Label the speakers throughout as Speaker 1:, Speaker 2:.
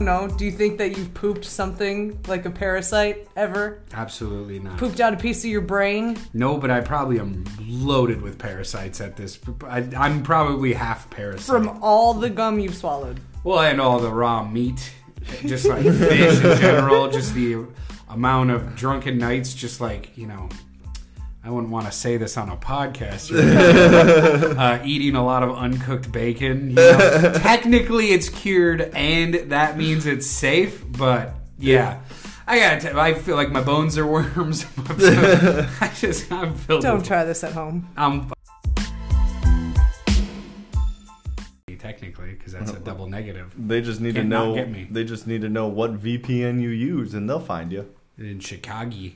Speaker 1: know, do you think that you pooped something like a parasite ever?
Speaker 2: Absolutely not.
Speaker 1: Pooped out a piece of your brain?
Speaker 2: No, but I probably am loaded with parasites at this. I, I'm probably half parasite.
Speaker 1: From all the gum you've swallowed.
Speaker 2: well, and all the raw meat, just like fish in general, just the amount of drunken nights, just like you know. I wouldn't want to say this on a podcast. you know, uh, eating a lot of uncooked bacon. You know. Technically, it's cured, and that means it's safe. But yeah, I got. to I feel like my bones are worms. I just I'm filled.
Speaker 1: Don't
Speaker 2: with,
Speaker 1: try this at home.
Speaker 2: I'm f- technically because that's a double negative
Speaker 3: They just need to
Speaker 2: Can't not
Speaker 3: know.
Speaker 2: get me.
Speaker 3: They just need to know what VPN you use, and they'll find you.
Speaker 2: in Chicago.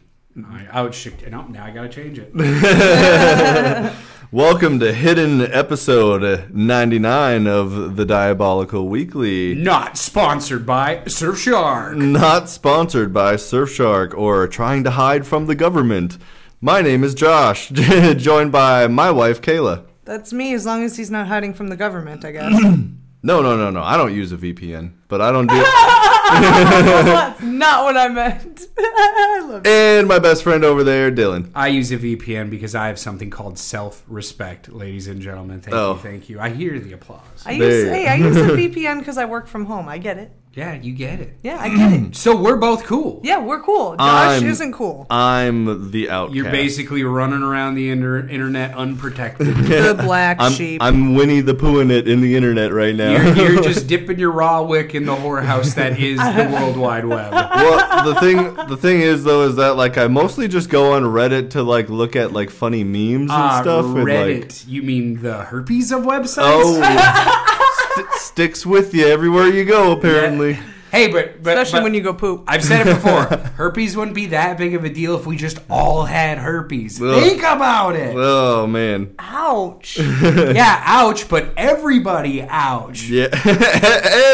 Speaker 2: I out Chic- no, now I gotta change it.
Speaker 3: Welcome to hidden episode ninety nine of the Diabolical Weekly.
Speaker 2: Not sponsored by Surfshark.
Speaker 3: Not sponsored by Surfshark or trying to hide from the government. My name is Josh, joined by my wife Kayla.
Speaker 1: That's me, as long as he's not hiding from the government, I guess.
Speaker 3: No, no, no, no. I don't use a VPN, but I don't do it.
Speaker 1: That's not what I meant. I love it.
Speaker 3: And my best friend over there, Dylan.
Speaker 2: I use a VPN because I have something called self-respect, ladies and gentlemen. Thank
Speaker 3: Oh.
Speaker 2: you, thank you. I hear the applause.
Speaker 1: I use,
Speaker 3: There.
Speaker 1: hey, I use a VPN because I work from home. I get it.
Speaker 2: yeah, you get it.
Speaker 1: Yeah, I get it.
Speaker 2: So we're both cool.
Speaker 1: Yeah, we're cool. Josh
Speaker 3: I'm-
Speaker 1: isn't cool.
Speaker 3: I'm the outcast.
Speaker 2: You're basically running around the inter- internet unprotected.
Speaker 1: the black
Speaker 3: I'm,
Speaker 1: sheep.
Speaker 3: I'm Winnie the Pooh in it in the internet right now.
Speaker 2: You're, you're just dipping your raw wick in the whorehouse that is the World Wide Web.
Speaker 3: well, the thing the thing is though is that like I mostly just go on Reddit to like look at like funny memes and
Speaker 2: Ah,
Speaker 3: stuff.
Speaker 2: Reddit.
Speaker 3: And, like,
Speaker 2: you mean the herpes of websites?
Speaker 3: oh, st- sticks with you everywhere you go. Apparently,
Speaker 2: Hey, but, but
Speaker 1: Especially
Speaker 2: but-
Speaker 1: when you go poop.
Speaker 2: I've said it before. herpes wouldn't be that big of a deal if we just all had herpes.
Speaker 3: Ugh.
Speaker 2: Think about it.
Speaker 3: oh man,
Speaker 1: Ouch.
Speaker 2: yeah, ouch, but everybody ouch.
Speaker 3: yeah,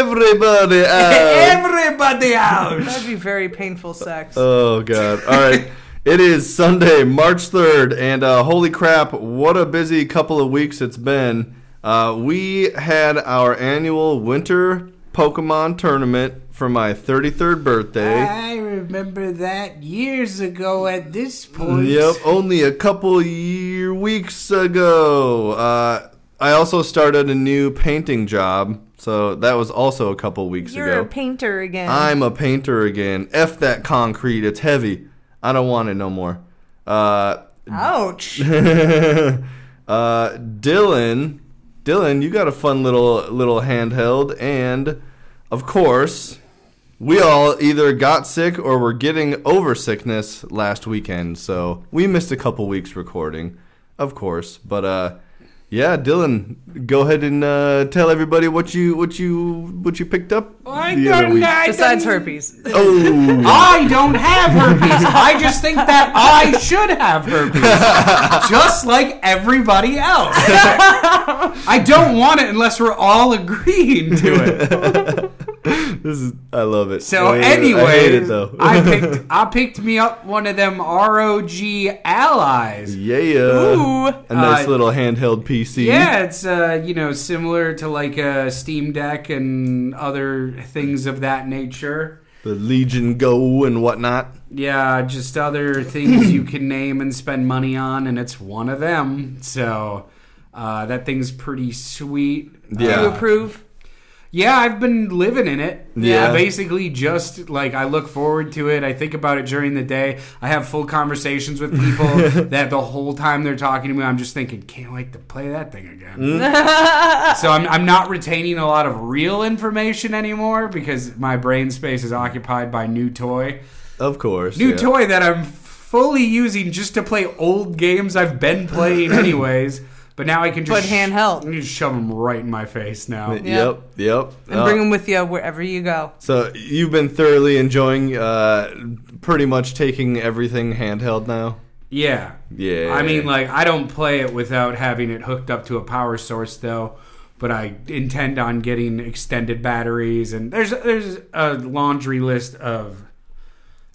Speaker 3: everybody. out.
Speaker 2: Everybody ouch.
Speaker 1: That'd be very painful sex.
Speaker 3: Oh God! All right, it is Sunday, March third, and uh, holy crap, what a busy couple of weeks it's been. Uh, we had our annual winter Pokemon tournament for my thirty third birthday.
Speaker 2: I remember that years ago at this point.
Speaker 3: Yep, only a couple year weeks ago. Uh, I also started a new painting job, so that was also a couple weeks
Speaker 1: You're
Speaker 3: ago.
Speaker 1: a painter again.
Speaker 3: I'm a painter again. F that concrete. It's heavy. I don't want it no more. Uh,
Speaker 1: Ouch.
Speaker 3: uh, Dylan, Dylan, you got a fun little little handheld, and of course, we all either got sick or were getting over sickness last weekend, so we missed a couple weeks recording, of course. But uh, yeah, Dylan, go ahead and uh, tell everybody what you what you what you picked up
Speaker 2: I
Speaker 3: the other
Speaker 2: don't
Speaker 3: week.
Speaker 2: I
Speaker 1: Besides
Speaker 2: don't-
Speaker 1: herpes.
Speaker 3: Oh.
Speaker 2: I don't have herpes. I just think that I should have herpes. Just like everybody else. I don't want it unless we're all agreeing to it.
Speaker 3: This is I love it.
Speaker 2: So
Speaker 3: I hate it-
Speaker 2: anyway,
Speaker 3: I hate it though.
Speaker 2: I picked I picked me up one of them ROG allies.
Speaker 3: yeah,
Speaker 1: Ooh.
Speaker 3: a nice
Speaker 2: Uh,
Speaker 3: little handheld PC.
Speaker 2: Yeah, it's uh, you know similar to like a Steam Deck and other things of that nature.
Speaker 3: the Legion Go and whatnot.
Speaker 2: Yeah, just other things you can name and spend money on, and it's one of them. So uh, that thing's pretty sweet.
Speaker 3: Yeah.
Speaker 1: Do you
Speaker 2: Uh,
Speaker 1: approve?
Speaker 2: Yeah, I've been living in it.
Speaker 3: Yeah.
Speaker 2: Yeah. basically just like I look forward to it. I think about it during the day. I have full conversations with people that the whole time they're talking to me, I'm just thinking, can't wait to play that thing again. so I'm, I'm not retaining a lot of real information anymore because my brain space is occupied by new toy.
Speaker 3: Of course.
Speaker 2: New
Speaker 3: yeah.
Speaker 2: toy that I'm fully using just to play old games I've been playing anyways. But now I can just
Speaker 1: But handheld.
Speaker 2: I can just shove them right in my face now.
Speaker 3: Yep, yep.
Speaker 1: And
Speaker 3: Uh,
Speaker 1: bring them with you wherever you go.
Speaker 3: so you've been thoroughly enjoying uh, pretty much taking everything handheld now.
Speaker 2: Yeah.
Speaker 3: Yeah.
Speaker 2: I mean, like, I don't play it without having it hooked up to a power source, though. But I intend on getting extended batteries, and there's there's a laundry list of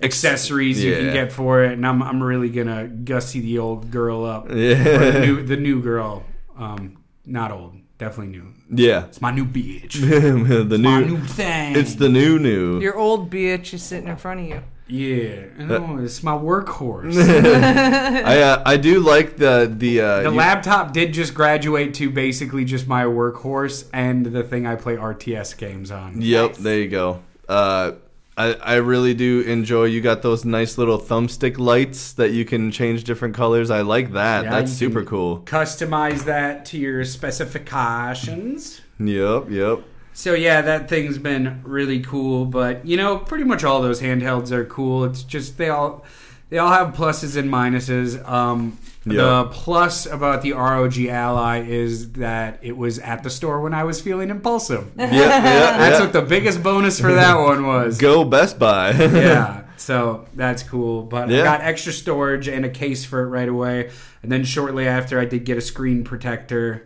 Speaker 2: accessories you
Speaker 3: Yeah.
Speaker 2: can get for it, and I'm I'm really gonna gussy the old girl up,
Speaker 3: Yeah.
Speaker 2: or the new the new girl, um, not old, Definitely new.
Speaker 3: Yeah.
Speaker 2: It's my new bitch.
Speaker 3: the
Speaker 2: my
Speaker 3: new.
Speaker 2: new thing.
Speaker 3: It's the new new.
Speaker 1: Your old bitch is sitting in front of you.
Speaker 2: yeah. I know. It's my workhorse.
Speaker 3: I uh, I do like the the. Uh,
Speaker 2: the
Speaker 3: you-
Speaker 2: laptop did just graduate to basically just my workhorse and the thing I play RTS games on.
Speaker 3: Yep,
Speaker 1: Nice.
Speaker 3: there you go. Uh, I I really do enjoy. You got those nice little thumbstick lights that you can change different colors. I like that.
Speaker 2: Yeah,
Speaker 3: That's
Speaker 2: you
Speaker 3: super
Speaker 2: can-
Speaker 3: cool.
Speaker 2: Customize that to your specifications.
Speaker 3: Yep, yep.
Speaker 2: So yeah, that thing's been really cool, but you know, pretty much all those handhelds are cool. It's just they all they all have pluses and minuses. Um
Speaker 3: Yeah.
Speaker 2: The plus about the ROG Ally is that it was at the store when I was feeling impulsive.
Speaker 3: Yeah, yeah,
Speaker 2: That's
Speaker 3: yeah.
Speaker 2: what the biggest bonus for that one was.
Speaker 3: Go Best Buy.
Speaker 2: yeah, so that's cool. But
Speaker 3: Yeah.
Speaker 2: I got extra storage and a case for it right away, and then shortly after, I did get a screen protector.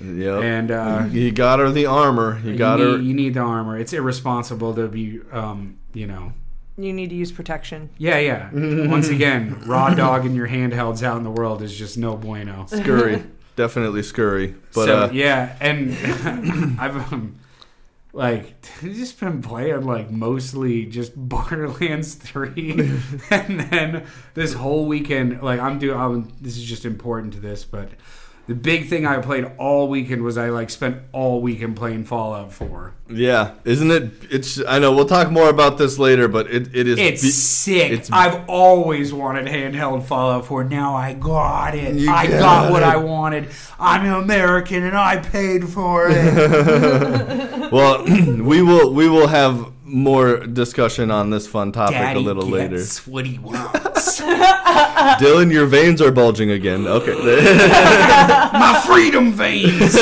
Speaker 3: yep.
Speaker 2: And uh,
Speaker 3: you got her the armor. You got
Speaker 2: need,
Speaker 3: her.
Speaker 2: You need the armor. It's irresponsible to be, um, you know.
Speaker 1: You need to use protection.
Speaker 2: Yeah, yeah. Once again, raw dog in your handhelds out in the world is just no bueno.
Speaker 3: Scurry. Definitely scurry. But
Speaker 2: so
Speaker 3: uh,
Speaker 2: yeah, and I've um, like just been playing like mostly just Borderlands three, and then this whole weekend like I'm doing. I'm, this is just important to this, but the big thing I played all weekend was I like spent all weekend playing Fallout four.
Speaker 3: yeah, isn't it? It's. I know. We'll talk more about this later. But it, it is.
Speaker 2: It's
Speaker 3: be-
Speaker 2: sick.
Speaker 3: it's-
Speaker 2: I've always wanted handheld Fallout 4. Now I got it.
Speaker 3: You
Speaker 2: I
Speaker 3: got
Speaker 2: got, what
Speaker 3: it.
Speaker 2: I wanted. I'm an American and I paid for it.
Speaker 3: well, we will. We will have more discussion on this fun topic a little later.
Speaker 2: gets what he wants.
Speaker 3: Dylan, your veins are bulging again. Okay.
Speaker 2: My freedom veins.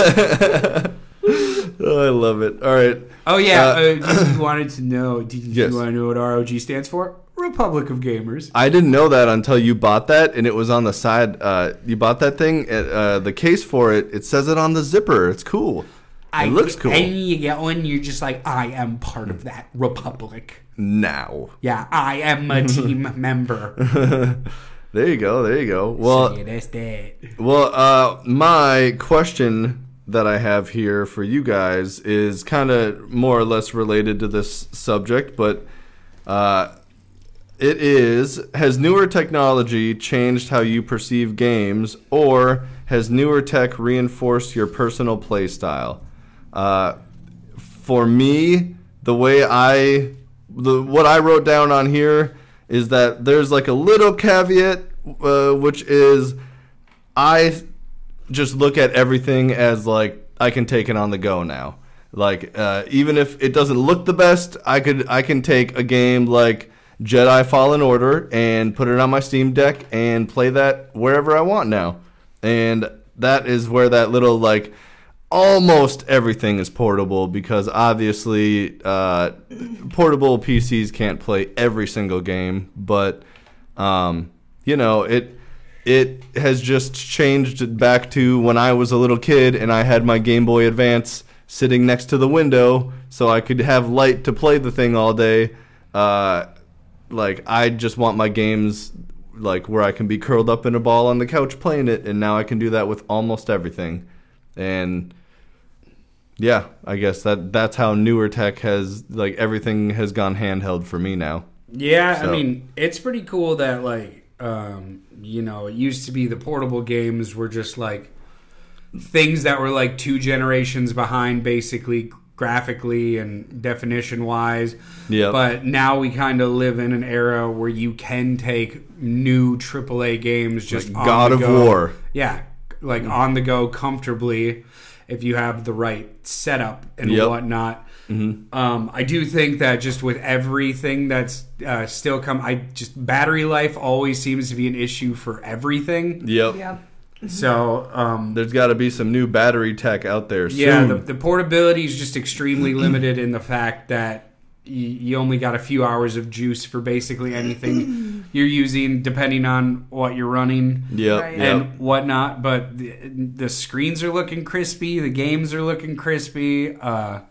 Speaker 3: Oh, I love it. All right.
Speaker 2: Oh yeah,
Speaker 3: Uh,
Speaker 2: uh, you- you wanted to know. Did you
Speaker 3: Yes.
Speaker 2: want to know what ROG stands for? Republic of Gamers.
Speaker 3: I didn't know that until you bought that, and it was on the side. Uh, you bought that thing, uh, uh, the case for it. It says it on the zipper. It's cool. it looks cool
Speaker 2: And you get one, you're just like, I am part of that republic.
Speaker 3: now.
Speaker 2: Yeah, I am a team member.
Speaker 3: There you go. There you go. Well,
Speaker 2: So, yeah, that's that.
Speaker 3: Well, uh, my question that I have here for you guys is kind of more or less related to this subject, but uh, it is Has newer technology changed how you perceive games, or has newer tech reinforced your personal play style? Uh, for me, the way I the what I wrote down on here is that there's like a little caveat, uh, which is I just look at everything as like I can take it on the go now. Like uh, even if it doesn't look the best, I could I can take a game like Jedi Fallen Order and put it on my Steam Deck and play that wherever I want now. And that is where that little like almost everything is portable because obviously uh, portable PCs can't play every single game, but um, you know it it has just changed back to when I was a little kid and I had my Game Boy Advance sitting next to the window so I could have light to play the thing all day. Uh, like I just want my games like where I can be curled up in a ball on the couch playing it, and now I can do that with almost everything. And yeah, I guess that that's how newer tech has like everything has gone handheld for me now.
Speaker 2: Yeah,
Speaker 3: So-
Speaker 2: I mean, it's pretty cool that like um, you know, it used to be the portable games were just like things that were like two generations behind basically graphically and definition wise.
Speaker 3: Yep.
Speaker 2: But now we kind of live in an era where you can take new AAA games just
Speaker 3: Like
Speaker 2: on
Speaker 3: God
Speaker 2: the
Speaker 3: of
Speaker 2: go.
Speaker 3: War. Mm.
Speaker 2: Yeah, like on the go comfortably if you have the right setup and
Speaker 3: Yep.
Speaker 2: whatnot. Um, I do think that just with everything that's uh, still come, I just battery life always seems to be an issue for everything.
Speaker 3: Yep.
Speaker 1: Yeah.
Speaker 2: So um,
Speaker 3: There's got to be some new battery tech out there soon.
Speaker 2: yeah, the, the portability is just extremely limited in the fact that y- you only got a few hours of juice for basically anything you're using, depending on what you're running.
Speaker 3: Yep,
Speaker 1: Right.
Speaker 3: yep.
Speaker 2: and whatnot. But the, the screens are looking crispy. The games are looking crispy. Uh,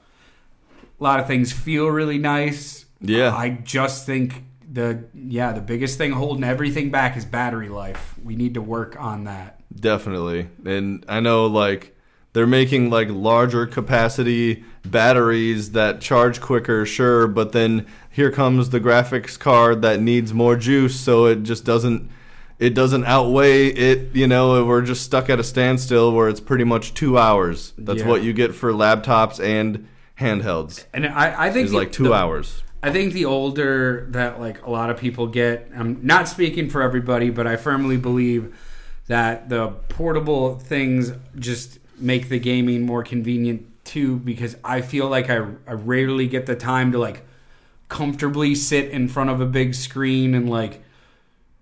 Speaker 2: a lot of things feel really nice.
Speaker 3: Yeah.
Speaker 2: I just think the yeah the biggest thing holding everything back is battery life. We need to work on that.
Speaker 3: Definitely. And I know like They're making like larger capacity batteries that charge quicker, sure, but then here comes the graphics card that needs more juice, so it just doesn't it doesn't outweigh it, you know, and we're just stuck at a standstill where it's pretty much 2 hours. That's
Speaker 2: Yeah.
Speaker 3: what you get for laptops and handhelds.
Speaker 2: And I, I think
Speaker 3: It's like
Speaker 2: the-
Speaker 3: 2
Speaker 2: the-
Speaker 3: hours.
Speaker 2: I think the older that like a lot of people get, I'm not speaking for everybody, but I firmly believe that the portable things just make the gaming more convenient too because I feel like I, I rarely get the time to like comfortably sit in front of a big screen and like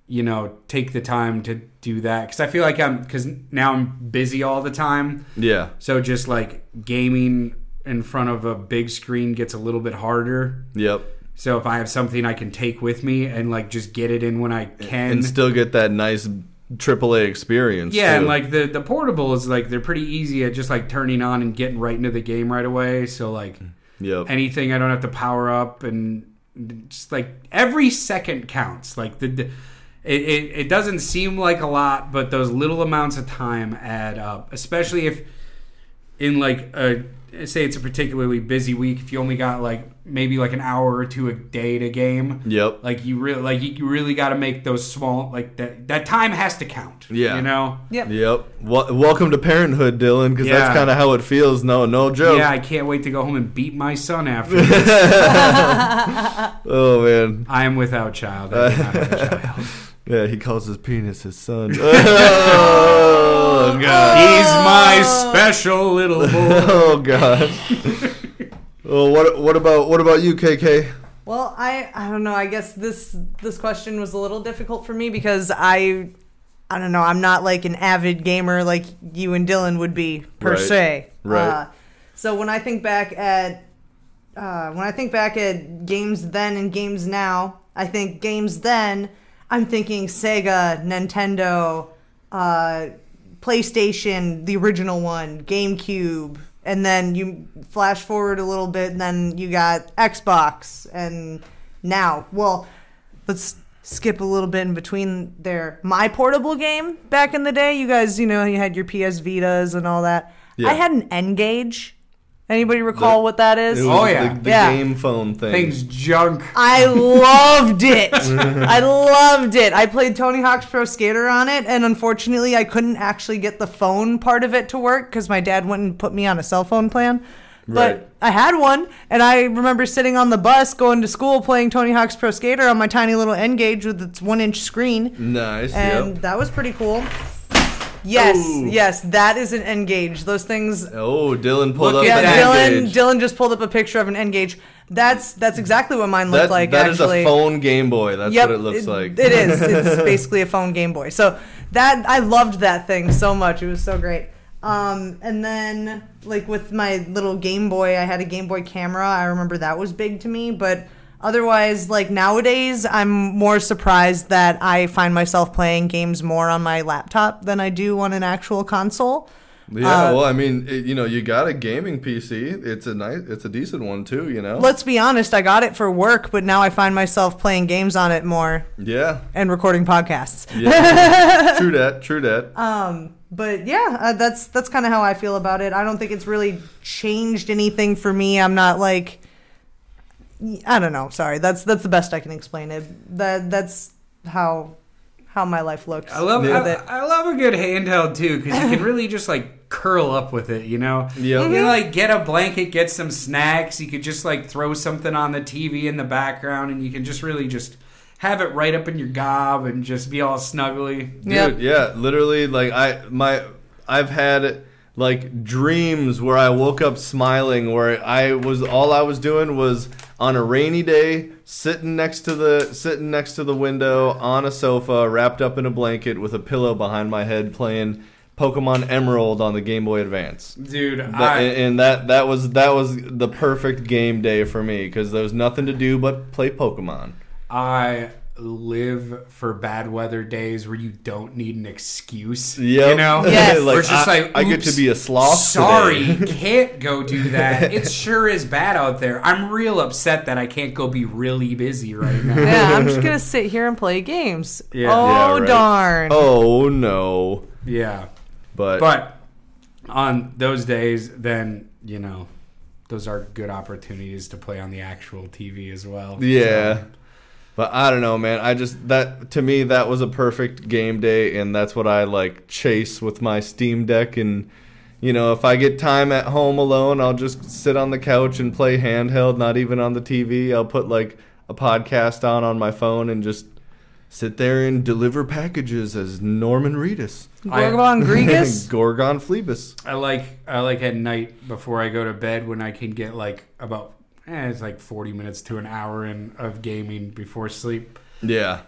Speaker 2: you know take the time to do that cuz I feel like I'm cuz now I'm busy all the time.
Speaker 3: Yeah.
Speaker 2: So just like gaming in front of a big screen gets a little bit harder.
Speaker 3: Yep.
Speaker 2: So if I have something I can take with me and like just get it in when I can.
Speaker 3: And still get that nice AAA experience.
Speaker 2: yeah, and
Speaker 3: too.
Speaker 2: like the the portables, like they're pretty easy at just like turning on and getting right into the game right away. So like
Speaker 3: Mm. Yep.
Speaker 2: anything, I don't have to power up and just like every second counts. Like the. the it, it, it doesn't seem like a lot, but those little amounts of time add up, especially if in like a say it's a particularly busy week. If you only got like maybe like an hour or two a day to game,
Speaker 3: Yep.
Speaker 2: Like you really, like you- you really got to make those small, like that. That time has to count.
Speaker 3: Yeah.
Speaker 2: you know.
Speaker 1: Yep.
Speaker 3: Yep. Wel- welcome to parenthood, Dylan, because
Speaker 2: Yeah.
Speaker 3: that's kind of how it feels. No, no joke.
Speaker 2: Yeah, I can't wait to go home and beat my son after. this.
Speaker 3: Oh man.
Speaker 2: I am without child. I do not have a child.
Speaker 3: Yeah, he calls his penis his son. oh god.
Speaker 2: He's my special little boy.
Speaker 3: Oh god. Oh, what what about what about you, KK?
Speaker 1: Well, I I don't know. I guess this this question was a little difficult for me because I I don't know. I'm not like an avid gamer like you and Dylan would be per
Speaker 3: Right.
Speaker 1: se.
Speaker 3: Right.
Speaker 1: Uh, so when I think back at uh, when I think back at games then and games now, I think games then. I'm thinking Sega, Nintendo, uh, PlayStation, the original one, GameCube, and then you flash forward a little bit, and then you got Xbox, and now, well, let's skip a little bit in between there. My portable game back in the day, you guys, you know, you had your PS Vitas and all that.
Speaker 3: Yeah.
Speaker 1: I had an N Gauge. Anybody recall what that is?
Speaker 3: It was
Speaker 2: Oh, yeah.
Speaker 3: the, the
Speaker 1: Yeah.
Speaker 3: game phone thing.
Speaker 2: Things junk.
Speaker 1: I loved it.
Speaker 3: Mm-hmm.
Speaker 1: I loved it. I played Tony Hawk's Pro Skater on it, and unfortunately, I couldn't actually get the phone part of it to work because my dad wouldn't put me on a cell phone plan.
Speaker 3: Right.
Speaker 1: But I had one, and I remember sitting on the bus going to school playing Tony Hawk's Pro Skater on my tiny little N gauge with its one inch screen,
Speaker 3: Nice.
Speaker 1: and
Speaker 3: Mm. yep.
Speaker 1: that was pretty cool. Yes,
Speaker 3: Ooh.
Speaker 1: yes, that is an N gauge. Those things
Speaker 3: Oh, Dylan pulled
Speaker 2: Look
Speaker 3: up
Speaker 2: at
Speaker 1: yeah,
Speaker 3: an
Speaker 2: that.
Speaker 1: Dylan.
Speaker 3: N-Gage.
Speaker 1: Dylan just pulled up a picture of an N gauge. That's that's exactly what mine looked
Speaker 3: That,
Speaker 1: like.
Speaker 3: that is
Speaker 1: actually,
Speaker 3: a phone Game Boy. That's what it looks like.
Speaker 1: It is. It's basically a phone Game Boy. So that I loved that thing so much. It was so great. Um, and then like with my little Game Boy, I had a Game Boy camera. I remember that was big to me, but otherwise like nowadays I'm more surprised that I find myself playing games more on my laptop than I do on an actual console. Uh,
Speaker 3: Yeah, well, I mean, it, you know, you got a gaming PC. It's a nice, it's a decent one too. You know.
Speaker 1: Let's be honest, I got it for work, but now I find myself playing games on it more
Speaker 3: yeah.
Speaker 1: and recording podcasts.
Speaker 3: Yeah. true that. True that.
Speaker 1: but yeah, uh, that's that's kind of how I feel about it. I don't think it's really changed anything for me. I'm not like I don't know. Sorry, that's that's the best I can explain it. That that's how how my life looks.
Speaker 2: I love.
Speaker 1: with
Speaker 2: I,
Speaker 1: it.
Speaker 2: I love a good handheld too because you can really just like curl up with it. You know.
Speaker 3: Yep.
Speaker 2: You can, like get a blanket, get some snacks. You could just like throw something on the TV in the background, and you can just really just have it right up in your gob and just be all snuggly.
Speaker 1: Yep.
Speaker 3: Dude, yeah, literally like I my I've had like dreams where I woke up smiling where I was all I was doing was on a rainy day sitting next to the sitting next to the window on a sofa wrapped up in a blanket with a pillow behind my head playing Pokemon Emerald on the Game Boy Advance.
Speaker 2: Dude,
Speaker 3: That-
Speaker 2: I,
Speaker 3: and that that was that was the perfect game day for me cuz there was nothing to do but play Pokemon.
Speaker 2: I live for bad weather days where you don't need an excuse.
Speaker 3: Yep.
Speaker 2: You know?
Speaker 1: Yes.
Speaker 2: Where
Speaker 3: like,
Speaker 2: it's just
Speaker 3: I,
Speaker 2: like,
Speaker 3: I get to
Speaker 2: "Oops,
Speaker 3: be a sloth.
Speaker 2: Sorry,
Speaker 3: today."
Speaker 2: can't go do that. It sure is bad out there. I'm real upset that I can't go be really busy right now.
Speaker 1: yeah, I'm just gonna sit here and play games.
Speaker 2: Yeah.
Speaker 1: oh
Speaker 3: Yeah, right.
Speaker 1: darn.
Speaker 3: Oh no.
Speaker 2: Yeah.
Speaker 3: But,
Speaker 2: But on those days, then you know, those are good opportunities to play on the actual TV as well.
Speaker 3: Yeah. But I don't know, man. I just that to me that was a perfect game day and that's what I like chase with my Steam Deck and you know, if I get time at home alone, I'll just sit on the couch and play handheld, not even on the TV. I'll put like a podcast on on my phone and just sit there and deliver packages as Norman Reedus.
Speaker 1: Gorgon Grigus?
Speaker 3: Gorgon Phlebas.
Speaker 2: I like I like at night before I go to bed when I can get like about eh, it's like forty minutes to an hour in of gaming before sleep.
Speaker 3: Yeah.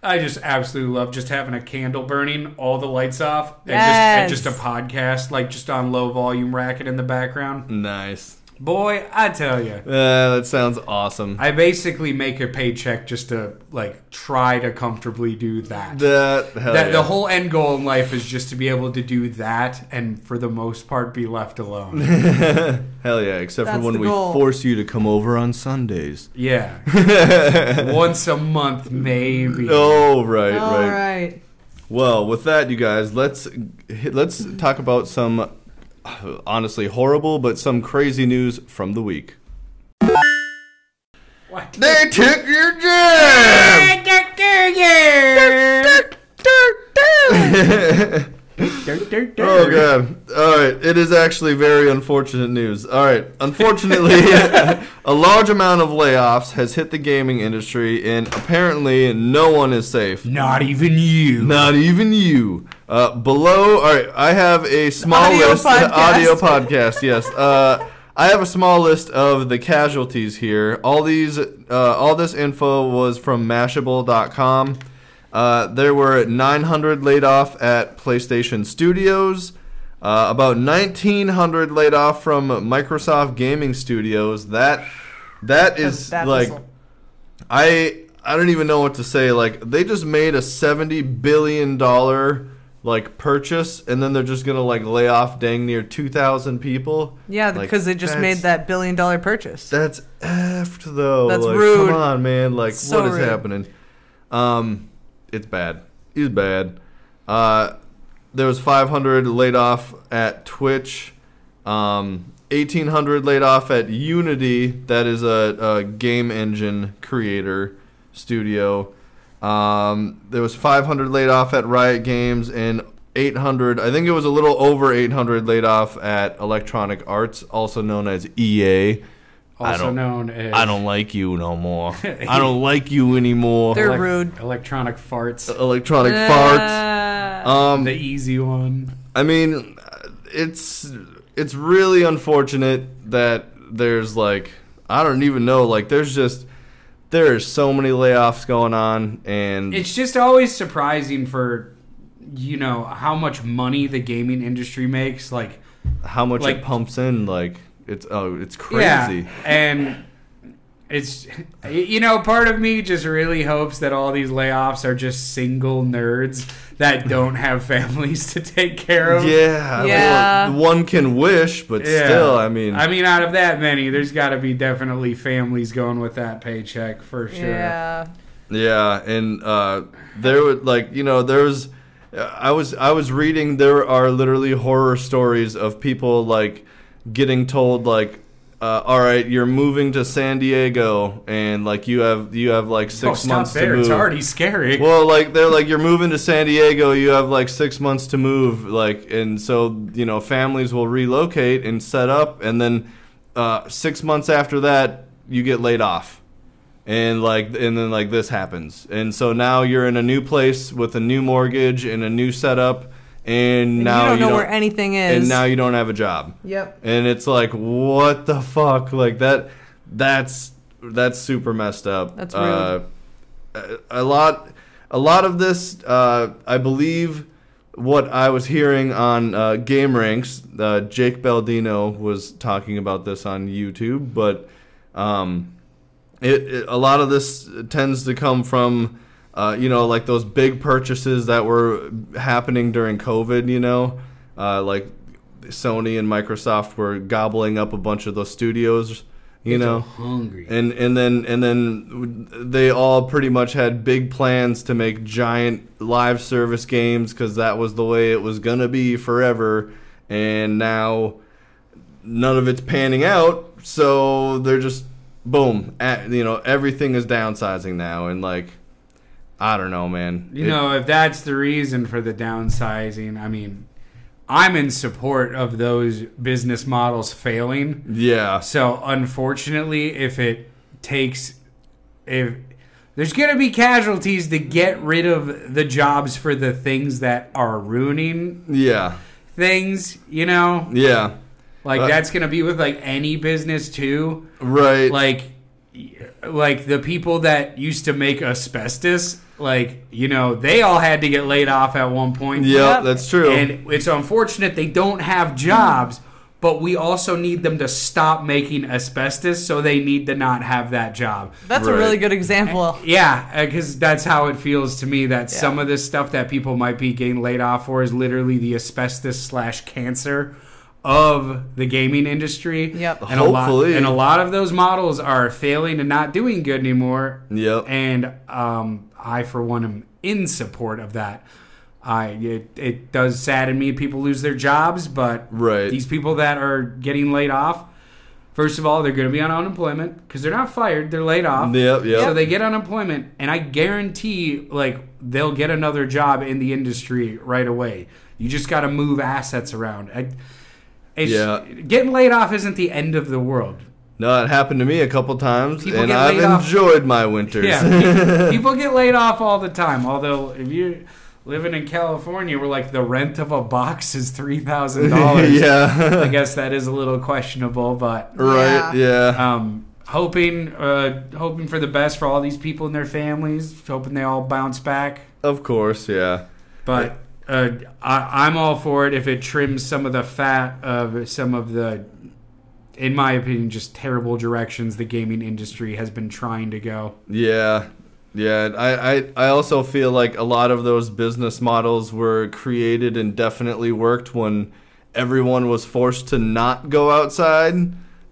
Speaker 2: I just absolutely love just having a candle burning, all the lights off, and, just,
Speaker 1: Yes.
Speaker 2: and just a podcast like just on low volume racket in the background.
Speaker 3: Nice.
Speaker 2: Boy, I tell you.
Speaker 3: Uh, that sounds awesome.
Speaker 2: I basically make a paycheck just to like try to comfortably do that.
Speaker 3: That, hell
Speaker 2: that
Speaker 3: yeah.
Speaker 2: the whole end goal in life is just to be able to do that and for the most part be left alone.
Speaker 3: Hell yeah, except for
Speaker 1: That's
Speaker 3: when
Speaker 1: the
Speaker 3: we
Speaker 1: goal.
Speaker 3: force you to come over on Sundays.
Speaker 2: yeah. Once a month maybe.
Speaker 3: Oh, right,
Speaker 1: All
Speaker 3: right.
Speaker 1: right.
Speaker 3: Well, with that, you guys, let's hit, let's talk about some uh, honestly horrible but some crazy news from the week.
Speaker 2: What?
Speaker 3: They took your job. Oh god. All right, it is actually very unfortunate news. All right, unfortunately, a large amount of layoffs has hit the gaming industry and apparently no one is safe.
Speaker 2: Not even you.
Speaker 3: Not even you. Uh, below, all right. I have a small
Speaker 1: Audio
Speaker 3: list.
Speaker 1: podcast.
Speaker 3: Audio podcast. Yes. Uh, I have a small list of the casualties here. All these, uh, all this info was from Mashable.com. Uh, there were 900 laid off at PlayStation Studios. Uh, about 1,900 laid off from Microsoft Gaming Studios. That, that
Speaker 1: That's
Speaker 3: is
Speaker 1: a bad
Speaker 3: like.
Speaker 1: whistle.
Speaker 3: I I don't even know what to say. Like they just made a seventy billion dollar like purchase, and then they're just gonna like lay off dang near two thousand people.
Speaker 1: Yeah,
Speaker 3: Like,
Speaker 1: because they just made
Speaker 3: that's-
Speaker 1: that billion dollar purchase.
Speaker 3: That's effed though.
Speaker 1: That's
Speaker 3: Like,
Speaker 1: rude.
Speaker 3: Come on, man. Like
Speaker 1: So
Speaker 3: what is
Speaker 1: rude.
Speaker 3: happening? Um, it's bad. It's bad. Uh, there was five hundred laid off at Twitch. Um. 1800 laid off at Unity, that is a, a game engine creator studio. Um, there was 500 laid off at Riot Games and 800. I think it was a little over 800 laid off at Electronic Arts, also known as E EA. I
Speaker 2: also
Speaker 3: don't-
Speaker 2: known as
Speaker 3: I don't like you no more. I don't like you anymore.
Speaker 1: They're
Speaker 2: elec-
Speaker 1: rude.
Speaker 2: Electronic farts.
Speaker 3: Electronic farts.
Speaker 1: Uh,
Speaker 3: Um,
Speaker 2: the easy one.
Speaker 3: I mean, it's it's really unfortunate that there's like I don't even know like there's just there is so many layoffs going on and
Speaker 2: It's just always surprising for you know how much money the gaming industry makes like
Speaker 3: how much it
Speaker 2: like-
Speaker 3: pumps in like it's oh it's crazy.
Speaker 2: Yeah, and it's you know part of me just really hopes that all these layoffs are just single nerds that don't have families to take care of.
Speaker 3: Yeah,
Speaker 1: Yeah.
Speaker 3: well, one can wish, but
Speaker 2: Yeah.
Speaker 3: still, I mean,
Speaker 2: I mean, out of that many, there's got to be definitely families going with that paycheck for sure.
Speaker 1: Yeah.
Speaker 3: yeah, and uh, there would like you know there was, I was I was reading there are literally horror stories of people like getting told like. Uh, all right, you're moving to San Diego, and like you have you have like
Speaker 2: Oh,
Speaker 3: six
Speaker 2: stop
Speaker 3: months
Speaker 2: there.
Speaker 3: to move.
Speaker 2: It's already scary.
Speaker 3: Well, like they're like you're moving to San Diego, you have like six months to move, like, and so you know families will relocate and set up, and then uh, six months after that you get laid off, and like and then like this happens, and so now you're in a new place with a new mortgage and a new setup, and,
Speaker 1: And
Speaker 3: now
Speaker 1: you don't know where anything is.
Speaker 3: and now you don't have a job
Speaker 1: yep.
Speaker 3: and it's like what the fuck like that that's that's super messed up
Speaker 1: That's
Speaker 3: uh, a a lot a lot of this uh, i believe what i was hearing on uh, game ranks uh, jake baldino was talking about this on youtube but um, it, it a lot of this tends to come from uh, you know like those big purchases that were happening during covid you know uh, like sony and microsoft were gobbling up a bunch of those studios you
Speaker 2: Kids are
Speaker 3: know
Speaker 2: hungry.
Speaker 3: and and then and then they all pretty much had big plans to make giant live service games because that was the way it was gonna be forever. and now none of it's panning out. So they're just boom, at, you know, everything is downsizing now, and like, I don't know, man.
Speaker 2: You
Speaker 3: It-
Speaker 2: know, if that's the reason for the downsizing, I mean, I'm in support of those business models failing.
Speaker 3: yeah,
Speaker 2: So unfortunately, if it takes, if there's gonna be casualties to get rid of the jobs for the things that are ruining
Speaker 3: yeah,
Speaker 2: things, you know,
Speaker 3: yeah,
Speaker 2: like
Speaker 3: Uh,
Speaker 2: that's gonna be with like any business too.
Speaker 3: right.
Speaker 2: Like, like the people that used to make asbestos, like you know, they all had to get laid off at one point.
Speaker 3: yeah,
Speaker 1: Yep.
Speaker 3: that's true.
Speaker 2: And it's unfortunate they don't have jobs, but we also need them to stop making asbestos, so they need to not have that job.
Speaker 1: That's a
Speaker 3: Right.
Speaker 1: really good example.
Speaker 2: Yeah, because that's how it feels to me that
Speaker 1: Yeah.
Speaker 2: some of this stuff that people might be getting laid off for is literally the asbestos slash cancer of the gaming industry.
Speaker 1: Yep.
Speaker 2: And a
Speaker 3: Hopefully.
Speaker 2: lot and a lot of those models are failing and not doing good anymore.
Speaker 3: Yep.
Speaker 2: And um, I for one am in support of that. I it, it does sadden me people lose their jobs, but
Speaker 3: Right.
Speaker 2: these people that are getting laid off, first of all, they're going to be on unemployment because they're not fired; they're laid off.
Speaker 3: Yep, yep.
Speaker 2: So they get unemployment, and I guarantee, like, they'll get another job in the industry right away. You just got to move assets around. I, it's,
Speaker 3: Yeah.
Speaker 2: getting laid off isn't the end of the world.
Speaker 3: No, it happened to me a couple times,
Speaker 2: People
Speaker 3: and
Speaker 2: get
Speaker 3: I've
Speaker 2: laid off.
Speaker 3: enjoyed my winters.
Speaker 2: Yeah, pe- people get laid off all the time. Although, if you're living in California, where like the rent of a box is three thousand dollars,
Speaker 3: Yeah.
Speaker 2: I guess that is a little questionable. But
Speaker 3: right.
Speaker 1: Yeah.
Speaker 3: Yeah.
Speaker 2: um, hoping, uh, hoping for the best for all these people and their families. Hoping they all bounce back.
Speaker 3: Of course. Yeah.
Speaker 2: But uh, I, I'm all for it if it trims some of the fat of some of the, in my opinion, just terrible directions the gaming industry has been trying to go.
Speaker 3: Yeah. Yeah, I, I I also feel like a lot of those business models were created and definitely worked when everyone was forced to not go outside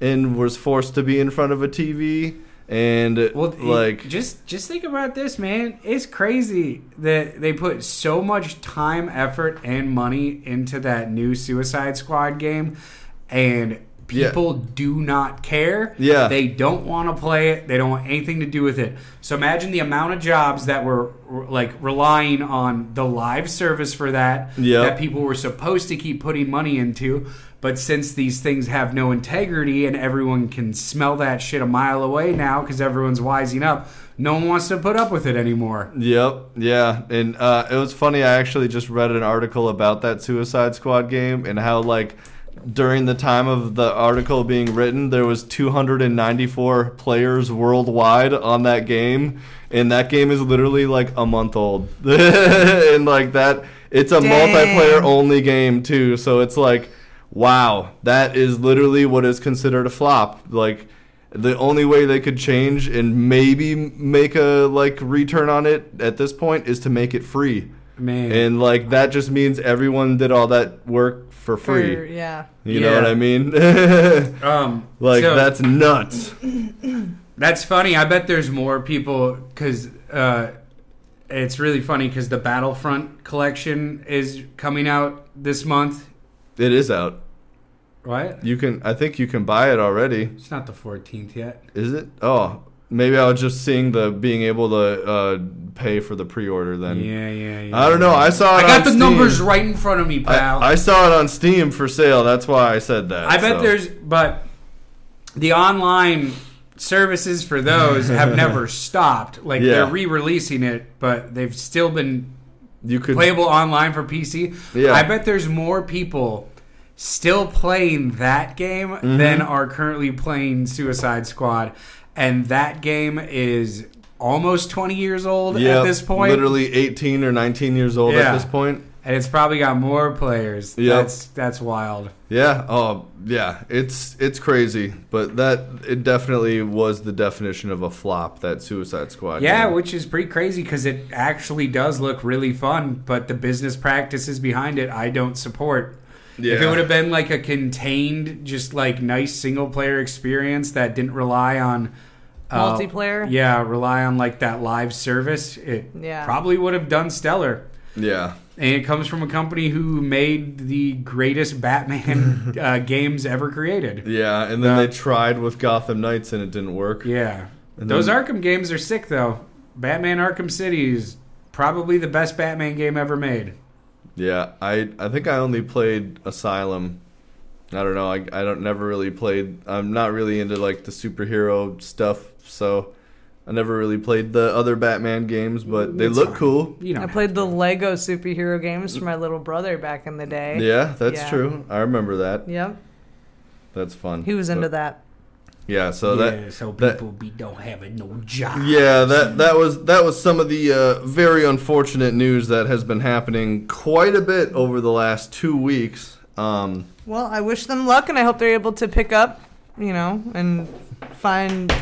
Speaker 3: and was forced to be in front of a TV and
Speaker 2: Well, it-
Speaker 3: like
Speaker 2: just just think about this, man. It's crazy that they put so much time, effort, and money into that new Suicide Squad game, and
Speaker 3: Yeah.
Speaker 2: people do not care.
Speaker 3: Yeah.
Speaker 2: they don't want to play it. They don't want anything to do with it. So imagine the amount of jobs that were like relying on the live service for that.
Speaker 3: Yeah.
Speaker 2: that people were supposed to keep putting money into. But since these things have no integrity and everyone can smell that shit a mile away now because everyone's wising up, no one wants to put up with it anymore.
Speaker 3: Yep. Yeah. And uh, it was funny. I actually just read an article about that Suicide Squad game and how like during the time of the article being written, there was 294 players worldwide on that game, and that game is literally like a month old. and like that, it's a
Speaker 1: Dang.
Speaker 3: multiplayer only game too. So it's like, wow, that is literally what is considered a flop. Like the only way they could change and maybe make a like return on it at this point is to make it free
Speaker 2: Man.
Speaker 3: and like that just means everyone did all that work for free
Speaker 1: For- yeah.
Speaker 3: you know
Speaker 2: Yeah.
Speaker 3: what i mean
Speaker 2: um,
Speaker 3: like
Speaker 2: so-
Speaker 3: that's nuts
Speaker 2: That's funny. I bet there's more people because uh, it's really funny because the Battlefront collection is coming out this month.
Speaker 3: it is out
Speaker 2: What?
Speaker 3: you can i think you can buy it already
Speaker 2: It's not the 14th yet.
Speaker 3: is it oh maybe i was just seeing the being able to uh, pay for the pre-order then
Speaker 2: yeah, yeah, yeah.
Speaker 3: i don't know i saw it
Speaker 2: I
Speaker 3: on
Speaker 2: got the
Speaker 3: Steam.
Speaker 2: numbers right in front of me, pal.
Speaker 3: I, I saw it on steam for sale that's why i said that
Speaker 2: I bet
Speaker 3: so.
Speaker 2: there's, but the online services for those have never stopped. Like
Speaker 3: Yeah.
Speaker 2: they're re-releasing it, but they've still been
Speaker 3: you could
Speaker 2: playable online for PC.
Speaker 3: Yeah.
Speaker 2: I bet there's more people still playing that game
Speaker 3: Mm-hmm.
Speaker 2: than are currently playing Suicide Squad, and that game is almost 20 years old
Speaker 3: Yeah,
Speaker 2: at this point.
Speaker 3: Literally 18 or 19 years old at
Speaker 2: Yeah.
Speaker 3: this point.
Speaker 2: And it's probably got more players.
Speaker 3: Yep.
Speaker 2: That's that's wild.
Speaker 3: Yeah. Oh, yeah. It's it's crazy, but that it definitely was the definition of a flop. That Suicide Squad.
Speaker 2: Yeah,
Speaker 3: game.
Speaker 2: which is pretty crazy because it actually does look really fun, but the business practices behind it I don't support. If it
Speaker 3: Yeah.
Speaker 2: would have been like a contained, just like nice single player experience that didn't rely on uh,
Speaker 1: Multiplayer?
Speaker 2: yeah, rely on like that live service, it
Speaker 1: Yeah.
Speaker 2: probably would have done stellar.
Speaker 3: yeah.
Speaker 2: And it comes from a company who made the greatest Batman uh, games ever created.
Speaker 3: Yeah, and then
Speaker 2: Yeah.
Speaker 3: they tried with Gotham Knights and it didn't work.
Speaker 2: Yeah.
Speaker 3: And
Speaker 2: Those
Speaker 3: then-
Speaker 2: Arkham games are sick, though. Batman Arkham City is probably the best Batman game ever made.
Speaker 3: Yeah, I I think I only played Asylum. I don't know. I I don't never really played. I'm not really into like the superhero stuff, so I never really played the other Batman games, but they
Speaker 2: It's
Speaker 3: look
Speaker 2: fine.
Speaker 3: cool.
Speaker 2: You know,
Speaker 1: I played the Lego superhero games for my little brother back in the day.
Speaker 3: Yeah, that's
Speaker 1: Yeah.
Speaker 3: true. I remember that.
Speaker 1: Yep.
Speaker 3: That's fun.
Speaker 1: He was
Speaker 3: But-
Speaker 1: into that.
Speaker 3: Yeah, so that
Speaker 2: so
Speaker 3: that-
Speaker 2: people be don't have a no job.
Speaker 3: Yeah, that that was that was some of the uh, very unfortunate news that has been happening quite a bit over the last two weeks. Um,
Speaker 1: Well, I wish them luck, and I hope they're able to pick up, you know, and find.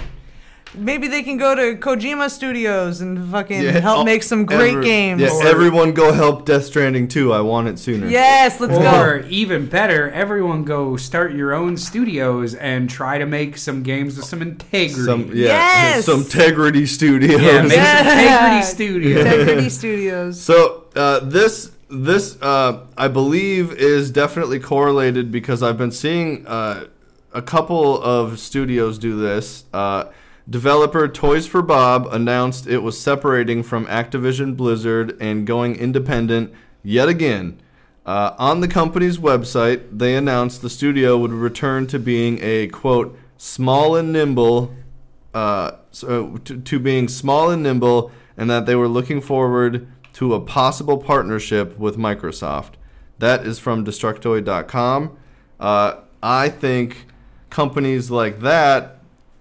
Speaker 1: Maybe they can go to Kojima Studios and fucking
Speaker 3: Yeah,
Speaker 1: help
Speaker 3: oh,
Speaker 1: make some great
Speaker 3: every-
Speaker 1: games.
Speaker 3: Yeah,
Speaker 2: Or-
Speaker 3: everyone go help Death Stranding 2. I want it sooner.
Speaker 1: Yes, let's
Speaker 2: or
Speaker 1: go.
Speaker 2: even better, everyone go start your own studios and try to make some games with some integrity.
Speaker 3: Some yeah,
Speaker 1: Yes!
Speaker 3: some Integrity Studios.
Speaker 2: yeah, make some
Speaker 1: Yeah.
Speaker 2: integrity studios.
Speaker 1: Integrity Studios.
Speaker 3: So uh, this this uh, I believe is definitely correlated because I've been seeing uh, a couple of studios do this. Uh, developer Toys for Bob announced it was separating from Activision Blizzard and going independent yet again. Uh, on the company's website, they announced the studio would return to being a quote small and nimble uh, so to, to being small and nimble, and that they were looking forward to a possible partnership with Microsoft. That is from Destructoid.com. Uh, I think companies like that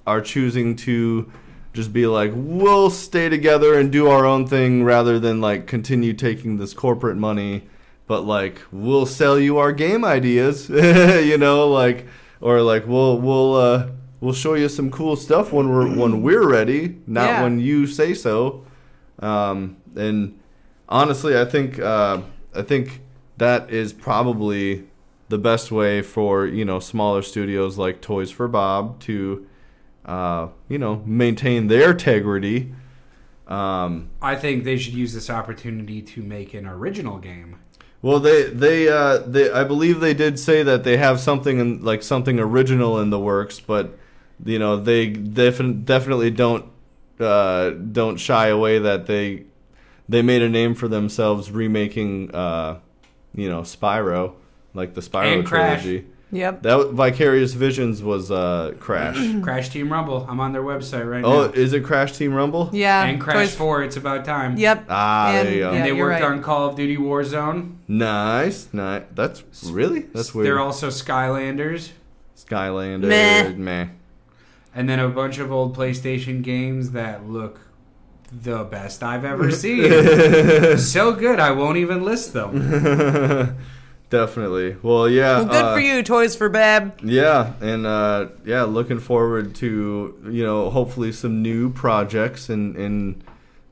Speaker 3: are choosing to just be like, we'll stay together and do our own thing rather than like continue taking this corporate money. But like, we'll sell you our game ideas, you know, like, or like, we'll we'll uh, we'll show you some cool stuff when we're when we're ready, not
Speaker 1: Yeah.
Speaker 3: when you say so. Um, and honestly, I think uh, I think that is probably the best way for you know smaller studios like Toys for Bob to uh, you know maintain their integrity. Um,
Speaker 2: I think they should use this opportunity to make an original game.
Speaker 3: well, they they uh, they I believe they did say that they have something in, like something original in the works, but you know they defin- definitely don't uh, don't shy away that they they made a name for themselves remaking uh, you know Spyro like the Spyro
Speaker 2: And Crash.
Speaker 3: trilogy.
Speaker 1: Yep.
Speaker 3: That Vicarious Visions was uh, Crash.
Speaker 1: Hmm.
Speaker 2: Crash Team Rumble. I'm on their website right
Speaker 3: oh,
Speaker 2: now.
Speaker 3: is it Crash Team Rumble?
Speaker 1: Yeah.
Speaker 2: and Crash
Speaker 1: Toys-
Speaker 2: 4, it's about time.
Speaker 1: Yep.
Speaker 3: Ah,
Speaker 1: And-
Speaker 3: there you go.
Speaker 1: yeah.
Speaker 2: And they
Speaker 1: you're
Speaker 2: worked
Speaker 1: right.
Speaker 2: on Call of Duty Warzone.
Speaker 3: Nice, nice. That's really that's weird.
Speaker 2: They're also Skylanders.
Speaker 3: Skylander,
Speaker 1: Meh.
Speaker 3: meh.
Speaker 2: And then a bunch of old PlayStation games that look the best I've ever seen. so good, I won't even list them.
Speaker 3: Definitely. Well, yeah.
Speaker 1: Well, good
Speaker 3: uh,
Speaker 1: for you, Toys for Bab.
Speaker 3: Yeah, and uh, yeah, looking forward to you know hopefully some new projects and and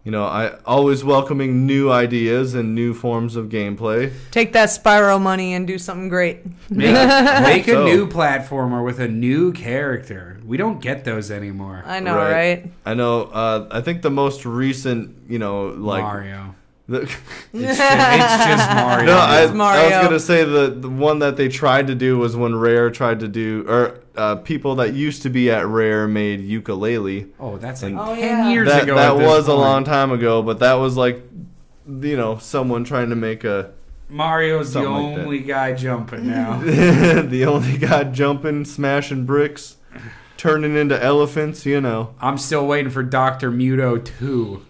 Speaker 3: you know I always welcoming new ideas and new forms of gameplay.
Speaker 1: Take that Spyro money and do something great.
Speaker 2: Make,
Speaker 3: Yeah.
Speaker 2: make a
Speaker 3: So-
Speaker 2: new platformer with a new character. We don't get those anymore.
Speaker 1: I know,
Speaker 3: Right.
Speaker 1: right?
Speaker 3: I know. Uh, I think the most recent you know like
Speaker 2: Mario.
Speaker 3: the-
Speaker 2: It's just, it's just Mario.
Speaker 3: No, I,
Speaker 1: It's
Speaker 3: I was
Speaker 1: Mario.
Speaker 3: gonna say the, the one that they tried to do was when Rare tried to do, or uh, people that used to be at Rare made ukulele.
Speaker 2: oh, that's like
Speaker 3: And-
Speaker 1: Oh,
Speaker 2: 10
Speaker 1: yeah.
Speaker 2: years
Speaker 3: That
Speaker 2: ago.
Speaker 3: that
Speaker 2: at this
Speaker 3: was a
Speaker 2: point.
Speaker 3: long time ago, but that was like, you know, someone trying to make a
Speaker 2: Mario's the
Speaker 3: Something like that.
Speaker 2: only guy jumping now.
Speaker 3: the only guy jumping, smashing bricks, turning into elephants. You know
Speaker 2: I'm still waiting for Dr. Muto 2.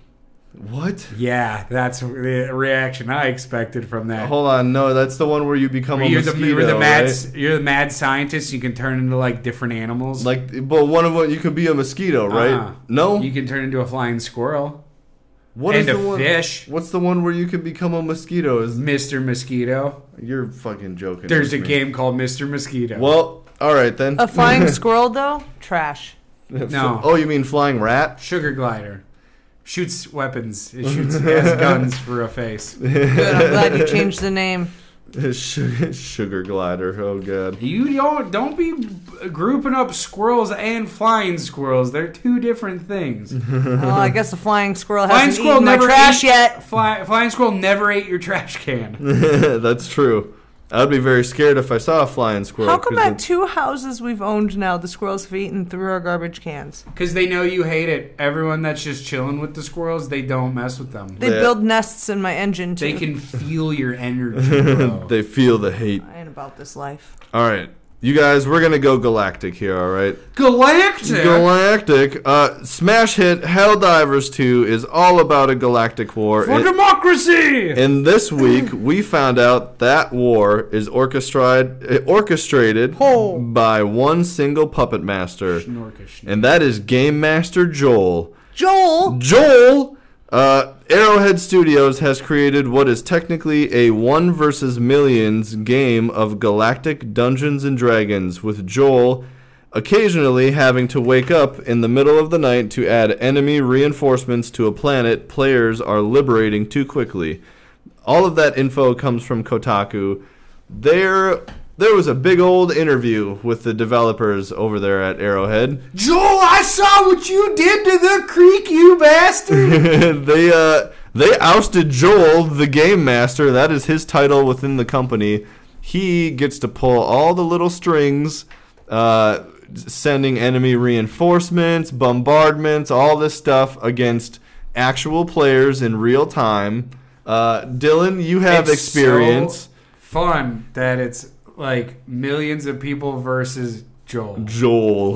Speaker 3: what?
Speaker 2: Yeah, that's the reaction I expected from that.
Speaker 3: Hold on, no, that's the one where you become a
Speaker 2: you're, the,
Speaker 3: mosquito,
Speaker 2: you're the mad,
Speaker 3: right?
Speaker 2: s you're the mad scientist. You can turn into like different animals.
Speaker 3: Like, but one of them you can be a mosquito, right?
Speaker 2: Uh-uh.
Speaker 3: No,
Speaker 2: you can turn into a flying squirrel
Speaker 3: what is
Speaker 2: and a
Speaker 3: the one?
Speaker 2: fish.
Speaker 3: What's the one where you can become a mosquito? Is
Speaker 2: Mr. Mosquito.
Speaker 3: You're fucking joking.
Speaker 2: There's a
Speaker 3: with me.
Speaker 2: game called Mr. Mosquito.
Speaker 3: Well, all right then.
Speaker 1: A flying squirrel, though? Trash.
Speaker 2: No.
Speaker 3: Oh, you mean flying rat?
Speaker 2: Sugar glider shoots weapons. It shoots has guns for a face.
Speaker 1: Good. I'm glad you changed the name.
Speaker 3: sugar, sugar glider. Oh god.
Speaker 2: You don't don't be grouping up squirrels and flying squirrels. They're two different things.
Speaker 1: Well, I guess the flying squirrel hasn't
Speaker 2: flying squirrel
Speaker 1: eaten my
Speaker 2: never
Speaker 1: trash
Speaker 2: ate,
Speaker 1: yet.
Speaker 2: Fly, flying squirrel never ate your trash can.
Speaker 3: That's true. I'd be very scared if I saw a flying squirrel.
Speaker 1: How come
Speaker 3: 'cause
Speaker 1: at two houses we've owned now, the squirrels have eaten through our garbage cans?
Speaker 2: Because they know you hate it. Everyone that's just chilling with the squirrels, they don't mess with them.
Speaker 1: They
Speaker 3: Yeah.
Speaker 1: build nests in my engine too.
Speaker 2: They can feel your energy. bro.
Speaker 3: they feel the hate.
Speaker 1: I ain't about this life.
Speaker 3: All right, you guys, we're gonna go galactic here. All right.
Speaker 2: Galactic.
Speaker 3: Galactic. Uh, smash hit Helldivers 2 is all about a galactic war.
Speaker 2: for
Speaker 3: And,
Speaker 2: democracy.
Speaker 3: and this week, we found out that war is orchestrated, orchestrated
Speaker 1: Ho.
Speaker 3: by one single puppet master,
Speaker 2: Schnorka, schnorka.
Speaker 3: and that is Game Master Joel.
Speaker 1: Joel,
Speaker 3: Joel! Uh, Arrowhead Studios has created what is technically a one versus millions game of galactic Dungeons and Dragons, with Joel occasionally having to wake up in the middle of the night to add enemy reinforcements to a planet players are liberating too quickly. All of that info comes from Kotaku. There, there was a big old interview with the developers over there at Arrowhead.
Speaker 2: Joel, I saw what you did to the creek, you bastard.
Speaker 3: they uh they ousted Joel, the game master. That is his title within the company. He gets to pull all the little strings, uh, sending enemy reinforcements, bombardments, all this stuff against actual players in real time. Uh, Dylan, you have
Speaker 2: It's
Speaker 3: experience.
Speaker 2: so fun that it's like millions of people versus Joel.
Speaker 3: Joel,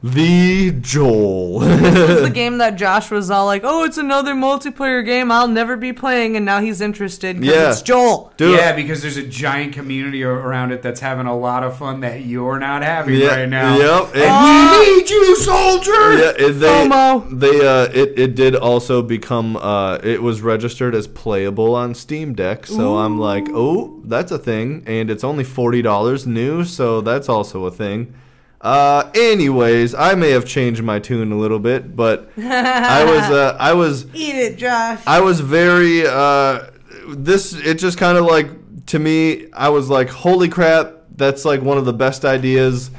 Speaker 3: the Joel.
Speaker 1: this is the game that Josh was all like, "Oh, it's another multiplayer game. I'll never be playing," and now he's interested 'cause
Speaker 3: Yeah.
Speaker 1: it's Joel.
Speaker 3: Dude,
Speaker 2: Yeah, because there's a giant community a- around it that's having a lot of fun that you're not having
Speaker 3: Yeah,
Speaker 2: right now.
Speaker 3: yep,
Speaker 2: And
Speaker 1: and-
Speaker 2: we need you, soldier.
Speaker 3: yeah, it, they,
Speaker 1: FOMO.
Speaker 3: They uh, it, it did also become uh, it was registered as playable on Steam Deck. So I'm like, oh, that's a thing, and it's only forty dollars new, so that's also a thing. Uh, anyways, I may have changed my tune a little bit, but I was uh, I was
Speaker 1: Eat it, Josh.
Speaker 3: I was very uh, this. It just kind of like to me. I was like, holy crap, that's like one of the best ideas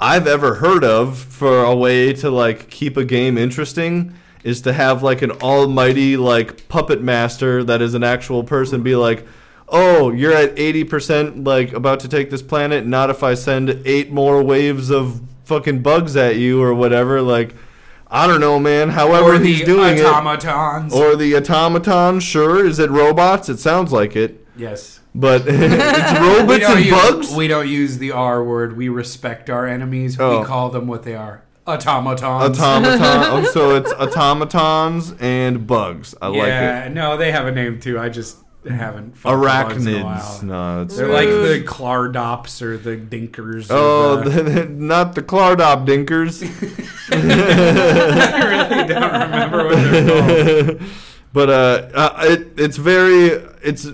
Speaker 3: I've ever heard of for a way to like keep a game interesting is to have like an almighty like puppet master that is an actual person be like oh you're at 80% like about to take this planet not if i send eight more waves of fucking bugs at you or whatever like i don't know man however
Speaker 2: Or the
Speaker 3: he's doing it Oh.
Speaker 2: automatons.
Speaker 3: or the automaton, sure. Is it robots? It sounds like it.
Speaker 2: yes.
Speaker 3: But it's robots
Speaker 2: don't
Speaker 3: and
Speaker 2: use,
Speaker 3: bugs?
Speaker 2: We don't use the R word. We respect our enemies.
Speaker 3: Oh.
Speaker 2: We call them what they are. Automatons.
Speaker 3: automaton. oh, so it's automatons and bugs. I like it.
Speaker 2: yeah, no, they have a name too. I just haven't. fucked with bugs in a
Speaker 3: Arachnids.
Speaker 2: while.
Speaker 3: No, it's
Speaker 2: They're like the Clardops or the Dinkers. or
Speaker 3: Oh,
Speaker 2: the-
Speaker 3: not the Clardop Dinkers.
Speaker 2: I really don't remember what they're called.
Speaker 3: but uh, uh, it, it's very it's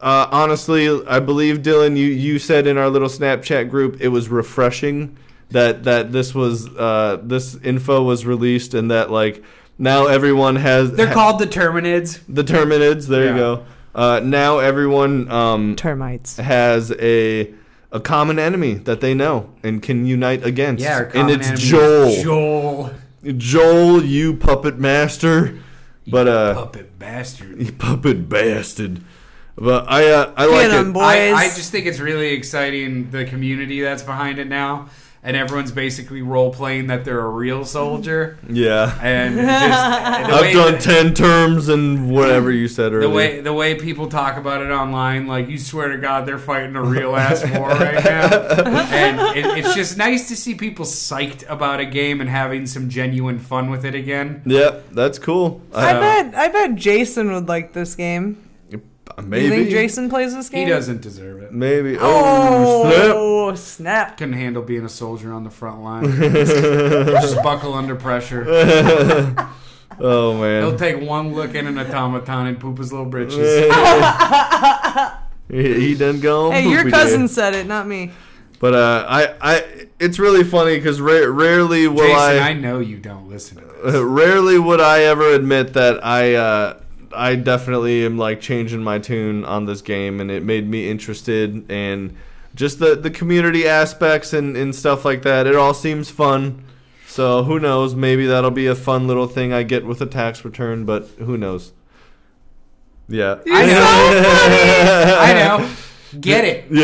Speaker 3: uh, honestly I believe Dylan you you said in our little Snapchat group it was refreshing that that this was uh, this info was released and that like now everyone has
Speaker 2: They're
Speaker 3: ha-
Speaker 2: called the Terminids.
Speaker 3: the Terminids there you
Speaker 2: Yeah.
Speaker 3: go uh, now everyone um,
Speaker 1: Termites.
Speaker 3: has a a common enemy that they know and can unite against
Speaker 2: Yeah, our
Speaker 3: and
Speaker 2: common
Speaker 3: it's
Speaker 2: enemy is
Speaker 3: Joel
Speaker 2: Joel.
Speaker 3: Joel you puppet master but uh
Speaker 2: Puppet bastard.
Speaker 3: You puppet bastard. But I uh, I
Speaker 1: Get
Speaker 3: like
Speaker 1: 'em,
Speaker 3: it.
Speaker 1: boys.
Speaker 2: I, I just think it's really exciting the community that's behind it now, and everyone's basically role playing that they're a real soldier.
Speaker 3: Yeah.
Speaker 2: And just, the way
Speaker 3: I've done
Speaker 2: that-
Speaker 3: ten terms and whatever you said earlier.
Speaker 2: The way the way people talk about it online, like you swear to God, they're fighting a real ass war right now, and it, it's just nice to see people psyched about a game and having some genuine fun with it again.
Speaker 3: Yep, that's cool.
Speaker 1: I
Speaker 3: Uh,
Speaker 1: bet I bet Jason would like this game.
Speaker 3: maybe
Speaker 1: You think Jason plays this game?
Speaker 2: He doesn't deserve it.
Speaker 3: Maybe. Oh,
Speaker 1: Oh, snap.
Speaker 2: Can handle being a soldier on the front line. just buckle under pressure.
Speaker 3: Oh, snap. oh
Speaker 2: He'll
Speaker 3: man.
Speaker 2: take one look in an automaton and poop his little britches.
Speaker 3: he, he done gone.
Speaker 1: Hey, your
Speaker 3: poopy
Speaker 1: cousin
Speaker 3: there.
Speaker 1: said it, not me.
Speaker 3: But uh, I I it's really funny because ra- rarely will
Speaker 2: Jason,
Speaker 3: I
Speaker 2: I know you don't listen to this.
Speaker 3: Uh, Rarely would I ever admit that I uh, I definitely am like changing my tune on this game, and it made me interested and just the the community aspects and and stuff like that. It all seems fun. So who knows? Maybe that'll be a fun little thing I get with a tax return, but who knows? Yeah,
Speaker 2: I know. I know. Get it.
Speaker 3: Yeah.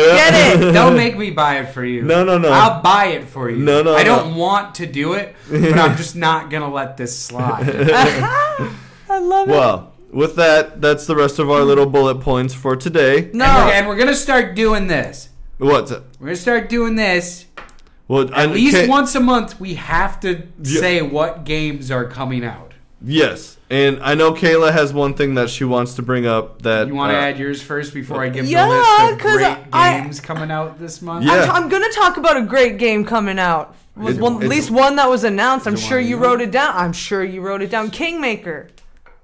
Speaker 1: Get it.
Speaker 2: Don't make me buy it for you.
Speaker 3: No, no, no.
Speaker 2: I'll buy it for you.
Speaker 3: No, no,
Speaker 2: I don't want to do it, but I'm just not gonna let this slide.
Speaker 1: I love it.
Speaker 3: Well, with that, that's the rest of our little bullet points for today.
Speaker 1: no.
Speaker 2: And, we're, and we're gonna start doing this.
Speaker 3: What's it?
Speaker 2: We're gonna start doing this.
Speaker 3: Well,
Speaker 2: At least once a month, we have to
Speaker 3: Yeah.
Speaker 2: say what games are coming out.
Speaker 3: Yes, and I know Kayla has one thing that she wants to bring up that
Speaker 2: You want to
Speaker 3: uh,
Speaker 2: add yours first before I give
Speaker 1: Yeah,
Speaker 2: the list of
Speaker 1: 'cause
Speaker 2: great
Speaker 1: I-
Speaker 2: games coming out this month?
Speaker 3: Yeah.
Speaker 1: I'm, t- I'm gonna talk about a great game coming out. Was
Speaker 3: It-
Speaker 1: one, at
Speaker 3: it's-
Speaker 1: least one that was announced. I'm
Speaker 2: it
Speaker 1: sure
Speaker 2: one
Speaker 1: you
Speaker 2: you know?
Speaker 1: wrote it down. I'm sure you wrote it down. Kingmaker.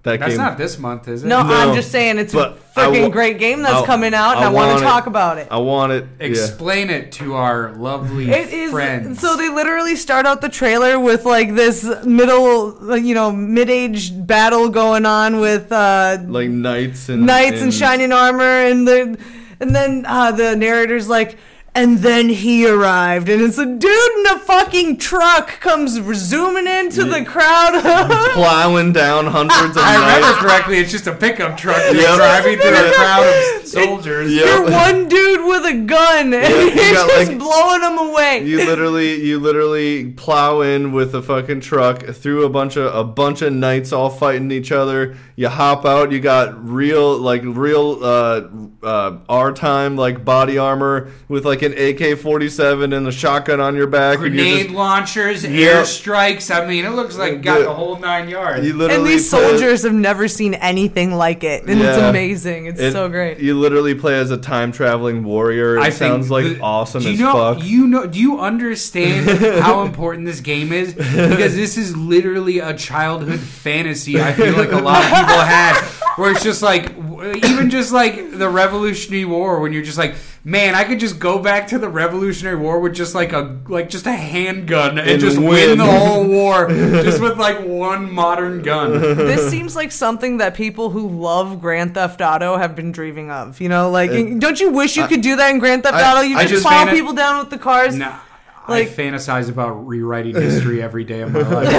Speaker 3: that
Speaker 2: That's
Speaker 3: game.
Speaker 2: not this month, is it?
Speaker 1: No,
Speaker 3: No,
Speaker 1: I'm just saying it's a
Speaker 3: but I
Speaker 1: freaking
Speaker 3: wa-
Speaker 1: great game that's
Speaker 3: I-
Speaker 1: coming out, and
Speaker 3: I
Speaker 1: I, want
Speaker 3: want it.
Speaker 1: to talk about it.
Speaker 3: I want it. yeah.
Speaker 2: Explain it to our lovely
Speaker 1: It is
Speaker 2: friends.
Speaker 1: so they literally start out the trailer with like this middle, uh, you know, mid-aged battle going on with uh,
Speaker 3: like knights and
Speaker 1: knights in shining armor, and the and then uh, the narrator's like, and then he arrived, and it's a dude in a fucking truck comes zooming into
Speaker 3: Yeah.
Speaker 1: the crowd.
Speaker 3: plowing down hundreds of
Speaker 2: I remember
Speaker 3: knights.
Speaker 2: correctly, it's just a pickup truck
Speaker 3: Yep.
Speaker 2: that's driving through a crowd of soldiers.
Speaker 3: Yep.
Speaker 1: You're one dude with a gun, and
Speaker 3: you
Speaker 1: he's
Speaker 3: got,
Speaker 1: just
Speaker 3: like-
Speaker 1: blowing them away.
Speaker 3: You literally, you literally plow in with a fucking truck through a bunch of a bunch of knights all fighting each other. You hop out. You got real, like real uh, uh, R time, like body armor with like an AK forty seven and a shotgun on your back. and you're
Speaker 2: Grenade
Speaker 3: just-
Speaker 2: launchers,
Speaker 3: Yep.
Speaker 2: airstrikes. I mean, it looks like it got the whole nine yards.
Speaker 3: you literally
Speaker 1: and these
Speaker 3: play-
Speaker 1: soldiers have never seen anything like it, and it's
Speaker 3: Yeah.
Speaker 1: amazing. It's
Speaker 3: it-
Speaker 1: so great.
Speaker 3: You literally play as a time traveling warrior. It
Speaker 2: I think
Speaker 3: sounds like
Speaker 2: the-
Speaker 3: awesome
Speaker 2: do you
Speaker 3: as
Speaker 2: know,
Speaker 3: fuck.
Speaker 2: You know? Do you understand how important this game is? Because this is literally a childhood fantasy. I feel like a lot of people had, where it's just like, w- even just like the Revolutionary War, when you're just like, man, I could just go back to the Revolutionary War with just like a like just a handgun and,
Speaker 3: And
Speaker 2: just win.
Speaker 3: win.
Speaker 2: the whole war just with like one modern gun.
Speaker 1: this seems like something that people who love Grand Theft Auto have been dreaming of. You know, like don't you wish you could do that in Grand Theft
Speaker 3: I-
Speaker 1: Auto? You
Speaker 2: I
Speaker 1: just,
Speaker 2: just
Speaker 1: plow
Speaker 2: fan-
Speaker 1: people down with the cars.
Speaker 2: Nah, I
Speaker 1: Like-
Speaker 2: fantasize about rewriting history every day of my life.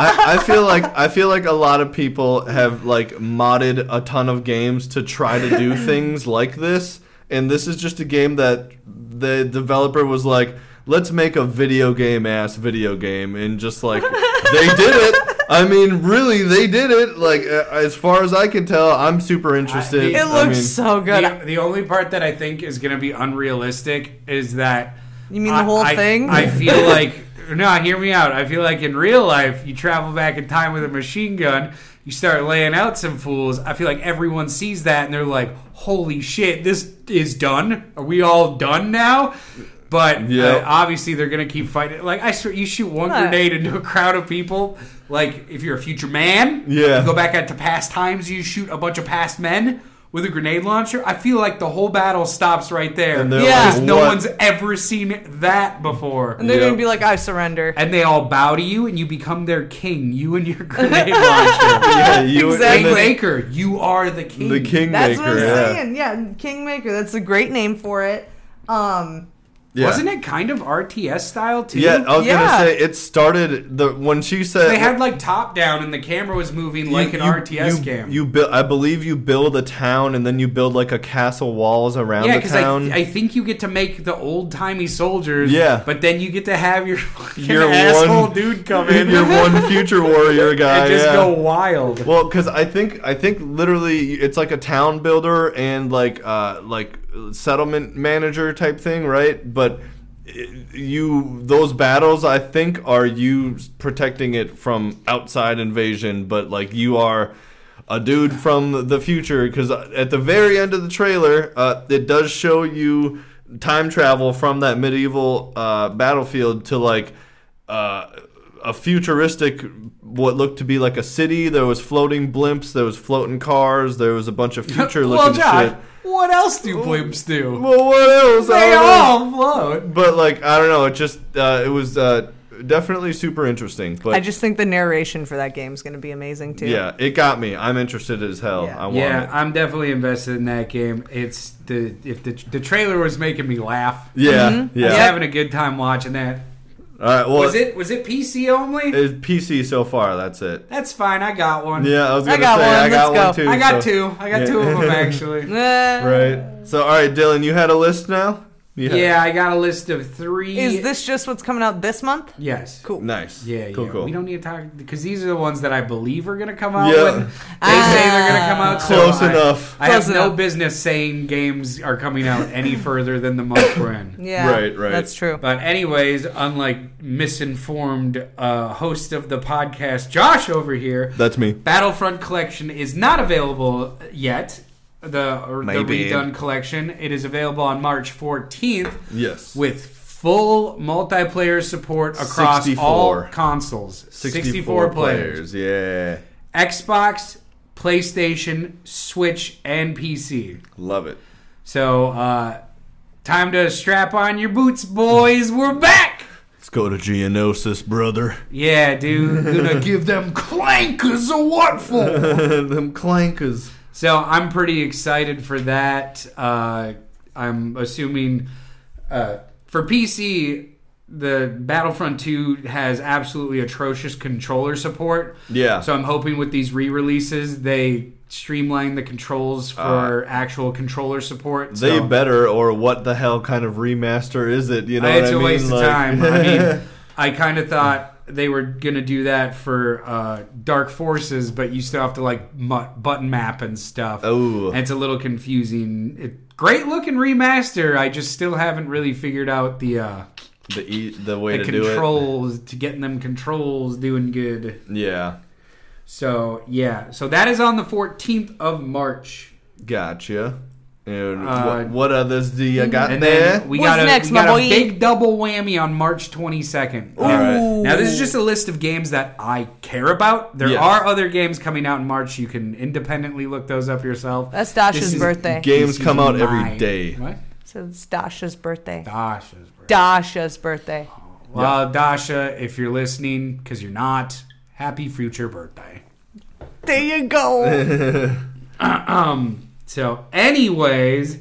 Speaker 3: I, I feel like I feel like a lot of people have like modded a ton of games to try to do things like this, and this is just a game that the developer was like, "Let's make a video game ass video game," and just like they did it. I mean, really, they did it. Like uh, as far as I can tell, I'm super interested.
Speaker 1: It
Speaker 2: I
Speaker 1: looks
Speaker 3: I mean,
Speaker 1: so good.
Speaker 2: The, the only part that I think is going to be unrealistic is that.
Speaker 1: You mean the
Speaker 2: I-
Speaker 1: whole
Speaker 2: I-
Speaker 1: thing?
Speaker 2: I feel like. No, hear me out. I feel like in real life, you travel back in time with a machine gun, you start laying out some fools. I feel like everyone sees that and they're like, holy shit, this is done. Are we all done now? But
Speaker 3: Yeah.
Speaker 2: uh, obviously, they're going to keep fighting. Like, I swear, you shoot one
Speaker 1: What?
Speaker 2: grenade into a crowd of people. Like, if you're a future man,
Speaker 3: Yeah.
Speaker 2: you go back at to past times, you shoot a bunch of past men with a grenade launcher. I feel like the whole battle stops right there.
Speaker 3: And they're
Speaker 1: Yeah.
Speaker 2: Because
Speaker 3: like,
Speaker 2: no
Speaker 3: "What?"
Speaker 2: one's ever seen that before.
Speaker 1: and they're
Speaker 3: Yeah.
Speaker 1: gonna be like, I surrender.
Speaker 2: And they all bow to you, and you become their king. You and your grenade launcher.
Speaker 3: Yeah, you- and
Speaker 1: Exactly.
Speaker 3: then
Speaker 2: Baker, you are the king.
Speaker 3: The Kingmaker.
Speaker 1: That's what I'm
Speaker 3: yeah.
Speaker 1: saying. Yeah, Kingmaker. That's a great name for it. Um,
Speaker 3: Yeah.
Speaker 2: Wasn't it kind of RTS style too?
Speaker 3: Yeah, uh, I was
Speaker 1: Yeah.
Speaker 3: gonna say it started the when she said
Speaker 2: they had like top down, and the camera was moving like an RTS
Speaker 3: you,
Speaker 2: game.
Speaker 3: You build, I believe you build a town and then you build like a castle walls around
Speaker 2: yeah,
Speaker 3: the
Speaker 2: because I,
Speaker 3: town.
Speaker 2: I think you get to make the old timey soldiers.
Speaker 3: Yeah.
Speaker 2: but then you get to have your fucking
Speaker 3: Your one-
Speaker 2: asshole dude come in.
Speaker 3: You're one future warrior guy.
Speaker 2: and just
Speaker 3: yeah.
Speaker 2: go wild.
Speaker 3: Well, because I think I think literally it's like a town builder and like uh, like settlement manager type thing, right? But i- you those battles I think are you protecting it from outside invasion, but like you are a dude from the future because at the very end of the trailer uh, it does show you time travel from that medieval uh, battlefield to like uh, a futuristic what looked to be like a city there was floating blimps there was floating cars there was a bunch of future
Speaker 2: well,
Speaker 3: looking
Speaker 2: Josh,
Speaker 3: shit
Speaker 2: what else do blimps do?
Speaker 3: well what else I
Speaker 2: they
Speaker 3: don't know.
Speaker 2: all float.
Speaker 3: but like i don't know it just uh, it was uh, definitely super interesting. But
Speaker 1: I just think the narration for that game is going to be amazing too.
Speaker 3: yeah, it got me. I'm interested as hell.
Speaker 1: Yeah.
Speaker 3: I want
Speaker 2: yeah,
Speaker 3: it.
Speaker 2: I'm definitely invested in that game. It's the if the the trailer was making me laugh.
Speaker 3: Yeah,
Speaker 1: Mhm.
Speaker 3: yeah.
Speaker 2: I was having a good time watching that.
Speaker 3: All right. Well,
Speaker 2: was it was it PC only?
Speaker 3: It's PC so far. That's it.
Speaker 2: That's fine. I got one.
Speaker 3: Yeah, I was
Speaker 1: I
Speaker 3: gonna
Speaker 1: got
Speaker 3: say
Speaker 1: one,
Speaker 3: I got
Speaker 1: let's go.
Speaker 3: one too.
Speaker 2: I got
Speaker 3: so-
Speaker 2: two. I got
Speaker 3: Yeah.
Speaker 2: two of them actually.
Speaker 1: Eh,
Speaker 3: Right. So, all right, Dylan, you had a list now. You
Speaker 2: yeah.
Speaker 3: had-
Speaker 2: I got a list of three.
Speaker 1: Is this just what's coming out this month?
Speaker 2: Yes.
Speaker 1: Cool.
Speaker 3: Nice.
Speaker 2: Yeah,
Speaker 3: Cool.
Speaker 2: yeah.
Speaker 3: Cool.
Speaker 2: We don't need to talk because these are the ones that I believe are going to come out.
Speaker 3: Yeah.
Speaker 2: When they say they're going to come out. so
Speaker 3: Close
Speaker 2: I-
Speaker 3: enough.
Speaker 2: I have
Speaker 1: Close
Speaker 2: no
Speaker 1: enough.
Speaker 2: business saying games are coming out any further than the month we're in.
Speaker 1: Yeah.
Speaker 3: Right, right.
Speaker 1: That's true.
Speaker 2: But anyways, unlike misinformed uh, host of the podcast, Josh over here,
Speaker 3: That's me.
Speaker 2: Battlefront Collection is not available yet. The, or the
Speaker 3: Maybe.
Speaker 2: redone collection. It is available on March 14th
Speaker 3: Yes.
Speaker 2: with full multiplayer support across
Speaker 3: 64.
Speaker 2: all consoles. 64, players.
Speaker 3: Yeah.
Speaker 2: Xbox, PlayStation, Switch, and PC.
Speaker 3: Love it.
Speaker 2: So, uh, time to strap on your boots, boys. We're back.
Speaker 3: Let's go to Geonosis, brother.
Speaker 2: Yeah, dude. Gonna give them clankers a what for?
Speaker 3: Them clankers.
Speaker 2: So I'm pretty excited for that. Uh, I'm assuming uh, for PC, the Battlefront 2 has absolutely atrocious controller support.
Speaker 3: Yeah.
Speaker 2: So I'm hoping with these re-releases, they streamline the controls for actual controller support.
Speaker 3: Uh, they
Speaker 2: so.
Speaker 3: better, or what the hell kind of remaster is it? You know what
Speaker 2: it's
Speaker 3: I mean?
Speaker 2: a waste
Speaker 3: Like-
Speaker 2: of time. I mean, I kind of thought they were gonna do that for uh, Dark Forces, but you still have to like mu- button map and stuff.
Speaker 3: Oh.
Speaker 2: And it's a little confusing. It, great looking remaster. I just still haven't really figured out the uh,
Speaker 3: the, e- the way
Speaker 2: the
Speaker 3: to do
Speaker 2: controls to getting them controls doing good.
Speaker 3: it. Yeah.
Speaker 2: So yeah, so that is on the 14th of March.
Speaker 3: Gotcha. And
Speaker 2: Uh,
Speaker 3: what, what others do you got
Speaker 2: And
Speaker 3: there?
Speaker 2: then we
Speaker 1: What's
Speaker 2: got, a,
Speaker 1: next,
Speaker 2: we got
Speaker 1: my
Speaker 2: a
Speaker 1: boy?
Speaker 2: big double whammy on March 22nd.
Speaker 3: All right.
Speaker 1: Ooh.
Speaker 2: Now, this is just a list of games that I care about. There
Speaker 3: Yes.
Speaker 2: are other games coming out in March. You can independently look those up yourself.
Speaker 1: That's Dasha's
Speaker 2: This is
Speaker 1: birthday.
Speaker 3: Games
Speaker 2: This
Speaker 3: come
Speaker 2: is
Speaker 3: out
Speaker 2: my-
Speaker 3: every day.
Speaker 2: What?
Speaker 1: so it's Dasha's birthday.
Speaker 2: Dasha's birthday.
Speaker 1: Dasha's birthday.
Speaker 2: well, Dasha, if you're listening, because you're not, happy future birthday.
Speaker 1: There you go.
Speaker 2: Um. So, anyways,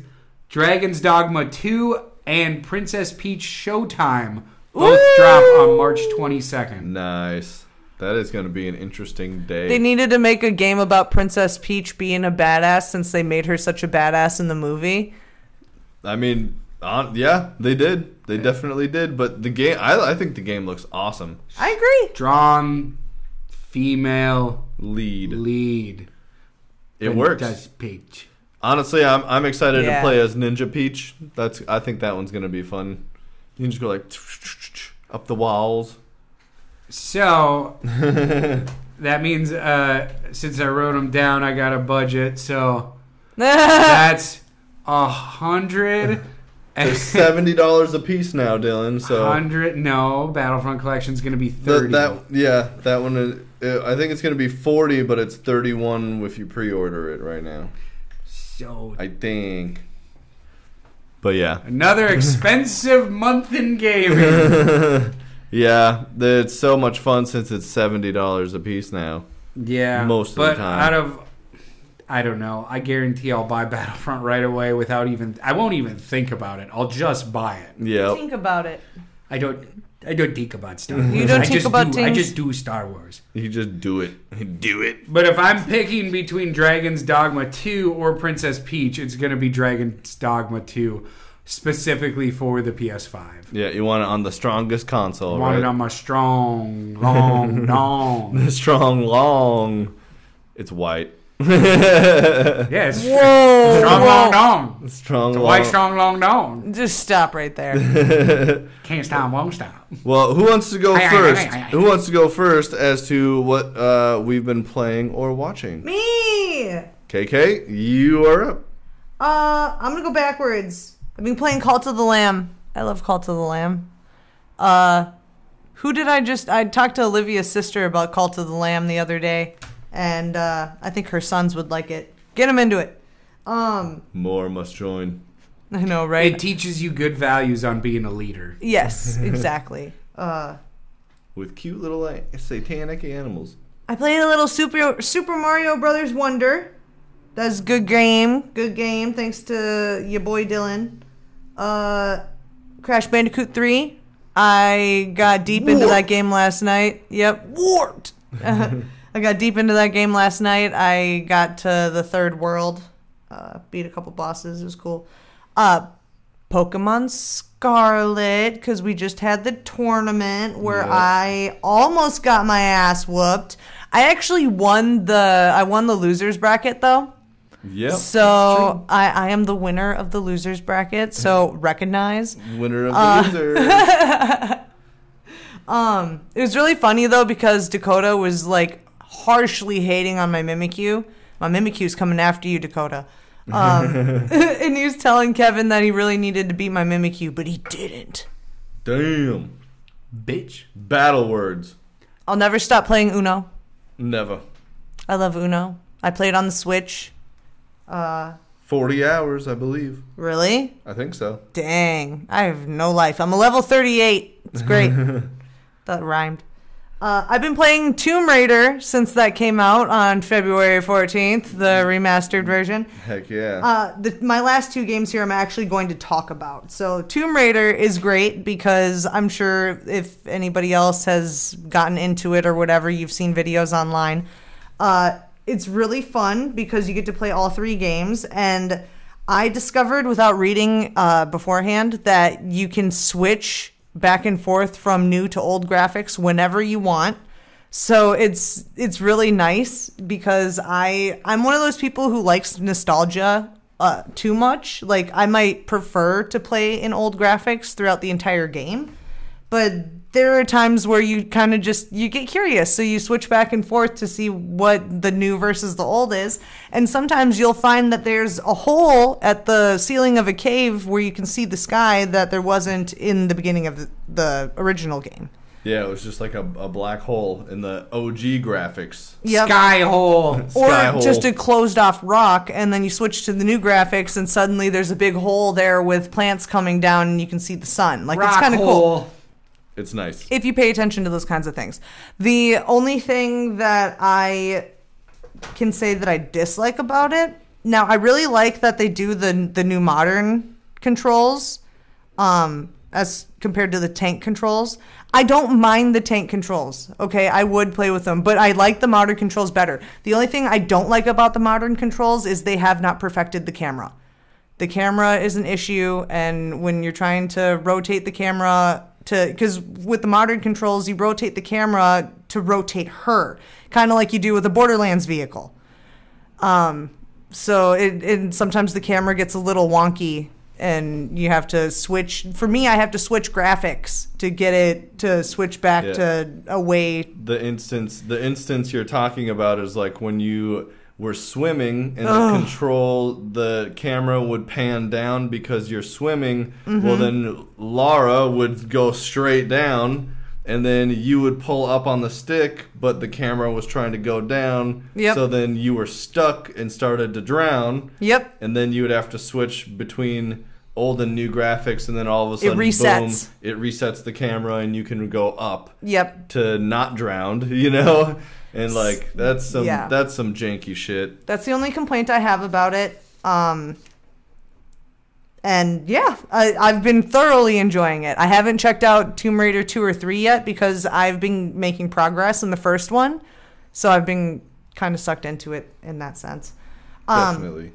Speaker 2: Dragon's Dogma 2 and Princess Peach Showtime both drop on March 22nd.
Speaker 3: Nice. That is going to be an interesting day.
Speaker 1: they needed to make a game about Princess Peach being a badass since they made her such a badass in the movie.
Speaker 3: I mean, on, yeah, they did. They definitely did. But the game, I, I think the game looks awesome.
Speaker 1: I agree.
Speaker 2: Drawn female
Speaker 3: Lead.
Speaker 2: lead.
Speaker 3: It works.
Speaker 2: Princess Peach.
Speaker 3: Honestly, I'm I'm excited
Speaker 1: Yeah.
Speaker 3: to play as Ninja Peach. That's I think that one's gonna be fun. You can just go like up the walls.
Speaker 2: So that means uh, since I wrote them down, I got a budget. So that's a hundred
Speaker 3: They're
Speaker 2: and
Speaker 3: seventy dollars a piece now, Dylan. So
Speaker 2: hundred. No, Battlefront Collection's gonna be
Speaker 3: that,
Speaker 2: thirty.
Speaker 3: that yeah, that one is, uh, I think it's gonna be forty, but it's thirty one if you pre-order it right now.
Speaker 2: so
Speaker 3: I think. But yeah,
Speaker 2: another expensive month in gaming.
Speaker 3: yeah, it's so much fun since it's seventy dollars a piece now.
Speaker 2: Yeah,
Speaker 3: Most of the
Speaker 2: but
Speaker 3: time.
Speaker 2: out of I don't know. I guarantee I'll buy Battlefront right away without even. I won't even think about it. I'll just buy it.
Speaker 3: Yeah,
Speaker 1: Think about it.
Speaker 2: I don't. I don't think about Star
Speaker 3: Mm-hmm.
Speaker 2: Wars.
Speaker 1: don't
Speaker 2: I
Speaker 1: think
Speaker 2: just
Speaker 1: about
Speaker 2: do, I
Speaker 1: things?
Speaker 2: just do Star Wars.
Speaker 3: you just do it, do it.
Speaker 2: But if I'm picking between Dragon's Dogma 2 or Princess Peach, it's going to be Dragon's Dogma 2, specifically for the PS5.
Speaker 3: Yeah, you want it on the strongest console.
Speaker 2: I want
Speaker 3: right?
Speaker 2: it on my strong, long, long.
Speaker 3: The strong long. It's white.
Speaker 2: Yes.
Speaker 1: Whoa.
Speaker 2: Strong, long, long.
Speaker 3: strong long.
Speaker 2: Why strong, long, long?
Speaker 1: Just stop right there.
Speaker 2: Can't stop, won't stop.
Speaker 3: well, who wants to go
Speaker 2: Aye, aye, aye,
Speaker 3: first?
Speaker 2: aye, aye.
Speaker 3: Who wants to go first as to what uh, we've been playing or watching?
Speaker 1: Me. Uh,
Speaker 3: KK, you are up.
Speaker 1: I'm gonna go backwards. I've been playing Call to the Lamb. I love Call to the Lamb. Uh, who did I just? I talked to Olivia's sister about Call to the Lamb the other day, and uh, I think her sons would like it. Get them into it. Um,
Speaker 3: More must join.
Speaker 1: I know, right?
Speaker 2: It teaches you good values on being a leader.
Speaker 1: Yes, exactly. uh,
Speaker 3: with cute little like, satanic animals.
Speaker 1: I played a little Super Super Mario Brothers Wonder. That's good game. Good game. Thanks to your boy Dylan. Uh, Crash Bandicoot 3. I got deep into that game last night. Yep. Warped. I got deep into that game last night. I got to the third world. Uh, beat a couple bosses. It was cool. Uh, Pokemon Scarlet, because we just had the tournament where
Speaker 3: Yeah.
Speaker 1: I almost got my ass whooped. I actually won the I won the losers bracket though.
Speaker 3: Yep.
Speaker 1: So I, I am the winner of the losers bracket. So recognize.
Speaker 3: Winner of the loser.
Speaker 1: Um, it was really funny though because Dakota was like harshly hating on my Mimikyu. My Mimikyu's coming after you, Dakota. Um, and he was telling Kevin that he really needed to beat my Mimikyu, but he didn't.
Speaker 3: Damn.
Speaker 2: Bitch.
Speaker 3: Battle words.
Speaker 1: I'll never stop playing Uno.
Speaker 3: Never.
Speaker 1: I love Uno. I played on the Switch. Uh,
Speaker 3: 40 hours, I believe.
Speaker 1: really?
Speaker 3: I think so.
Speaker 1: Dang, I have no life. I'm a level 38. It's great. that rhymed. Uh, I've been playing Tomb Raider since that came out on February 14th, the remastered version.
Speaker 3: Heck yeah.
Speaker 1: Uh, the, my last two games here, I'm actually going to talk about. So, Tomb Raider is great because I'm sure if anybody else has gotten into it or whatever, you've seen videos online. Uh, it's really fun because you get to play all three games, and I discovered without reading uh, beforehand that you can switch back and forth from new to old graphics whenever you want. So it's it's really nice because I I'm one of those people who likes nostalgia uh, too much. Like I might prefer to play in old graphics throughout the entire game, but there are times where you kind of just you get curious, so you switch back and forth to see what the new versus the old is. And sometimes you'll find that there's a hole at the ceiling of a cave where you can see the sky that there wasn't in the beginning of the, the original game.
Speaker 3: yeah, it was just like a, a black hole in the OG graphics.
Speaker 1: Yep.
Speaker 2: Sky hole.
Speaker 1: or
Speaker 3: Sky hole.
Speaker 1: just a closed off rock and then you switch to the new graphics and suddenly there's a big hole there with plants coming down and you can see the sun like it's
Speaker 2: Rock
Speaker 1: kind of cool
Speaker 2: hole.
Speaker 3: It's nice.
Speaker 1: if you pay attention to those kinds of things the only thing that i can say that i dislike about it now i really like that they do the the new modern controls um as compared to the tank controls i don't mind the tank controls okay i would play with them but i like the modern controls better the only thing i don't like about the modern controls is they have not perfected the camera the camera is an issue and when you're trying to rotate the camera to because with the modern controls you rotate the camera to rotate her kind of like you do with a borderlands vehicle um, so it, and sometimes the camera gets a little wonky and you have to switch for me i have to switch graphics to get it to switch back
Speaker 3: Yeah.
Speaker 1: to a way
Speaker 3: The instance the instance you're talking about is like when you were swimming and the control the camera would pan down because you're swimming. Well then Laura would go straight down and then you would pull up on the stick but the camera was trying to go down.
Speaker 1: Yep.
Speaker 3: So then you were stuck and started to drown.
Speaker 1: yep
Speaker 3: and then you would have to switch between old and new graphics, and then all of a sudden,
Speaker 1: resets.
Speaker 3: boom, it resets the camera, and you can go up
Speaker 1: yep
Speaker 3: to not drowned, you know, and like that's some
Speaker 1: Yeah.
Speaker 3: that's some janky shit.
Speaker 1: That's the only complaint I have about it. Um, and yeah, I, I've been thoroughly enjoying it. I haven't checked out Tomb Raider 2 or 3 yet because I've been making progress in the first one. So I've been kind of sucked into it in that sense. Um,
Speaker 3: Definitely,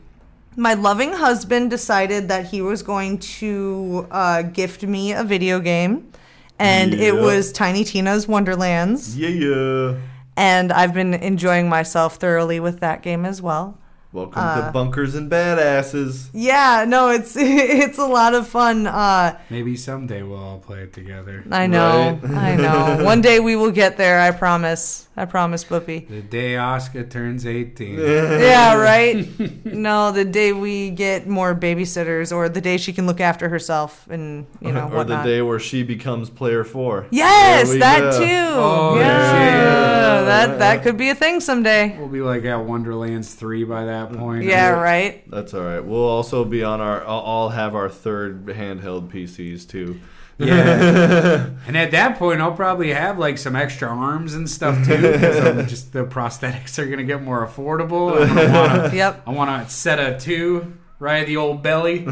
Speaker 1: my loving husband decided that he was going to uh, gift me a video game, and it
Speaker 3: Yeah.
Speaker 1: was Tiny Tina's Wonderlands
Speaker 3: yeah, yeah.
Speaker 1: and I've been enjoying myself thoroughly with that game as well.
Speaker 3: Welcome
Speaker 1: Uh,
Speaker 3: to bunkers and badasses.
Speaker 1: Yeah, no, it's it's a lot of fun. Uh,
Speaker 2: Maybe someday we'll all play it together.
Speaker 1: I know,
Speaker 3: Right.
Speaker 1: I know. One day we will get there. I promise. I promise, Boopy.
Speaker 2: The day Oscar turns 18.
Speaker 1: Yeah, right. no, the day we get more babysitters, or the day she can look after herself, and you know
Speaker 3: or
Speaker 1: uh, whatnot.
Speaker 3: the day where she becomes player four.
Speaker 1: yes,
Speaker 3: There we
Speaker 1: that
Speaker 3: go.
Speaker 1: too.
Speaker 2: Oh,
Speaker 1: yeah,
Speaker 2: yeah.
Speaker 1: that that could be a thing someday.
Speaker 2: We'll be like at Wonderlands 3 by that that point.
Speaker 1: Yeah, right.
Speaker 3: That's all right. We'll also be on our. I'll, I'll have our third handheld PCs too.
Speaker 2: Yeah. and at that point, I'll probably have like some extra arms and stuff too, because just the prosthetics are gonna get more affordable. I'm gonna wanna-
Speaker 1: Yep.
Speaker 2: I want to set a two right the old belly.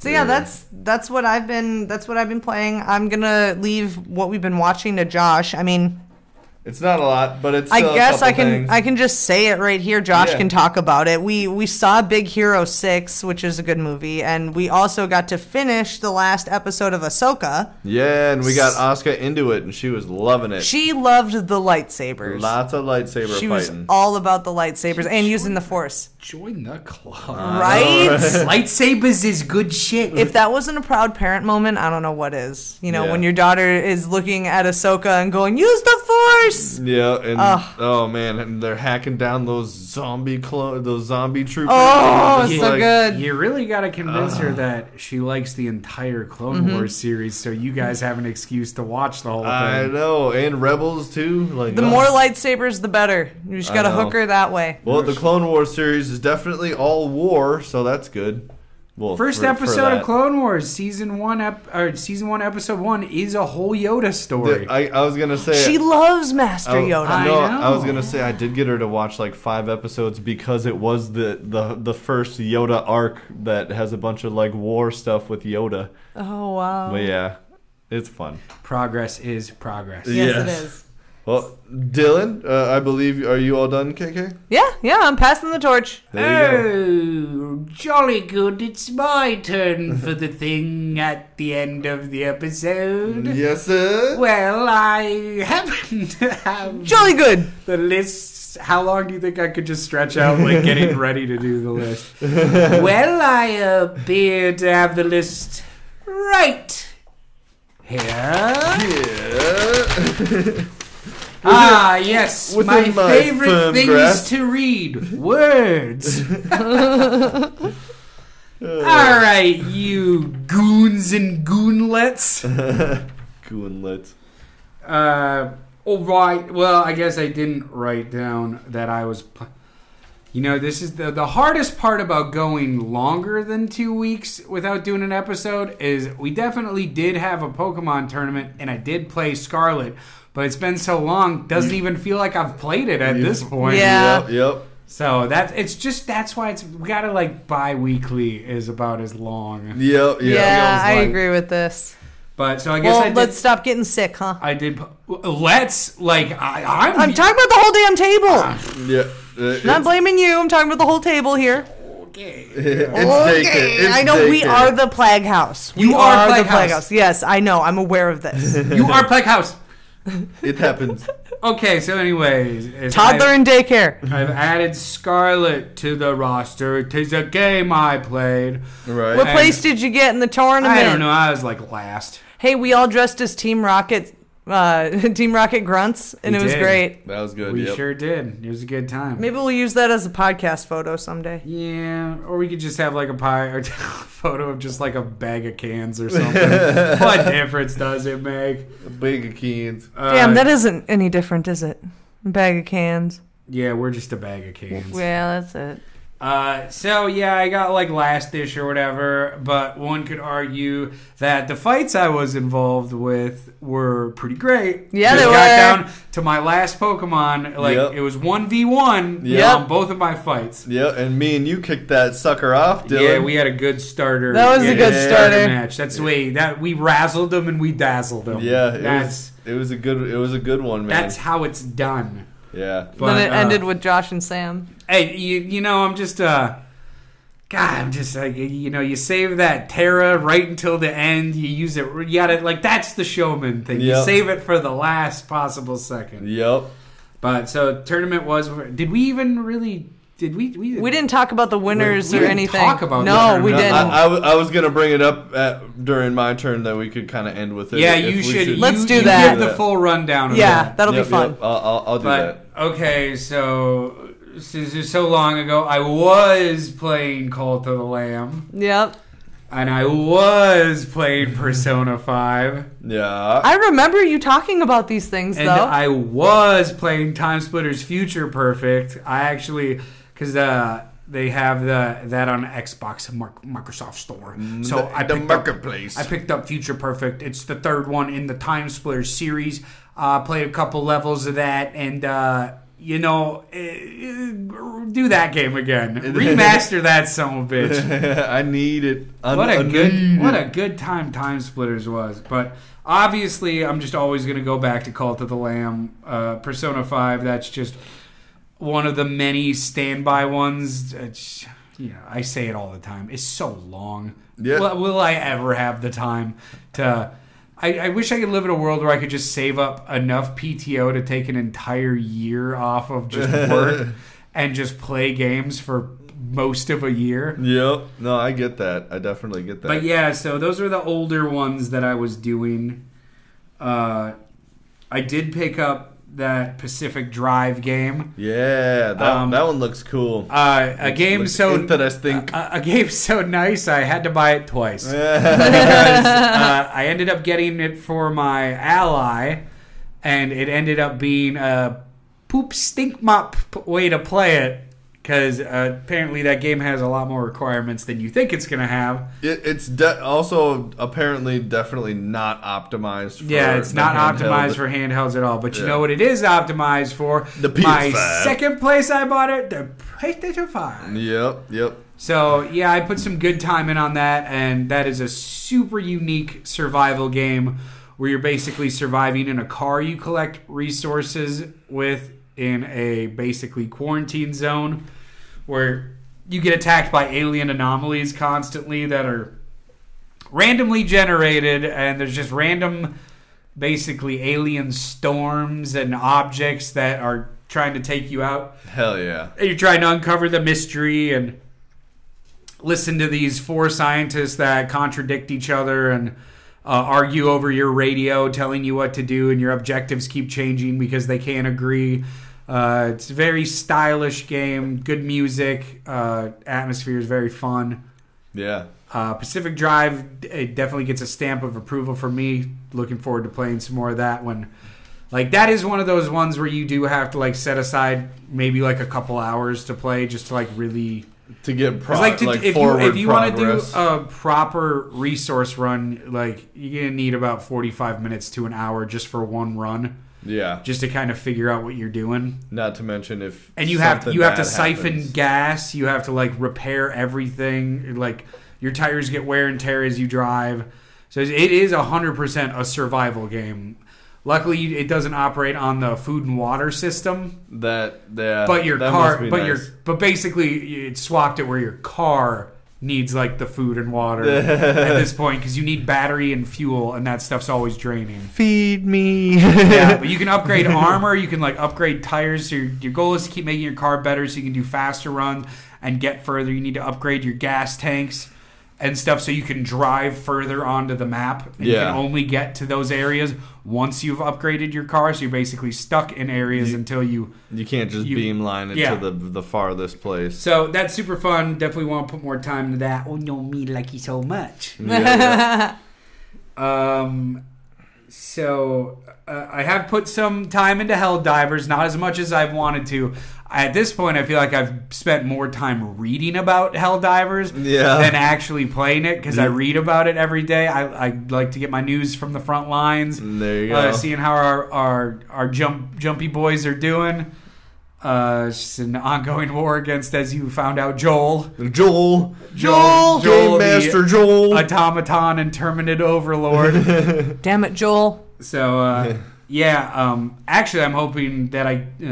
Speaker 1: So yeah, that's that's what I've been that's what I've been playing. I'm gonna leave what we've been watching to Josh. I mean,
Speaker 3: It's not a lot, but it's.
Speaker 1: I
Speaker 3: still a
Speaker 1: guess I
Speaker 3: couple
Speaker 1: can
Speaker 3: things.
Speaker 1: I can just say it right here. Josh
Speaker 3: Yeah.
Speaker 1: can talk about it. We we saw Big Hero Six, which is a good movie, and we also got to finish the last episode of Ahsoka.
Speaker 3: Yeah, and we got Asuka into it, and she was loving it.
Speaker 1: She loved the lightsabers.
Speaker 3: Lots of lightsaber
Speaker 1: she was
Speaker 3: fighting.
Speaker 1: all about the lightsabers and using the force.
Speaker 2: Join the club.
Speaker 1: Right?
Speaker 2: Lightsabers is good shit.
Speaker 1: if that wasn't a proud parent moment, I don't know what is. You know,
Speaker 3: Yeah.
Speaker 1: when your daughter is looking at Ahsoka and going, "Use the force."
Speaker 3: yeah, and
Speaker 1: Ugh.
Speaker 3: oh man, and they're hacking down those zombie clone, those zombie troopers.
Speaker 1: Oh,
Speaker 3: Just
Speaker 1: it's so
Speaker 3: like-
Speaker 1: good.
Speaker 2: you really got to convince her that she likes the entire Clone
Speaker 3: Mm-hmm.
Speaker 2: Wars series, so you guys have an excuse to watch the whole
Speaker 3: I
Speaker 2: thing.
Speaker 3: know, and Rebels too. Like
Speaker 1: The
Speaker 3: oh.
Speaker 1: more lightsabers, the better. You just
Speaker 3: I
Speaker 1: gotta
Speaker 3: know.
Speaker 1: hook her that way.
Speaker 3: Well, the Clone Wars series is definitely all war, so that's good. Well,
Speaker 2: First
Speaker 3: for- for
Speaker 2: episode of
Speaker 3: that.
Speaker 2: Clone Wars, season one, ep- or season one, episode one, is a whole Yoda story.
Speaker 3: I, I was gonna say
Speaker 1: She loves Master
Speaker 2: Oh,
Speaker 3: I-
Speaker 1: Yoda.
Speaker 3: I, know,
Speaker 2: I
Speaker 3: I was
Speaker 2: know.
Speaker 3: gonna say I did get her to watch like five episodes because it was the the the first Yoda arc that has a bunch of like war stuff with Yoda.
Speaker 1: oh wow.
Speaker 3: But yeah, it's fun.
Speaker 2: progress is progress.
Speaker 3: Yeah.
Speaker 1: Yes,
Speaker 3: Yes.
Speaker 1: it is.
Speaker 3: Well, Dylan, uh, I believe are you all done, KK?
Speaker 1: Yeah, yeah, I'm passing the torch.
Speaker 3: There you
Speaker 2: Oh, jolly good. It's my turn for the thing at the end of the episode.
Speaker 3: go. Yes, sir.
Speaker 2: Well, I happen to have
Speaker 1: Jolly good.
Speaker 2: the list. How long do you think I could just stretch out, like getting ready to do the list? well, I appear to have the list right here.
Speaker 3: Yeah.
Speaker 2: Ah, yes,
Speaker 3: within
Speaker 2: my,
Speaker 3: my
Speaker 2: favorite
Speaker 3: firm
Speaker 2: things
Speaker 3: grasp.
Speaker 2: to read words. All right, you goons and goonlets.
Speaker 3: Goonlet.
Speaker 2: Uh, all right. Well, I guess I didn't write down that I was. Pl- you know, this is the the hardest part about going longer than two weeks without doing an episode is we definitely did have a Pokemon tournament and I did play Scarlet, but it's been so long doesn't even feel like I've played it at this point.
Speaker 1: Yeah.
Speaker 3: Yep. Yep.
Speaker 2: So that it's just that's why it's we gotta like bi-weekly is about as long.
Speaker 3: Yep. Yep.
Speaker 1: Yeah, I
Speaker 2: like-
Speaker 1: agree with this.
Speaker 2: But so I guess
Speaker 1: Well,
Speaker 2: I did.
Speaker 1: let's stop getting sick, huh?
Speaker 2: I did. pu- Let's like I, I'm.
Speaker 1: I'm talking about the whole damn table.
Speaker 2: Ah,
Speaker 3: Yeah. Uh,
Speaker 1: Not
Speaker 3: it's-
Speaker 1: blaming you. I'm talking about the whole table here.
Speaker 2: Okay.
Speaker 3: It's taken. It's
Speaker 1: I know we
Speaker 3: taken.
Speaker 1: are the plague house. We
Speaker 2: You are Plague
Speaker 1: the
Speaker 2: House.
Speaker 1: plague house. Yes, I know. I'm aware of this.
Speaker 2: You are Plague House.
Speaker 3: It happens.
Speaker 2: Okay, so anyways, is
Speaker 1: Toddler in daycare.
Speaker 2: I've, I've added Scarlet to the roster. Tis a game I played.
Speaker 3: Right.
Speaker 1: What
Speaker 2: I-
Speaker 1: place did you get in the tournament?
Speaker 2: I don't know. I was like last.
Speaker 1: Hey, we all dressed as Team Rocket, uh, Team Rocket grunts, and
Speaker 2: We
Speaker 1: it was
Speaker 2: did.
Speaker 1: great.
Speaker 3: That was good.
Speaker 2: We
Speaker 3: yep.
Speaker 2: sure did. It was a good time.
Speaker 1: Maybe we'll use that as a podcast photo someday.
Speaker 2: Yeah, or we could just have like a pie or photo of just like a bag of cans or something. what difference does it make?
Speaker 3: Big Keens.
Speaker 2: Uh,
Speaker 1: Damn, that isn't any different, is it? A bag of cans.
Speaker 2: yeah, we're just a bag of cans.
Speaker 1: Well, that's it.
Speaker 2: Uh, so yeah, I got like last dish or whatever, but one could argue that the fights I was involved with were pretty great.
Speaker 1: Yeah,
Speaker 2: Just
Speaker 1: they
Speaker 2: got
Speaker 1: were.
Speaker 2: down to my last Pokemon. Like
Speaker 3: Yep.
Speaker 2: it was one v one
Speaker 3: Yep.
Speaker 2: on both of my fights.
Speaker 3: Yeah, and me and you kicked that sucker off, Dylan.
Speaker 2: Yeah, we had a good starter.
Speaker 1: That was a
Speaker 2: yeah,
Speaker 1: good starter.
Speaker 2: match. That's the way that we razzled them and we dazzled them.
Speaker 3: Yeah, it
Speaker 2: that's
Speaker 3: was, it was a good it was a good one, man.
Speaker 2: that's how it's done.
Speaker 3: yeah.
Speaker 2: But,
Speaker 1: then it
Speaker 2: uh,
Speaker 1: ended with Josh and Sam.
Speaker 2: Hey, you, you know, I'm just, uh, God, I'm just like, you know, you save that Terra right until the end. You use it, you gotta, like, that's the showman thing. You
Speaker 3: Yep.
Speaker 2: save it for the last possible second.
Speaker 3: Yep.
Speaker 2: But, so, tournament was, did we even really, did we, we,
Speaker 1: We didn't talk about the winners
Speaker 2: We
Speaker 1: or
Speaker 2: didn't
Speaker 1: anything.
Speaker 2: talk about
Speaker 1: no, uh,
Speaker 2: the
Speaker 1: we
Speaker 2: winners.
Speaker 1: didn't.
Speaker 3: I, I, w- I was gonna bring it up at, during my turn that we could kind of end with it.
Speaker 2: yeah,
Speaker 3: if
Speaker 2: you
Speaker 3: we
Speaker 2: should, you-
Speaker 1: Let's do
Speaker 2: you
Speaker 1: that.
Speaker 2: give the full rundown of
Speaker 1: yeah,
Speaker 2: that.
Speaker 1: that'll
Speaker 3: Yep,
Speaker 1: be fun.
Speaker 3: yep, I'll, I'll, I'll do
Speaker 2: But okay, so since it's so long ago, I was playing Call to the Lamb,
Speaker 1: Yep.
Speaker 2: and I was playing Persona Five,
Speaker 3: that. Yeah.
Speaker 1: I remember you talking about these things,
Speaker 2: and
Speaker 1: though.
Speaker 2: I was playing Time Splitters Future Perfect. I actually because uh, they have the that on Xbox Mar- Microsoft Store. So
Speaker 3: Mm, the-
Speaker 2: I
Speaker 3: the
Speaker 2: picked
Speaker 3: marketplace.
Speaker 2: Up, I picked up Future Perfect. It's the third one in the Time Splitters series. Uh, played a couple levels of that, and uh, you know, eh, eh, do that game again. Remaster that son of a bitch
Speaker 3: I need it. Un-
Speaker 2: what a
Speaker 3: un-
Speaker 2: good what a good time time splitters was but obviously i'm just always going to go back to cult of the lamb uh, persona 5 that's just one of the many standby ones it's, you know, i say it all the time it's so long
Speaker 3: Yeah.
Speaker 2: will, will i ever have the time to I, I wish I could live in a world where I could just save up enough PTO to take an entire year off of just work and just play games for most of a year.
Speaker 3: Yep. No, I get that. I definitely get that.
Speaker 2: But yeah, so those are the older ones that I was doing. Uh, I did pick up that Pacific Drive game.
Speaker 3: Yeah, that,
Speaker 2: Um,
Speaker 3: that one looks cool.
Speaker 2: Uh, a game
Speaker 3: Looks
Speaker 2: so
Speaker 3: interesting.
Speaker 2: a, a game so nice, I had to buy it twice
Speaker 3: Yeah.
Speaker 2: because uh, I ended up getting it for my ally, and it ended up being a poop stink mop p- way to play it. Because uh, apparently that game has a lot more requirements than you think it's going to have.
Speaker 3: It, it's de- also apparently definitely not optimized. For
Speaker 2: Yeah, it's
Speaker 3: the
Speaker 2: not
Speaker 3: handheld.
Speaker 2: optimized for handhelds at all. But you
Speaker 3: Yeah.
Speaker 2: know what it is optimized for?
Speaker 3: The
Speaker 2: My
Speaker 3: PS5.
Speaker 2: second place I bought it, the PlayStation 5.
Speaker 3: Yep, yep.
Speaker 2: So, yeah, I put some good time in on that, and that is a super unique survival game where you're basically surviving in a car you collect resources with in a basically quarantine zone where you get attacked by alien anomalies constantly that are randomly generated and there's just random basically alien storms and objects that are trying to take you out
Speaker 3: Hell yeah.
Speaker 2: and you're trying to uncover the mystery and listen to these four scientists that contradict each other and uh, argue over your radio telling you what to do and your objectives keep changing because they can't agree uh, it's a very stylish game good music uh, atmosphere is very fun
Speaker 3: Yeah.
Speaker 2: uh, Pacific Drive it definitely gets a stamp of approval from me. Looking forward to playing some more of that one. Like that is one of those ones where you do have to like set aside maybe like a couple hours to play just to like really.
Speaker 3: To get
Speaker 2: 'cause,
Speaker 3: pro-
Speaker 2: like,
Speaker 3: like,
Speaker 2: to, if you
Speaker 3: forward
Speaker 2: if you want to do uh,
Speaker 3: progress.
Speaker 2: a proper resource run, like you're gonna need about 45 minutes to an hour just for one run,
Speaker 3: yeah.
Speaker 2: just to kind of figure out what you're doing.
Speaker 3: Not to mention if
Speaker 2: And you have
Speaker 3: something
Speaker 2: you have to
Speaker 3: bad
Speaker 2: siphon
Speaker 3: happens.
Speaker 2: gas. You have to like repair everything. Like your tires get wear and tear as you drive. So it is hundred percent a survival game. Luckily, it doesn't operate on the food and water system,
Speaker 3: that. Yeah,
Speaker 2: but your
Speaker 3: that
Speaker 2: car,
Speaker 3: must be
Speaker 2: but
Speaker 3: nice.
Speaker 2: your, but basically, it swapped it where your car needs like the food and water at this point because you need battery and fuel, and that stuff's always draining
Speaker 3: feed me.
Speaker 2: yeah, but you can upgrade armor. You can like upgrade tires. So your, your goal is to keep making your car better, so you can do faster runs and get further. You need to upgrade your gas tanks and stuff, so you can drive further onto the map. And You
Speaker 3: Yeah.
Speaker 2: can only get to those areas once you've upgraded your car. So you're basically stuck in areas until you.
Speaker 3: you can't just
Speaker 2: You-
Speaker 3: beamline it
Speaker 2: yeah.
Speaker 3: to the the farthest place.
Speaker 2: So that's super fun. Definitely want to put more time into that. Oh no, me like you so much.
Speaker 3: Yeah, yeah.
Speaker 2: Um, so uh, I have put some time into Hell Divers, not as much as I've wanted to. At this point, I feel like I've spent more time reading about Hell Divers
Speaker 3: Yeah. Mm.
Speaker 2: than actually playing it because I read about it every day. I, I like to get my news from the front lines,
Speaker 3: There you go.
Speaker 2: uh, seeing how our, our our jump jumpy boys are doing. Uh, it's just an ongoing war against, as you found out, Joel.
Speaker 3: Joel,
Speaker 2: Joel, Joel,
Speaker 3: Game
Speaker 2: the- uh,
Speaker 3: Master Joel.
Speaker 2: Automaton and Terminate Overlord.
Speaker 1: Damn it, Joel.
Speaker 2: So uh, yeah, um, actually, I'm hoping that I uh,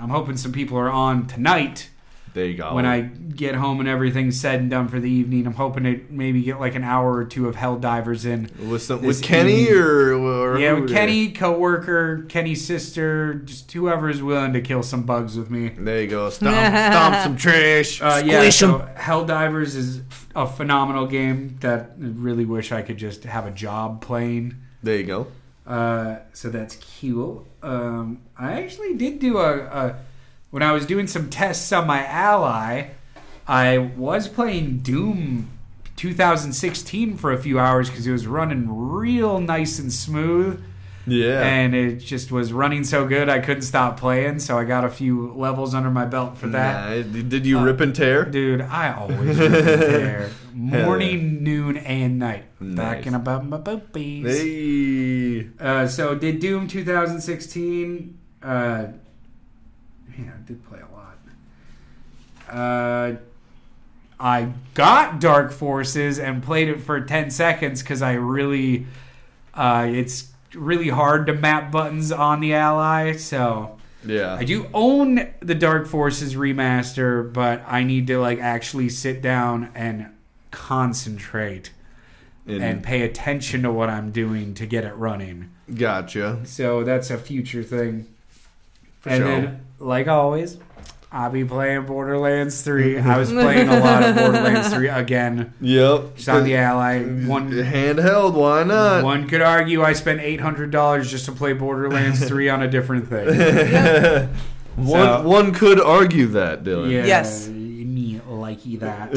Speaker 2: I'm hoping some people are on tonight
Speaker 3: there you go.
Speaker 2: when I get home and everything's said and done for the evening. I'm hoping to maybe get like an hour or two of Hell Divers in.
Speaker 3: with some,
Speaker 2: This
Speaker 3: with Kenny
Speaker 2: evening.
Speaker 3: or, or
Speaker 2: Yeah,
Speaker 3: who
Speaker 2: with
Speaker 3: there?
Speaker 2: Kenny, coworker, Kenny's sister, just whoever's willing to kill some bugs with me.
Speaker 3: There you go. Stomp, stomp some trash.
Speaker 2: Uh, yeah,
Speaker 1: Squish 'em.
Speaker 2: so Hell Divers is f- a phenomenal game that I really wish I could just have a job playing.
Speaker 3: There you go.
Speaker 2: Uh, so that's cool. Um, I actually did do a, a when I was doing some tests on my ally. I was playing Doom 2016 for a few hours because it was running real nice and smooth.
Speaker 3: Yeah.
Speaker 2: And it just was running so good I couldn't stop playing, so I got a few levels under my belt for that.
Speaker 3: Nah, did you
Speaker 2: Uh,
Speaker 3: rip and tear?
Speaker 2: Dude, I always rip and tear. Morning, noon, and night.
Speaker 3: Nice.
Speaker 2: Talking about my boobies.
Speaker 3: Hey.
Speaker 2: Uh, so did Doom 2016. Uh, man, I did play a lot. Uh, I got Dark Forces and played it for 10 seconds because I really, uh, it's really hard to map buttons on the ally. So
Speaker 3: Yeah.
Speaker 2: I do own the Dark Forces remaster, but I need to like actually sit down and concentrate
Speaker 3: And-
Speaker 2: and pay attention to what I'm doing to get it running.
Speaker 3: gotcha.
Speaker 2: So that's a future thing.
Speaker 3: For
Speaker 2: and
Speaker 3: sure.
Speaker 2: then, like always, I'll be playing Borderlands 3. I was playing a lot of Borderlands 3 again.
Speaker 3: Yep.
Speaker 2: Just on the ally. One,
Speaker 3: handheld. Why not?
Speaker 2: one could argue I spent $800 just to play Borderlands 3 on a different thing.
Speaker 3: one,
Speaker 2: So-
Speaker 3: one could argue that, Dylan.
Speaker 2: Yeah,
Speaker 1: Yes.
Speaker 2: Me likey that.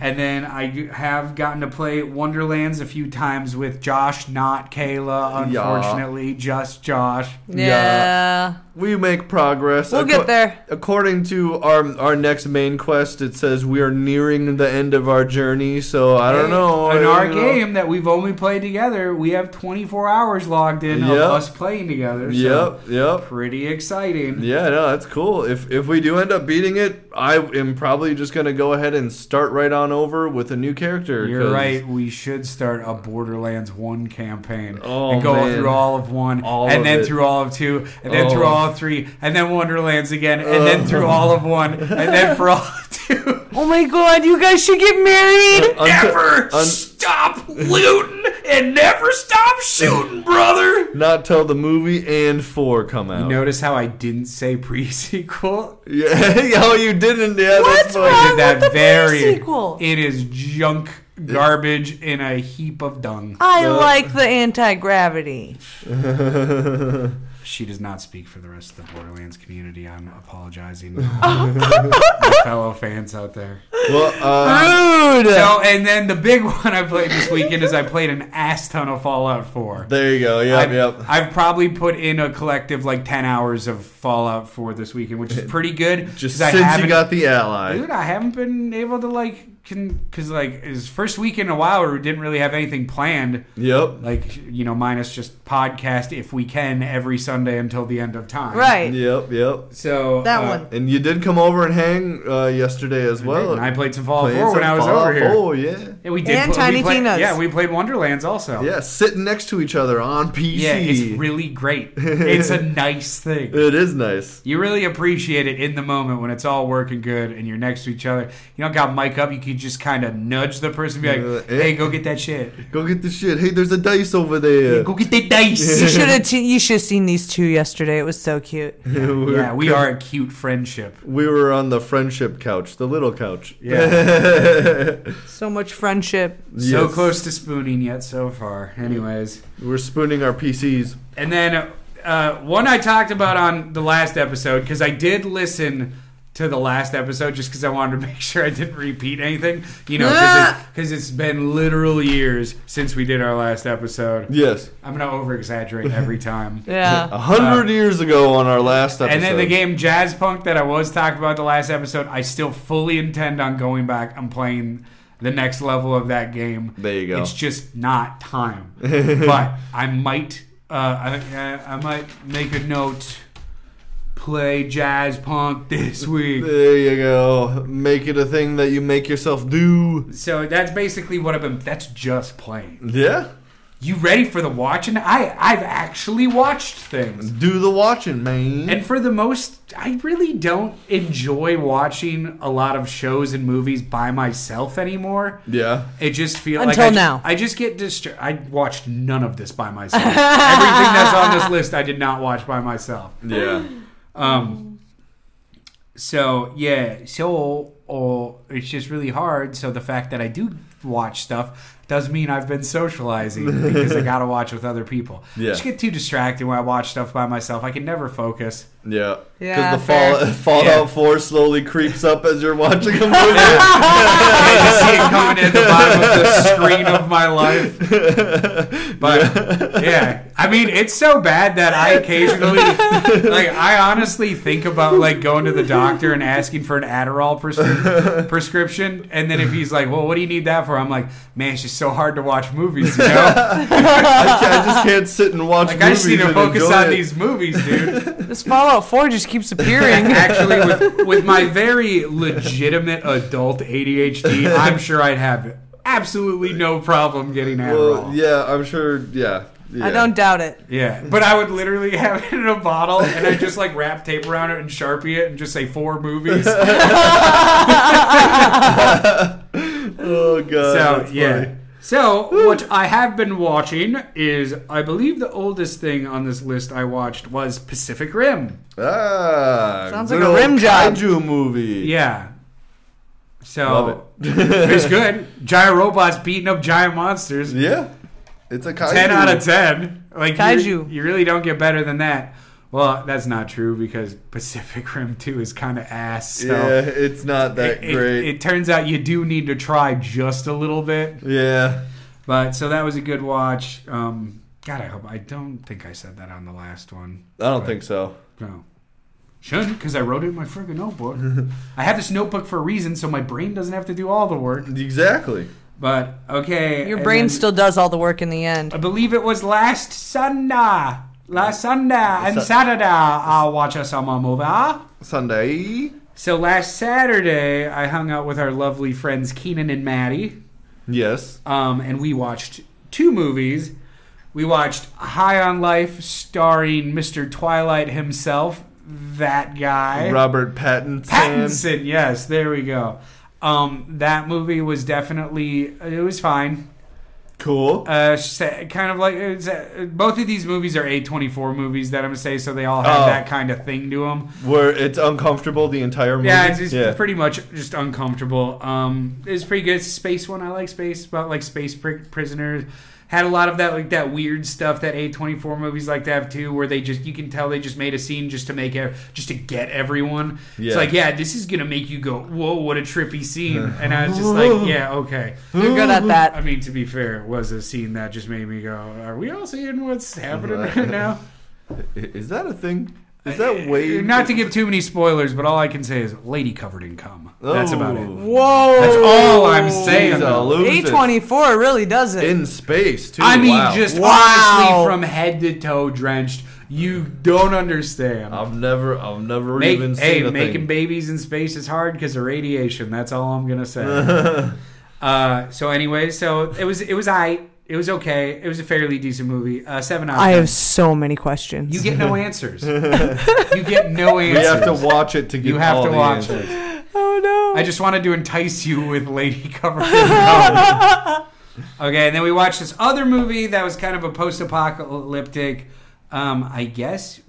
Speaker 2: and then I do- have gotten to play Wonderlands a few times with Josh, not Kayla,
Speaker 3: Yeah.
Speaker 2: unfortunately. Just Josh.
Speaker 1: Yeah.
Speaker 3: We make progress.
Speaker 1: We'll get there.
Speaker 3: According to our our next main quest, it says we are nearing the end of our journey. So I don't know.
Speaker 2: In
Speaker 3: you
Speaker 2: our
Speaker 3: know.
Speaker 2: game that we've only played together, we have 24 hours logged in
Speaker 3: Yep.
Speaker 2: of us playing together. So
Speaker 3: Yep. Yep.
Speaker 2: pretty exciting.
Speaker 3: Yeah, no, that's cool. If if we do end up beating it, I am probably just gonna go ahead and start right on over with a new character.
Speaker 2: You're
Speaker 3: 'cause-
Speaker 2: right. We should start a Borderlands one campaign
Speaker 3: Oh,
Speaker 2: and go
Speaker 3: man.
Speaker 2: through all of one,
Speaker 3: All
Speaker 2: and
Speaker 3: of
Speaker 2: then
Speaker 3: it.
Speaker 2: through all of two, and then through
Speaker 3: Oh. Uh.
Speaker 2: all of three, and then Wonderlands again, and then through all of one, and then for all of two.
Speaker 1: Oh my god, you guys should get married.
Speaker 3: Unti-
Speaker 2: never
Speaker 3: un-
Speaker 2: stop looting and never stop shooting, brother.
Speaker 3: Not till the movie and four come out.
Speaker 2: Notice how I didn't say pre-sequel.
Speaker 3: Yeah. oh, you didn't. Yeah.
Speaker 1: What's
Speaker 3: That's
Speaker 1: wrong
Speaker 3: funny.
Speaker 2: did
Speaker 1: with
Speaker 2: that
Speaker 1: the
Speaker 2: very
Speaker 1: pre-sequel?
Speaker 2: It is junk garbage in a heap of dung.
Speaker 1: I
Speaker 3: No.
Speaker 1: like the anti gravity.
Speaker 2: She does not speak for the rest of the Borderlands community. I'm apologizing to my fellow fans out there.
Speaker 3: Well, uh,
Speaker 1: Rude.
Speaker 2: So, and then the big one I played this weekend is I played an ass ton of Fallout 4.
Speaker 3: there you go. Yep.
Speaker 2: I've,
Speaker 3: yep.
Speaker 2: I've probably put in a collective like 10 hours of Fallout 4 this weekend, which is pretty good. 'cause
Speaker 3: Just
Speaker 2: I
Speaker 3: since you
Speaker 2: haven't-
Speaker 3: got the ally.
Speaker 2: Dude, I haven't been able to like, because like his first week in a while where we didn't really have anything planned.
Speaker 3: Yep.
Speaker 2: like you know minus just podcast if we can every sunday until the end of time
Speaker 1: right.
Speaker 3: Yep. Yep.
Speaker 2: so
Speaker 1: That
Speaker 2: uh,
Speaker 1: one.
Speaker 3: And you did come over and hang uh, yesterday as well.
Speaker 2: and i played some fallout
Speaker 3: Played
Speaker 2: 4
Speaker 3: some
Speaker 2: when i was
Speaker 3: Fallout
Speaker 2: over here
Speaker 3: 4, yeah.
Speaker 2: yeah, we did
Speaker 1: And
Speaker 2: pl- we
Speaker 1: Tiny
Speaker 2: played-
Speaker 1: Tina's.
Speaker 2: yeah we played wonderlands also
Speaker 3: Yeah, sitting next to each other on PC.
Speaker 2: yeah it's really great it's a nice thing
Speaker 3: It is nice.
Speaker 2: you really appreciate it in the moment when it's all working good and you're next to each other. You don't got mic up. You could just kind of nudge the person, be like,
Speaker 3: Uh, eh.
Speaker 2: "Hey, go get that shit.
Speaker 3: Go get the shit. Hey, there's a dice over there.
Speaker 2: Go get that dice."
Speaker 1: You should have. T- you should have seen these two yesterday. It was so cute.
Speaker 3: We're-
Speaker 2: yeah, we are a cute friendship.
Speaker 3: We were on the friendship couch, the little couch.
Speaker 2: Yeah.
Speaker 1: So much friendship.
Speaker 2: So
Speaker 3: Yes.
Speaker 2: close to spooning yet so far. Anyways.
Speaker 3: We're spooning our PCs.
Speaker 2: And then uh, one I talked about on the last episode because I did listen to the last episode just because I wanted to make sure I didn't repeat anything. You know, because it's been literal years since we did our last episode.
Speaker 3: Yes.
Speaker 2: I'm gonna over exaggerate every time.
Speaker 3: A
Speaker 1: Yeah.
Speaker 3: hundred years ago on our last episode.
Speaker 2: Uh, And then the game Jazz Punk that I was talking about the last episode, I still fully intend on going back and playing the next level of that game.
Speaker 3: There you go.
Speaker 2: It's just not time. but I might, uh, I, I, I might make a note. Play jazz punk this week.
Speaker 3: There you go. Make it a thing that you make yourself do.
Speaker 2: So that's basically what I've been. That's just playing.
Speaker 3: Yeah.
Speaker 2: You ready for the watching? I I've actually watched things.
Speaker 3: Do the watching, man.
Speaker 2: And for the most, I really don't enjoy watching a lot of shows and movies by myself anymore.
Speaker 3: yeah.
Speaker 2: It just feels
Speaker 1: Until
Speaker 2: like I ju-
Speaker 1: now.
Speaker 2: I just get distracted. I watched none of this by myself. Everything that's on this list, I did not watch by myself.
Speaker 3: Yeah.
Speaker 2: Um. So yeah, so oh, it's just really hard. So the fact that I do watch stuff does mean I've been socializing because I gotta watch with other people.
Speaker 3: Yeah.
Speaker 2: I just get too distracted when I watch stuff by myself. I can never focus.
Speaker 3: Yeah.
Speaker 1: Yeah,
Speaker 3: Because the
Speaker 1: fair.
Speaker 3: fall, Fallout
Speaker 2: Yeah.
Speaker 3: 4 slowly creeps up as you're watching a movie.
Speaker 2: I just see it coming in the bottom of the screen of my life. But yeah, I mean, it's so bad that I occasionally, like, I honestly think about like going to the doctor and asking for an Adderall prescri- prescription, and then if he's like, "Well, what do you need that for?" I'm like, "Man, it's just so hard to watch movies, you know?
Speaker 3: I, ca- I just can't sit and watch
Speaker 2: Like,
Speaker 3: movies
Speaker 2: I just need to
Speaker 3: and
Speaker 2: focus
Speaker 3: enjoy
Speaker 2: on
Speaker 3: it.
Speaker 2: these movies, dude."
Speaker 4: This Fallout 4 just keeps appearing.
Speaker 2: Actually, with, with my very legitimate adult ADHD, I'm sure I'd have absolutely no problem getting Adderall.
Speaker 3: Well, yeah, I'm sure. Yeah,
Speaker 1: I
Speaker 3: yeah.
Speaker 1: don't doubt it.
Speaker 2: Yeah, but I would literally have it in a bottle, and I just like wrap tape around it and sharpie it, and just say four movies.
Speaker 3: Uh,
Speaker 2: so
Speaker 3: Oh god. that's
Speaker 2: yeah.
Speaker 3: funny.
Speaker 2: So what I have been watching is, I believe the oldest thing on this list I watched was Pacific Rim.
Speaker 3: Ah.
Speaker 1: Sounds
Speaker 3: good
Speaker 1: like a
Speaker 3: old
Speaker 1: rim job.
Speaker 3: Kaiju movie.
Speaker 2: Yeah. So
Speaker 3: Love
Speaker 2: it's good. Giant robots beating up giant monsters.
Speaker 3: Yeah. It's a kaiju.
Speaker 2: 10 out of 10. Like, You,
Speaker 1: Kaiju.
Speaker 2: you really don't get better than that. Well, that's not true because Pacific Rim 2 is kind of ass. So
Speaker 3: Yeah, it's not that
Speaker 2: it, it-
Speaker 3: great.
Speaker 2: it turns out you do need to try just a little bit.
Speaker 3: yeah.
Speaker 2: But so that was a good watch. Um, God, I hope. I don't think I said that on the last one.
Speaker 3: I don't
Speaker 2: But-
Speaker 3: think so.
Speaker 2: No. Shouldn't, because I wrote it in my friggin' notebook. I have this notebook for a reason, so my brain doesn't have to do all the work.
Speaker 3: Exactly.
Speaker 2: But, okay.
Speaker 1: Your
Speaker 2: and
Speaker 1: brain
Speaker 2: then-
Speaker 1: still does all the work in the end.
Speaker 2: I believe it was last Sunday. Last Sunday and Saturday, I watch a summer movie.
Speaker 3: Sunday.
Speaker 2: So last Saturday, I hung out with our lovely friends Keenan and Maddie.
Speaker 3: Yes.
Speaker 2: um, and we watched two movies. We watched High on Life, starring Mr. Twilight himself, that guy.
Speaker 3: Robert Pattinson.
Speaker 2: Pattinson, yes, there we go. Um, that movie was definitely, it was fine.
Speaker 3: Cool.
Speaker 2: Uh, sa- kind of like, it's, uh, both of these movies are A24 movies that I'm going to say, so they all have
Speaker 3: Oh.
Speaker 2: that kind of thing to them.
Speaker 3: Where it's uncomfortable the entire movie.
Speaker 2: Yeah, it's, it's pretty much just uncomfortable. Um, it's pretty good. It's a space one. I like space about like space pr- prisoners. Had a lot of that like that weird stuff that A twenty four movies like to have too, where they just you can tell they just made a scene just to make it just to get everyone.
Speaker 3: Yeah.
Speaker 2: It's like yeah, this is gonna make you go whoa, what a trippy scene. And I was just like yeah, okay.
Speaker 1: You're good at
Speaker 2: I
Speaker 1: that.
Speaker 2: mean, to be fair, it was a scene that just made me go, are we all seeing what's happening right now?
Speaker 3: I- Is that a thing? Is that way
Speaker 2: Uh, Not to give too many spoilers, but all I can say is lady covered in cum.
Speaker 3: Oh.
Speaker 2: That's about it.
Speaker 1: Whoa.
Speaker 2: That's all I'm saying.
Speaker 3: He's a loser.
Speaker 1: A24 really does it.
Speaker 3: in space too.
Speaker 2: I mean,
Speaker 3: Wow.
Speaker 2: just
Speaker 1: Wow.
Speaker 2: honestly, from head to toe drenched. You don't understand.
Speaker 3: I've never, I've never
Speaker 2: Make-
Speaker 3: even seen
Speaker 2: hey,
Speaker 3: a
Speaker 2: making
Speaker 3: thing.
Speaker 2: babies in space is hard because of radiation. That's all I'm gonna say. uh, so anyway, so it was it was I. It was okay. It was a fairly decent movie. Uh, seven out. Of
Speaker 1: I
Speaker 2: 10.
Speaker 1: have so many questions.
Speaker 2: You get no answers. you get no
Speaker 3: we
Speaker 2: answers.
Speaker 3: have to watch it to get
Speaker 2: you have
Speaker 3: all
Speaker 2: to
Speaker 3: the
Speaker 2: watch
Speaker 3: answers.
Speaker 2: it.
Speaker 1: oh no.
Speaker 2: I just wanted to entice you with Lady Covered in Gold. okay, and then we watched this other movie that was kind of a post-apocalyptic, um, I guess,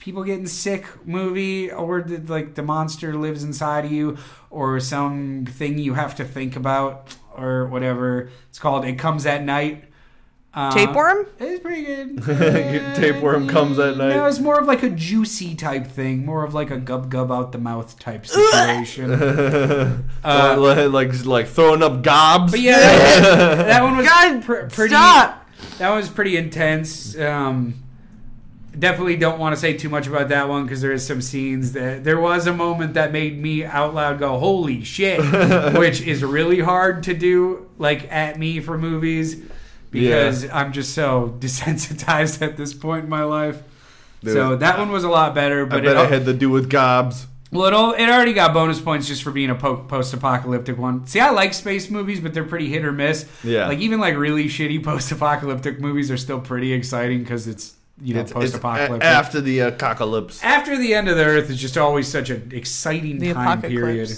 Speaker 2: people getting sick movie, or the, like the monster lives inside of you, or something you have to think about, or whatever. It's called It Comes at Night. Uh,
Speaker 1: Tapeworm?
Speaker 2: It's pretty good. Uh,
Speaker 3: Tapeworm comes at night.
Speaker 2: No, it's more of like a juicy type thing, more of like a gub gub out the mouth type situation.
Speaker 3: Or li- like, like throwing up gobs.
Speaker 2: Uh, But yeah, that, that one was
Speaker 1: God,
Speaker 2: pr- pretty.
Speaker 1: stop.
Speaker 2: That was pretty intense. Um, definitely don't want to say too much about that one because there is some scenes that there was a moment that made me out loud go "Holy shit," which is really hard to do like at me for movies because I'm just so desensitized at this point in my life.
Speaker 3: Dude,
Speaker 2: so that one was a lot better,
Speaker 3: I
Speaker 2: but
Speaker 3: bet
Speaker 2: it,
Speaker 3: it had to do with gobs.
Speaker 2: well, it, al- it already got bonus points just for being a po- post-apocalyptic one. See, I like space movies, but they're pretty hit or miss.
Speaker 3: Yeah.
Speaker 2: like even like really shitty post-apocalyptic movies are still pretty exciting because it's you know
Speaker 3: It's- it's a-
Speaker 2: post-apocalyptic.
Speaker 3: after the apocalypse.
Speaker 2: After the end of the Earth is just always such an exciting
Speaker 1: The
Speaker 2: time
Speaker 1: apocalypse.
Speaker 2: period.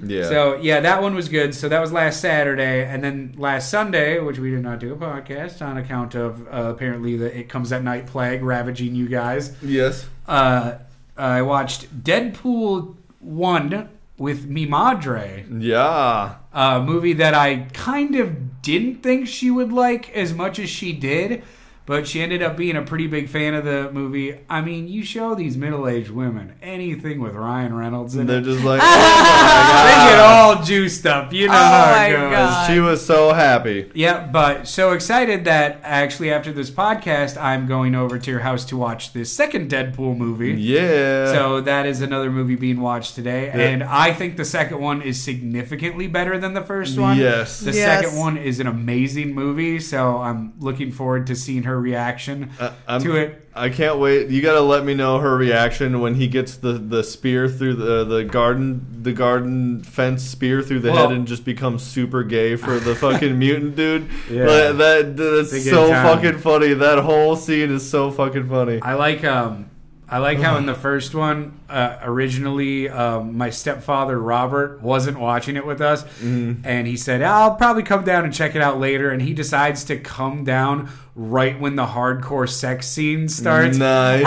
Speaker 3: Yeah.
Speaker 2: So yeah, that one was good. So that was last Saturday, and then last Sunday, which we did not do a podcast on account of uh, apparently the it comes at night plague ravaging you guys
Speaker 3: yes.
Speaker 2: uh, I watched Deadpool 1 with Mimadre,
Speaker 3: Yeah.
Speaker 2: a movie that I kind of didn't think she would like as much as she did But she ended up being a pretty big fan of the movie. I mean, you show these middle-aged women anything with Ryan Reynolds in
Speaker 3: They're
Speaker 2: it,
Speaker 3: just like, oh
Speaker 2: they
Speaker 3: my
Speaker 2: get
Speaker 3: God.
Speaker 2: all juiced up. You know
Speaker 4: Oh
Speaker 2: how
Speaker 4: my
Speaker 2: it goes.
Speaker 4: God.
Speaker 3: She was so happy.
Speaker 2: Yeah, but so excited that actually after this podcast, I'm going over to your house to watch this second Deadpool movie.
Speaker 3: Yeah.
Speaker 2: So that is another movie being watched today, and I think the second one is significantly better than the first one.
Speaker 3: Yes.
Speaker 2: the
Speaker 1: Yes.
Speaker 2: second one is an amazing movie, so I'm looking forward to seeing her reaction
Speaker 3: I- Uh, I'm-
Speaker 2: to it.
Speaker 3: I can't wait. You gotta let me know her reaction when he gets the, the spear through the, the garden the garden fence spear through the
Speaker 2: Well-
Speaker 3: head and just becomes super gay for the fucking mutant dude.
Speaker 2: Yeah.
Speaker 3: Like, that
Speaker 2: They
Speaker 3: that's
Speaker 2: get
Speaker 3: so
Speaker 2: down.
Speaker 3: fucking funny. That whole scene is so fucking funny.
Speaker 2: I like um, I like how in the first one, uh, originally um, my stepfather Robert wasn't watching it with us, and he said I'll probably come down and check it out later, and he decides to come down right when the hardcore sex scene starts.
Speaker 3: Nice.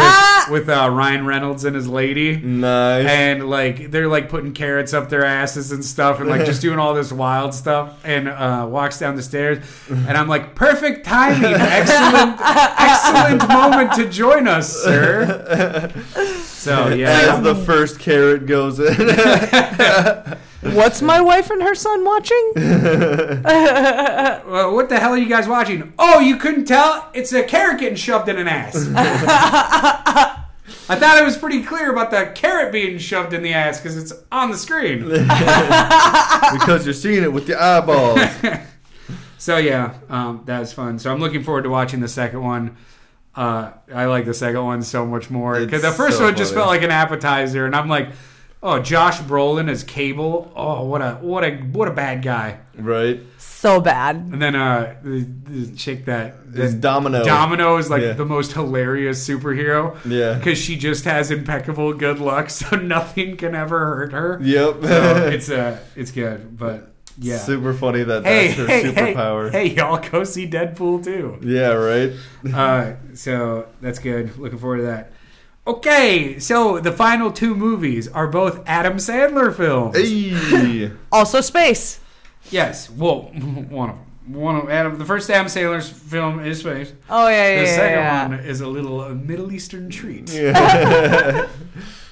Speaker 2: With uh, Ryan Reynolds and his lady.
Speaker 3: Nice.
Speaker 2: and like they're like putting carrots up their asses and stuff and like just doing all this wild stuff and uh, walks down the stairs and i'm like perfect timing excellent excellent moment to join us sir so yeah
Speaker 3: As the first carrot goes in.
Speaker 4: What's my wife and her son watching?
Speaker 2: Well, what the hell are you guys watching oh you couldn't tell it's a carrot getting shoved in an ass I thought it was pretty clear about the carrot being shoved in the ass because it's on the screen.
Speaker 3: because you're seeing it with the eyeballs.
Speaker 2: So yeah, um, that was fun. So I'm looking forward to watching the second one. Uh, I like the second one so much more because
Speaker 3: It's
Speaker 2: the first
Speaker 3: so
Speaker 2: one just
Speaker 3: funny.
Speaker 2: felt like an appetizer, and I'm like, oh, Josh Brolin as Cable. Oh, what a what a what a bad guy.
Speaker 3: Right?
Speaker 4: So bad.
Speaker 2: And then uh, the, the chick that
Speaker 3: It's
Speaker 2: that
Speaker 3: domino.
Speaker 2: Domino is like
Speaker 3: Yeah.
Speaker 2: the most hilarious superhero
Speaker 3: yeah.
Speaker 2: because she just has impeccable good luck, so nothing can ever hurt her.
Speaker 3: Yep.
Speaker 2: So it's uh, it's good, but yeah.
Speaker 3: Super funny that
Speaker 2: Hey,
Speaker 3: that's her
Speaker 2: hey, hey,
Speaker 3: superpower.
Speaker 2: hey, y'all go see Deadpool too.
Speaker 3: Yeah, right?
Speaker 2: uh, so that's good. Looking forward to that. Okay, so the final two movies are both Adam Sandler films.
Speaker 3: Hey.
Speaker 1: Also, space.
Speaker 2: Yes, well, one of them. One of Adam. The first Adam Sandler's film is Space.
Speaker 4: Oh yeah,
Speaker 2: The
Speaker 4: yeah, yeah,
Speaker 2: second
Speaker 4: yeah.
Speaker 2: one is a little uh, Middle Eastern treat.
Speaker 3: Yeah.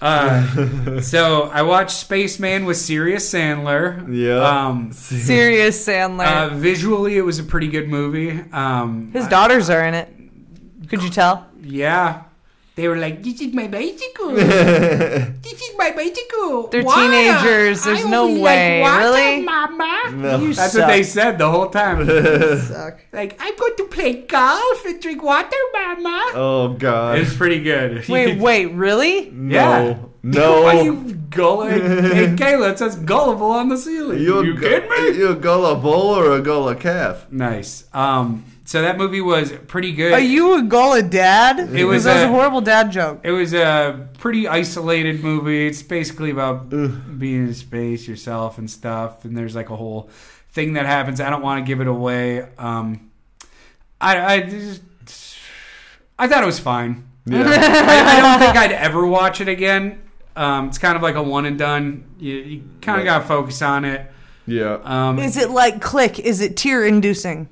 Speaker 2: Uh, so I watched Spaceman with Sirius Sandler.
Speaker 3: Yeah.
Speaker 2: Um,
Speaker 4: Serious Sandler.
Speaker 2: uh, visually, it was a pretty good movie. Um,
Speaker 4: His daughters are in it. Could you tell?
Speaker 2: Yeah. They were like, this is my bicycle. this is my bicycle.
Speaker 4: They're teenagers. There's no
Speaker 2: only
Speaker 4: way.
Speaker 2: water,
Speaker 4: Really?
Speaker 2: Mama.
Speaker 3: No.
Speaker 4: You
Speaker 2: That's
Speaker 4: suck.
Speaker 2: what they said the whole time.
Speaker 1: Suck.
Speaker 2: like, I'm going to play golf and drink water, Mama.
Speaker 3: oh
Speaker 2: It
Speaker 3: God.
Speaker 2: was pretty good. You
Speaker 4: Wait,
Speaker 2: could-
Speaker 4: wait, really?
Speaker 3: no.
Speaker 2: yeah. Why
Speaker 3: No.
Speaker 2: you gullible? hey, Kayla, it says gullible on the ceiling. You,
Speaker 3: a
Speaker 2: kidding
Speaker 3: gu-
Speaker 2: me?
Speaker 3: You a gullah bull or a gullah calf?
Speaker 2: Nice. Um, so that movie was pretty good.
Speaker 4: Are you a Gullah dad?
Speaker 2: It was
Speaker 4: that was
Speaker 2: a-
Speaker 4: a horrible dad joke.
Speaker 2: It was a pretty isolated movie. It's basically about being in space yourself and stuff. And there's like a whole thing that happens. I don't want to give it away. Um, I I just I thought it was fine.
Speaker 3: Yeah.
Speaker 2: I, I don't think I'd ever watch it again. Um, it's kind of like a one and done. You, you kind of
Speaker 3: Right.
Speaker 2: got to focus on it.
Speaker 3: yeah.
Speaker 2: Um,
Speaker 1: Is it like click? Is it tear inducing?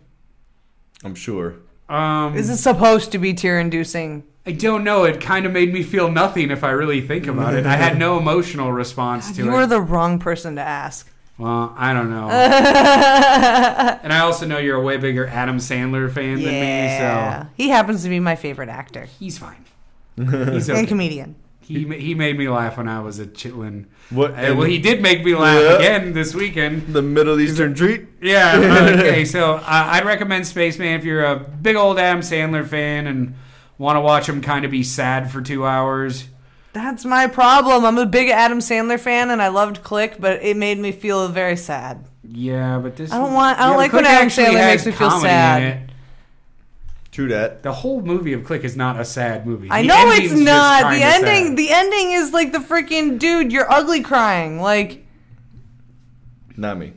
Speaker 3: I'm sure.
Speaker 2: um,
Speaker 4: Is it supposed to be tear inducing?
Speaker 2: I don't know. It kind of made me feel nothing if I really think about it. I had no emotional response to it.
Speaker 1: You are the wrong person to ask.
Speaker 2: Well, I don't know. and I also know you're a way bigger Adam Sandler fan than me, so
Speaker 4: He happens to be my favorite actor.
Speaker 2: he's fine. He's
Speaker 1: And
Speaker 2: okay.
Speaker 1: comedian.
Speaker 2: He, ma- he made me laugh when I was at Chitlin.
Speaker 3: What?
Speaker 2: Uh, well, he did make me laugh
Speaker 3: Yeah.
Speaker 2: again this weekend.
Speaker 3: the Middle Eastern treat.
Speaker 2: Yeah. Okay, so uh, I'd recommend Spaceman if you're a big old Adam Sandler fan and want to watch him kind of be sad for two hours.
Speaker 1: That's my problem. I'm a big Adam Sandler fan, and I loved Click, but it made me feel very sad.
Speaker 2: Yeah, but this
Speaker 1: I don't want- I don't
Speaker 2: Yeah,
Speaker 1: like
Speaker 2: Click
Speaker 1: when Adam
Speaker 2: actually
Speaker 1: Sandler
Speaker 2: had
Speaker 1: makes me feel
Speaker 2: comedy in
Speaker 1: sad.
Speaker 2: it.
Speaker 3: True that.
Speaker 2: The whole movie of Click is not a sad movie.
Speaker 1: I
Speaker 2: The
Speaker 1: know
Speaker 2: ending's
Speaker 1: it's
Speaker 2: just
Speaker 1: not. The
Speaker 2: kinda
Speaker 1: ending.
Speaker 2: sad.
Speaker 1: The ending is like the freaking dude. You're ugly crying. Like
Speaker 3: Not me.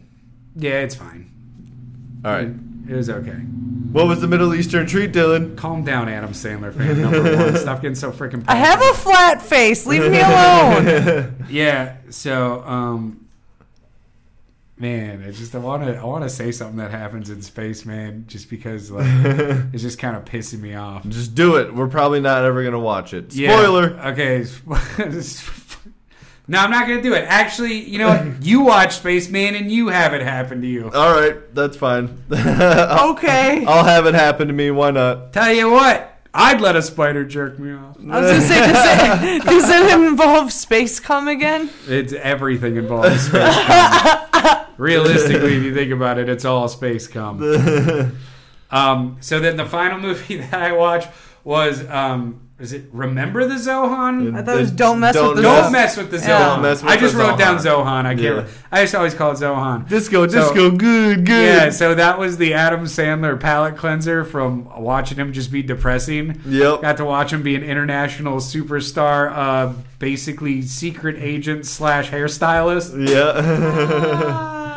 Speaker 2: Yeah, it's fine.
Speaker 3: All right.
Speaker 2: It was okay.
Speaker 3: What was the Middle Eastern treat, Dylan?
Speaker 2: Calm down, Adam Sandler fan number one. Stop getting so freaking.
Speaker 1: I have a flat face. Leave me alone.
Speaker 2: Yeah. So, um, Man, I just I want to I want to say something that happens in space, man, just because like it's just kind of pissing me off.
Speaker 3: Just do it. We're probably not ever gonna watch it.
Speaker 2: Yeah,
Speaker 3: Spoiler.
Speaker 2: Okay. no, I'm not gonna do it. Actually, you know what? You watch Spaceman and you have it happen to you.
Speaker 3: All right, that's fine. I'll,
Speaker 1: Okay.
Speaker 2: Oh,
Speaker 3: I'll have it happen to me. Why not?
Speaker 2: Tell you what, I'd let a spider jerk me off.
Speaker 1: I was gonna say, does it, does it involve space cum again?
Speaker 2: It's everything involves space. cum. Realistically, if you think about it, it's all space cum. Um, so then the final movie that I watched was um, is it Remember the Zohan?
Speaker 1: I thought it was Don't Mess With the
Speaker 2: Don't
Speaker 1: Zohan.
Speaker 2: mess with the Zohan.
Speaker 1: Yeah. Don't
Speaker 3: mess with
Speaker 2: I just
Speaker 3: the
Speaker 2: wrote down
Speaker 3: Zohan.
Speaker 2: Zohan. I can't.
Speaker 3: Yeah.
Speaker 2: I just always call it Zohan.
Speaker 3: Disco,
Speaker 2: So-
Speaker 3: disco, good, good.
Speaker 2: Yeah, so that was the Adam Sandler palate cleanser from watching him just be depressing.
Speaker 3: Yep.
Speaker 2: Got to watch him be an international superstar, uh, basically secret agent slash hairstylist.
Speaker 3: Yeah.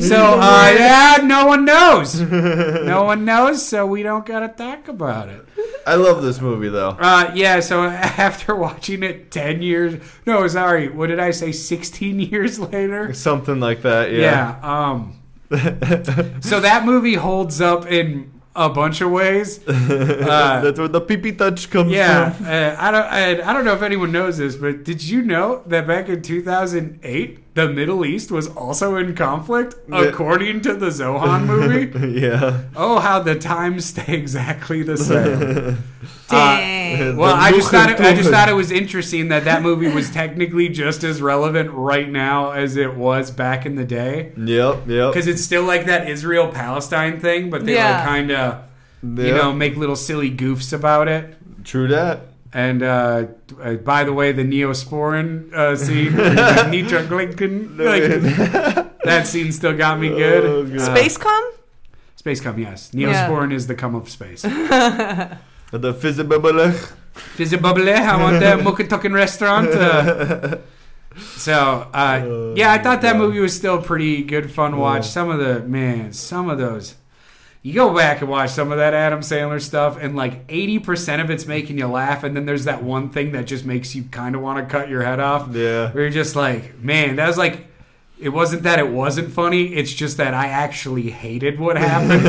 Speaker 2: So uh, yeah, no one knows. No one knows, so we don't gotta talk about it.
Speaker 3: I love this movie though.
Speaker 2: Uh, yeah, so after watching it ten years, no, sorry, what did I say? Sixteen years later.
Speaker 3: Something like that. Yeah.
Speaker 2: Yeah. Um, so that movie holds up in a bunch of ways. Uh,
Speaker 3: that's where the pee pee touch comes
Speaker 2: yeah.
Speaker 3: from.
Speaker 2: Uh, I don't. I, I don't know if anyone knows this, but did you know that back in 2008, the Middle East was also in conflict,
Speaker 3: Yeah.
Speaker 2: according to the Zohan movie?
Speaker 3: yeah.
Speaker 2: oh, how the times stay exactly the same.
Speaker 3: Uh,
Speaker 2: Uh,
Speaker 1: Dang.
Speaker 2: Well,
Speaker 3: The
Speaker 2: I just
Speaker 3: nuke
Speaker 2: thought it,
Speaker 3: is
Speaker 2: I just
Speaker 3: good.
Speaker 2: thought it was interesting that that movie was technically just as relevant right now as it was back in the day.
Speaker 3: Yep. Yep.
Speaker 2: because it's still like that Israel Palestine thing, but they
Speaker 1: Yeah.
Speaker 2: like kind of you
Speaker 3: Yep.
Speaker 2: know make little silly goofs about it.
Speaker 3: True that.
Speaker 2: And uh, uh, by the way, the Neosporin uh, scene, Nitra Glinken, like, that scene still got me good.
Speaker 3: Oh, God.
Speaker 2: Uh,
Speaker 1: Space cum?
Speaker 2: space cum, yes.
Speaker 1: Yeah.
Speaker 2: Neosporin is the cum of space.
Speaker 3: The fizzibabala.
Speaker 2: Fizzibubble, I want that Mukatukan restaurant. uh, so uh, yeah, I thought that
Speaker 3: God.
Speaker 2: movie was still pretty good, fun watch. Some of the man, some of those. You go back and watch some of that Adam Sandler stuff, and like eighty percent of it's making you laugh, and then there's that one thing that just makes you kind of want to cut your head off.
Speaker 3: Yeah.
Speaker 2: Where you're just like, man, that was like, it wasn't that it wasn't funny. It's just that I actually hated what happened.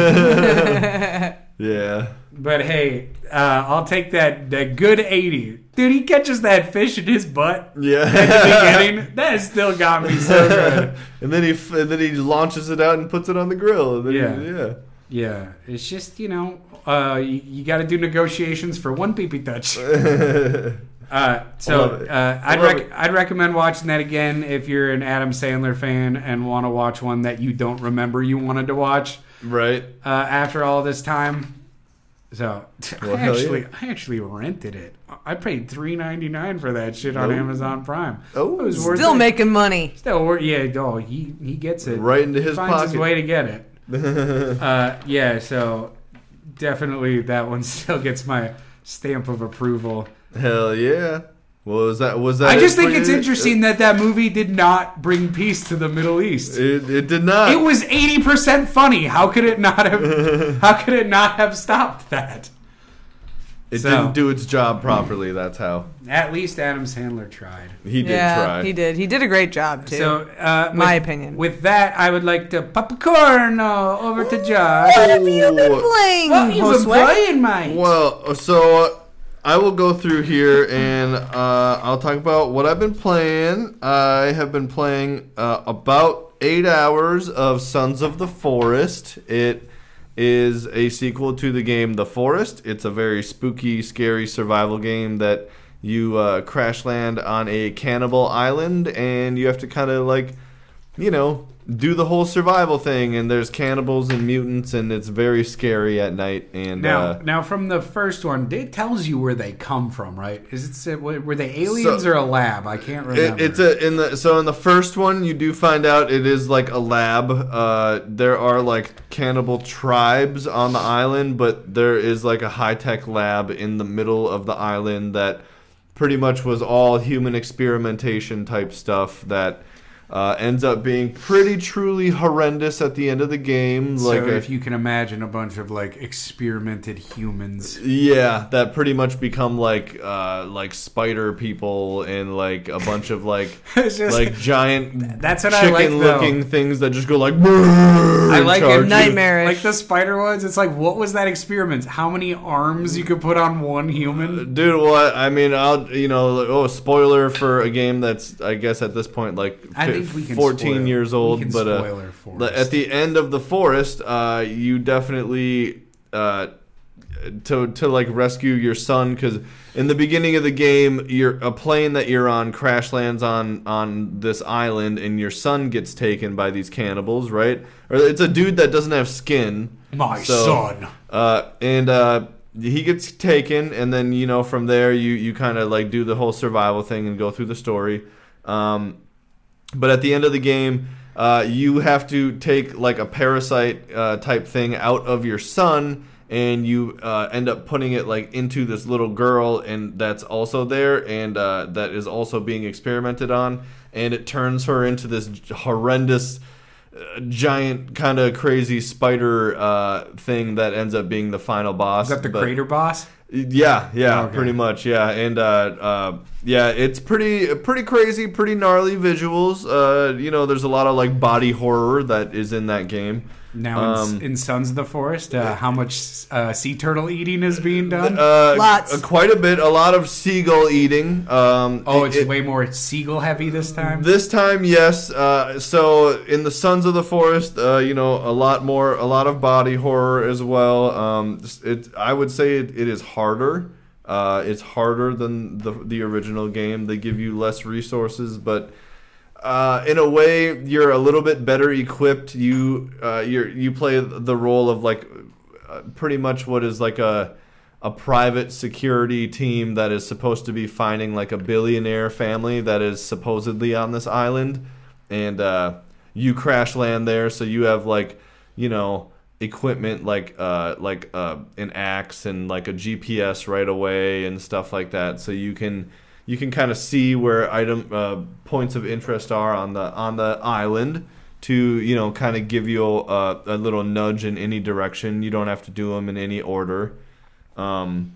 Speaker 3: Yeah.
Speaker 2: But hey, uh, I'll take that that good eighty, dude. He catches that fish in his butt at the
Speaker 3: Yeah.
Speaker 2: beginning. That has still got me so good.
Speaker 3: and then he f- and then he launches it out and puts it on the grill. And then yeah. He,
Speaker 2: Yeah.
Speaker 3: yeah.
Speaker 2: Yeah, it's just you know, uh, you, you got to do negotiations for one peepee touch. Uh, so
Speaker 3: Love it.
Speaker 2: uh, I'd
Speaker 3: Love
Speaker 2: rec-
Speaker 3: it.
Speaker 2: I'd recommend watching that again if you're an Adam Sandler fan and want to watch one that you don't remember you wanted to watch
Speaker 3: Right.
Speaker 2: uh, after all this time. So
Speaker 3: Well,
Speaker 2: I
Speaker 3: hell
Speaker 2: actually
Speaker 3: yeah.
Speaker 2: I actually rented it. I paid three ninety nine for that shit on
Speaker 3: Oh.
Speaker 2: Amazon Prime.
Speaker 3: Oh.
Speaker 2: It was worth
Speaker 1: Still
Speaker 2: it.
Speaker 1: making money.
Speaker 2: Still worth yeah. Oh, he he gets it
Speaker 3: Right into his
Speaker 2: finds
Speaker 3: pocket.
Speaker 2: his way to get it. Uh, yeah, so definitely that one still gets my stamp of approval.
Speaker 3: Hell yeah. Well, was that was that?
Speaker 2: I
Speaker 3: it
Speaker 2: just
Speaker 3: for
Speaker 2: think it's
Speaker 3: you?
Speaker 2: interesting that that movie did not bring peace to the Middle East.
Speaker 3: It, it did not.
Speaker 2: It was eighty percent funny. How could it not have? How could it not have stopped that?
Speaker 3: It
Speaker 2: So-
Speaker 3: didn't do its job properly. That's how
Speaker 2: At least Adam Sandler tried.
Speaker 3: he did
Speaker 1: yeah,
Speaker 3: try.
Speaker 1: he did. He did a great job too.
Speaker 2: So, uh,
Speaker 1: My
Speaker 2: with-
Speaker 1: opinion.
Speaker 2: With that, I would like to popcorn uh, over to Josh.
Speaker 1: what have you been
Speaker 3: Ooh.
Speaker 1: playing?
Speaker 2: What you been
Speaker 1: Josue?
Speaker 2: playing, mate?
Speaker 3: Well, so uh, I will go through here and uh, I'll talk about what I've been playing. I have been playing uh, about eight hours of Sons of the Forest. It is a sequel to the game The Forest. It's a very spooky, scary survival game that you uh, crash land on a cannibal island and you have to kind of like you know, do the whole survival thing, and there's cannibals and mutants, and it's very scary at night. And
Speaker 2: Now,
Speaker 3: uh,
Speaker 2: now from the first one, it tells you where they come from, right? Is it were they aliens
Speaker 3: So-
Speaker 2: or a lab? I can't
Speaker 3: it,
Speaker 2: remember.
Speaker 3: it's a in the so in the first one, you do find out it is like a lab. Uh, there are like cannibal tribes on the island, but there is like a high tech lab in the middle of the island that pretty much was all human experimentation type stuff that Uh, ends up being pretty truly horrendous at the end of the game. Like
Speaker 2: so
Speaker 3: a-
Speaker 2: if you can imagine a bunch of like experimented humans,
Speaker 3: Yeah, that pretty much become like uh like spider people and like a bunch of like
Speaker 2: It's just-
Speaker 3: like giant
Speaker 2: That's what I
Speaker 3: chicken
Speaker 2: like,
Speaker 3: looking things that just go like I
Speaker 2: like it
Speaker 1: nightmare. Nightmarish.
Speaker 2: like the spider ones, it's like what was that experiment? How many arms you could put on one human?
Speaker 3: Dude, what I mean, I'll you know, like, oh, spoiler for a game that's I guess at this point like
Speaker 2: I
Speaker 3: fi-
Speaker 2: think we can
Speaker 3: fourteen
Speaker 2: spoil-
Speaker 3: years
Speaker 2: we
Speaker 3: old,
Speaker 2: can
Speaker 3: but uh,
Speaker 2: spoiler
Speaker 3: the- at
Speaker 2: Forest.
Speaker 3: the end of the forest, uh, you definitely uh, to to like rescue your son because in the beginning of the game, your a plane that you're on crash lands on on this island, and your son gets taken by these cannibals, right? Or it's a dude that doesn't have skin.
Speaker 2: My
Speaker 3: So-
Speaker 2: son.
Speaker 3: uh, and uh, he gets taken, and then you know from there you you kind of like do the whole survival thing and go through the story. Um, but at the end of the game, uh, you have to take like a parasite uh, type thing out of your son, and you uh, end up putting it like into this little girl, and that's also there, and uh, that is also being experimented on, and it turns her into this horrendous uh, giant kind of crazy spider uh, thing that ends up being the final boss.
Speaker 2: Is that the
Speaker 3: but-
Speaker 2: crater boss?
Speaker 3: Yeah, yeah,
Speaker 2: Okay.
Speaker 3: pretty much. Yeah, and uh, uh, yeah, it's pretty pretty crazy, pretty gnarly visuals. Uh, you know, there's a lot of like body horror that is in that game.
Speaker 2: Now
Speaker 3: Um,
Speaker 2: in, in Sons of the Forest, uh, how much uh, sea turtle eating is being done?
Speaker 3: Uh,
Speaker 1: Lots.
Speaker 3: uh, quite a bit, a lot of seagull eating. Um,
Speaker 2: oh,
Speaker 3: it-
Speaker 2: it's
Speaker 3: it-
Speaker 2: way more seagull heavy this time.
Speaker 3: This time, yes. Uh, so in the Sons of the Forest, uh, you know, a lot more, a lot of body horror as well. Um, it, I would say it, it is harder. Uh, it's harder than the the original game. They give you less resources, but uh, in a way, you're a little bit better equipped. You uh, you you play the role of like uh, pretty much what is like a a private security team that is supposed to be finding like a billionaire family that is supposedly on this island, and uh, you crash land there, so you have like you know equipment like uh like uh an axe and like a GPS right away and stuff like that so you can you can kind of see where item uh, points of interest are on the on the island to you know kind of give you a, a little nudge in any direction you don't have to do them in any order um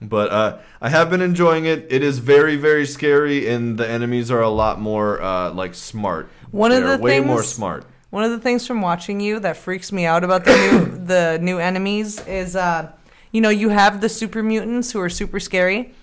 Speaker 3: but uh, I have been enjoying it. It is very, very scary, and the enemies are a lot more uh, like smart.
Speaker 1: One of
Speaker 3: They're
Speaker 1: the
Speaker 3: way more
Speaker 1: things-
Speaker 3: smart.
Speaker 1: One of the things from watching you that freaks me out about the new the new enemies is uh you know you have the super mutants who are super scary.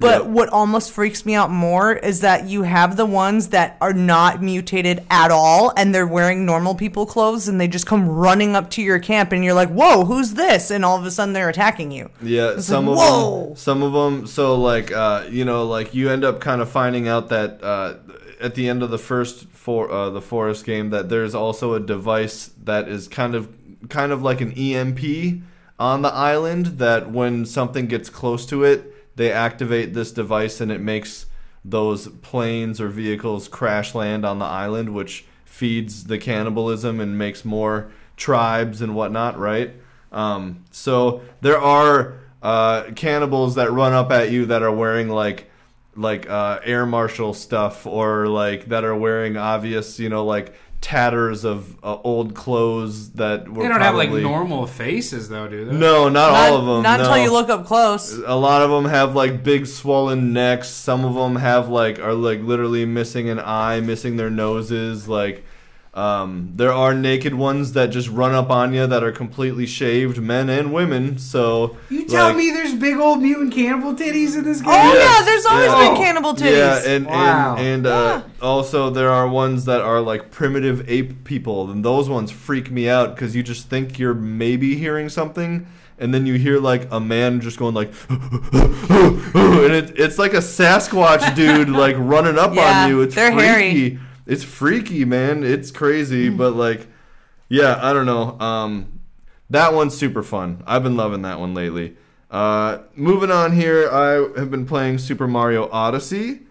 Speaker 1: But
Speaker 3: Yeah.
Speaker 1: what almost freaks me out more is that you have the ones that are not mutated at all and they're wearing normal people clothes and they just come running up to your camp and you're like, "Whoa, who's this?" and all of a sudden they're attacking you.
Speaker 3: Yeah,
Speaker 1: It's
Speaker 3: some
Speaker 1: like,
Speaker 3: of
Speaker 1: whoa.
Speaker 3: them. Some of them. So like, uh, you know, like you end up kind of finding out that uh, at the end of the first for uh, the forest game that there's also a device that is kind of kind of like an EMP on the island that when something gets close to it, they activate this device and it makes those planes or vehicles crash land on the island, which feeds the cannibalism and makes more tribes and whatnot, right? Um, so there are uh, cannibals that run up at you that are wearing like like uh, air marshal stuff or like that are wearing obvious, you know, like tatters of uh, old clothes that were
Speaker 2: they don't have like
Speaker 3: probably-
Speaker 2: normal faces though, do they?
Speaker 3: No, not, all of them.
Speaker 1: Not
Speaker 3: no. Uh,
Speaker 1: until you look up close.
Speaker 3: A lot of them have like big swollen necks. Some of them have like are like literally missing an eye, missing their noses. Like um, there are naked ones that just run up on you that are completely shaved, men and women. So
Speaker 2: You tell
Speaker 3: like-
Speaker 2: me there's big old mutant cannibal titties in this game?
Speaker 1: Oh
Speaker 3: Yes,
Speaker 1: yeah, there's always
Speaker 3: yeah.
Speaker 1: been cannibal titties.
Speaker 3: Yeah, and
Speaker 2: Wow.
Speaker 3: and, and uh, also there are ones that are like primitive ape people, and those ones freak me out because you just think you're maybe hearing something, and then you hear like a man just going like, and it, it's like a Sasquatch dude like running up
Speaker 1: Yeah,
Speaker 3: on you. It's
Speaker 1: they're
Speaker 3: freaky.
Speaker 1: hairy. Hmm.
Speaker 3: It's freaky, man. It's crazy, but like, yeah, I don't know. Um, that one's super fun. I've been loving that one lately. Uh, moving on here, I have been playing Super Mario Odyssey.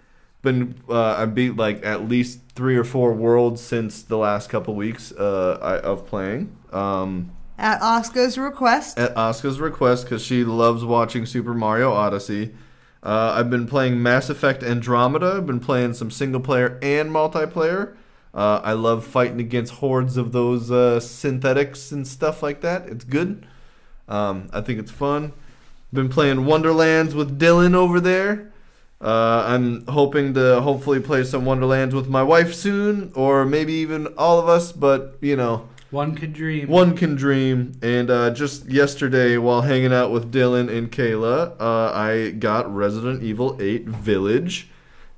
Speaker 3: Been uh, I beat like at least three or four worlds since the last couple weeks uh, I, of playing. Um,
Speaker 1: At Oscar's request.
Speaker 3: at Asuka's request because she loves watching Super Mario Odyssey. Uh, I've been playing Mass Effect Andromeda. I've been playing some single player and multiplayer. Uh, I love fighting against hordes of those uh, synthetics and stuff like that. It's good. Um, I think it's fun. Been playing Wonderlands with Dylan over there. Uh, I'm hoping to hopefully play some Wonderlands with my wife soon, or maybe even all of us. But you know,
Speaker 2: One could dream.
Speaker 3: one can dream. And uh, just yesterday, while hanging out with Dylan and Kayla, uh, I got Resident Evil 8 Village,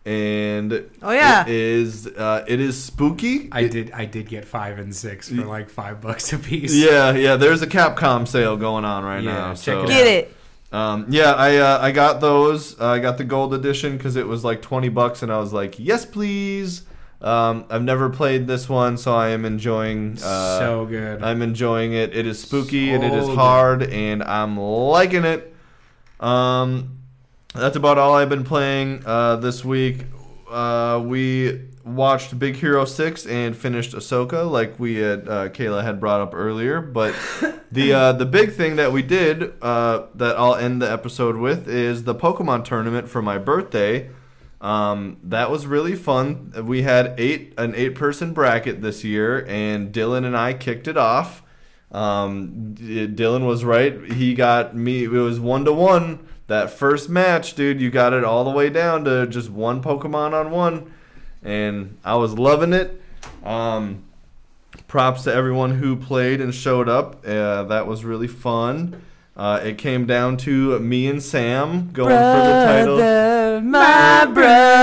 Speaker 3: and
Speaker 1: Oh, yeah.
Speaker 3: it is uh, it is spooky.
Speaker 2: I did. I did get five and six for like five bucks a piece.
Speaker 3: yeah, yeah. There's a Capcom sale going on right
Speaker 2: Yeah,
Speaker 3: now.
Speaker 2: check
Speaker 3: so.
Speaker 2: it
Speaker 4: Get it.
Speaker 3: Um, yeah, I uh, I got those. Uh, I got the gold edition because it was like twenty bucks, and I was like, yes, please. Um, I've never played this one, so I am enjoying. Uh,
Speaker 2: so good.
Speaker 3: I'm enjoying it. It is spooky and it is
Speaker 2: So good.
Speaker 3: hard, and I'm liking it. Um, that's about all I've been playing uh, this week. Uh, we watched Big Hero Six and finished Ahsoka, like we had uh, Kayla had brought up earlier. But the uh, the big thing that we did uh, that I'll end the episode with is the Pokemon tournament for my birthday. Um, that was really fun. We had eight an eight person bracket this year, and Dylan and I kicked it off. Um, D- Dylan was right. He got me. It was one to one. That first match, dude, you got it all the way down to just one Pokemon on one, and I was loving it. Um, props to everyone who played and showed up. Uh, that was really fun. Uh, it came down to me and Sam going for the title.
Speaker 4: Brother, Uh, my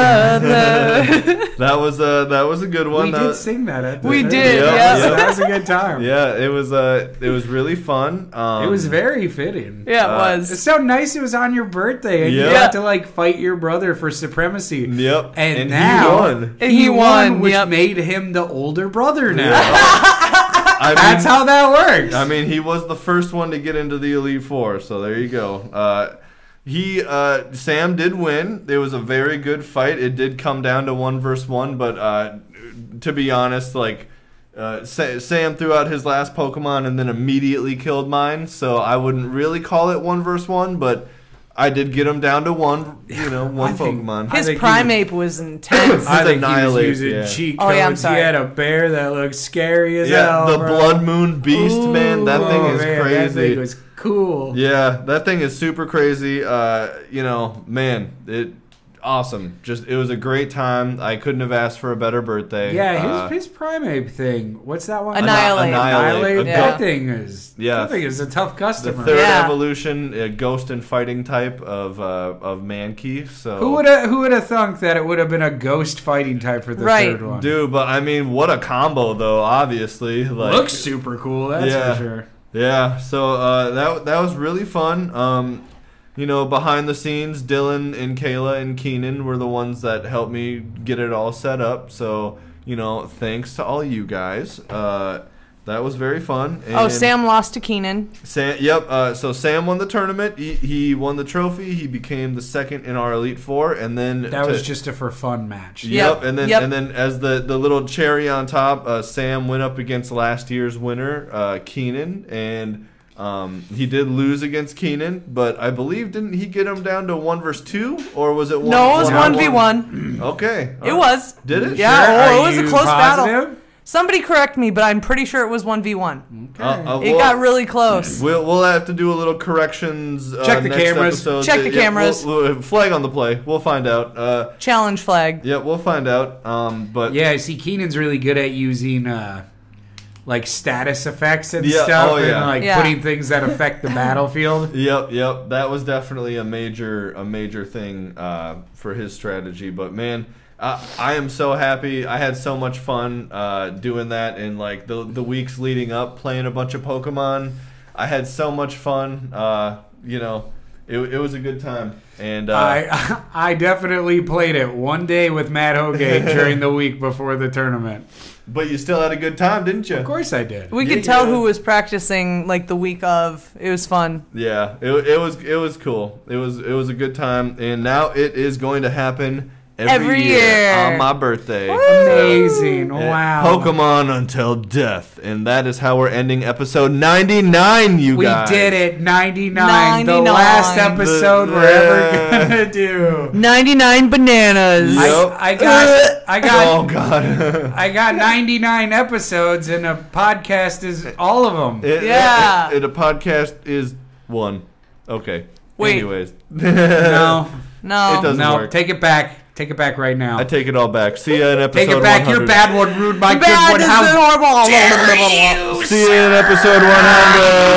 Speaker 4: brother.
Speaker 3: That was a that was a good one.
Speaker 2: we
Speaker 3: That-
Speaker 2: did sing that at the
Speaker 4: We
Speaker 2: thing.
Speaker 4: did,
Speaker 3: Yeah, yeah.
Speaker 2: So that was a good time.
Speaker 3: yeah, it was uh, it was really fun. Um,
Speaker 2: It was very fitting.
Speaker 4: yeah, it
Speaker 3: Uh,
Speaker 2: It's
Speaker 4: was.
Speaker 2: so nice it was on your birthday and
Speaker 3: Yeah.
Speaker 2: you had to like fight your brother for supremacy.
Speaker 3: Yep,
Speaker 2: And,
Speaker 3: and he
Speaker 2: now
Speaker 3: won.
Speaker 4: And he won,
Speaker 2: which
Speaker 4: yep.
Speaker 2: made him the older brother now.
Speaker 3: Yeah. I mean,
Speaker 2: That's how that works.
Speaker 3: I mean, he was the first one to get into the Elite Four, so there you go. Uh, he uh, Sam did win. It was a very good fight. It did come down to one versus one, but uh, to be honest, like. Uh, Sa- Sam threw out his last Pokemon and then immediately killed mine, so I wouldn't really call it one versus one, but I did get him down to one, you know, one
Speaker 2: think-
Speaker 3: Pokemon.
Speaker 2: I
Speaker 1: His
Speaker 2: think he
Speaker 1: primate was intense.
Speaker 2: I think he was
Speaker 3: annihilate,
Speaker 2: using
Speaker 3: yeah.
Speaker 2: cheat
Speaker 4: Oh,
Speaker 2: codes.
Speaker 4: yeah, I'm sorry.
Speaker 2: He had a bear that looked scary as
Speaker 3: Yeah,
Speaker 2: hell.
Speaker 3: the
Speaker 2: bro.
Speaker 3: Blood Moon Beast, man, that
Speaker 2: Ooh,
Speaker 3: thing is
Speaker 2: man,
Speaker 3: crazy.
Speaker 2: That thing was cool.
Speaker 3: yeah, that thing is super crazy. Uh, you know, man, it awesome. Just it was a great time. I couldn't have asked for a better birthday.
Speaker 2: Yeah,
Speaker 3: Uh,
Speaker 2: his, his primate thing. What's that one?
Speaker 4: Annihilate.
Speaker 3: Annihilate.
Speaker 2: Annihilate.
Speaker 3: A
Speaker 2: That
Speaker 4: yeah.
Speaker 2: thing is.
Speaker 3: Yeah.
Speaker 2: That thing is a tough
Speaker 3: The
Speaker 2: customer.
Speaker 3: third
Speaker 1: Yeah.
Speaker 3: evolution, a ghost and fighting type of uh, of Mankey. So
Speaker 2: Who would have Who would have thunk that it would have been a ghost fighting type for the
Speaker 1: Right.
Speaker 2: third one?
Speaker 3: dude? But I mean, what a combo though. Obviously, like
Speaker 2: looks super cool. That's
Speaker 3: Yeah.
Speaker 2: for sure.
Speaker 3: Yeah, so uh, that that was really fun. Um, you know, behind the scenes, Dylan and Kayla and Keenan were the ones that helped me get it all set up. So you know, thanks to all you guys. Uh, that was very fun. And
Speaker 1: oh, Sam lost to Keenan.
Speaker 3: Sam. Yep. Uh, so Sam won the tournament. He, he won the trophy. He became the second in our elite four, and then
Speaker 2: That
Speaker 3: to-
Speaker 2: was just a for fun match.
Speaker 3: Yep.
Speaker 1: Yep,
Speaker 3: and then
Speaker 1: yep.
Speaker 3: and then as the the little cherry on top, uh, Sam went up against last year's winner, uh, Keenan, and um, he did lose against Keenan, but I believe didn't he get him down to one versus two, or was it one?
Speaker 1: No, it was
Speaker 2: one-
Speaker 1: one v one.
Speaker 3: Okay,
Speaker 1: It was.
Speaker 3: Did it?
Speaker 1: Yeah,
Speaker 2: Are
Speaker 1: oh, it was a
Speaker 2: you
Speaker 1: close battle.
Speaker 2: positive?
Speaker 1: Somebody correct me, but I'm pretty sure it was one v one.
Speaker 3: Uh, uh,
Speaker 1: It
Speaker 3: we'll-
Speaker 1: got really close.
Speaker 3: We'll, we'll have to do a little corrections. Uh,
Speaker 2: Check the
Speaker 3: next
Speaker 2: cameras.
Speaker 3: episode.
Speaker 1: Check the
Speaker 3: Yeah,
Speaker 1: cameras.
Speaker 3: we'll- we'll- flag on the play. We'll find out. Uh,
Speaker 1: Challenge flag.
Speaker 3: yeah, we'll find out. Um, but
Speaker 2: Yeah, I see, Keenan's really good at using uh, like status effects and
Speaker 3: Yeah,
Speaker 2: stuff,
Speaker 3: oh, yeah.
Speaker 2: and like
Speaker 1: Yeah.
Speaker 2: putting things that affect the battlefield.
Speaker 3: Yep, yep. That was definitely a major, a major thing uh, for his strategy. But man, I, I am so happy. I had so much fun uh, doing that, and like the the weeks leading up, playing a bunch of Pokemon. I had so much fun. Uh, you know, it, it was a good time. And uh,
Speaker 2: I I definitely played it one day with Matt Hogate during the week before the tournament.
Speaker 3: but you still had a good time, didn't you?
Speaker 2: Of course I did.
Speaker 1: We
Speaker 3: Yeah,
Speaker 1: could tell
Speaker 3: yeah.
Speaker 1: who was practicing like the week of. It was fun.
Speaker 3: Yeah, it, it was it was cool. It was it was a good time, and now it is going to happen every,
Speaker 4: Every
Speaker 3: year,
Speaker 4: year.
Speaker 3: on my birthday.
Speaker 2: Amazing.
Speaker 3: And
Speaker 2: Wow.
Speaker 3: Pokemon until death. And that is how we're ending episode 99, you
Speaker 2: We
Speaker 3: guys.
Speaker 2: did it. 99. The
Speaker 4: 99.
Speaker 2: last episode
Speaker 3: The-
Speaker 2: we're ever
Speaker 3: yeah.
Speaker 2: going to do.
Speaker 4: 99 bananas.
Speaker 3: Yeah. Yep.
Speaker 2: I, I got I
Speaker 3: Oh,
Speaker 2: got
Speaker 3: God.
Speaker 2: I got 99 episodes and a podcast is all of them.
Speaker 3: It-
Speaker 4: Yeah.
Speaker 3: it- it- a podcast is one. Okay.
Speaker 4: Wait.
Speaker 3: Anyways.
Speaker 2: No.
Speaker 4: No.
Speaker 3: It doesn't
Speaker 2: No,
Speaker 3: work.
Speaker 2: take it back. Take it back right now.
Speaker 3: I take it all back. See you in episode
Speaker 2: Take it back.
Speaker 3: 100.
Speaker 2: Your bad one ruined my
Speaker 4: Bad
Speaker 2: good
Speaker 4: is
Speaker 2: one. How
Speaker 4: horrible.
Speaker 3: See you in episode 100.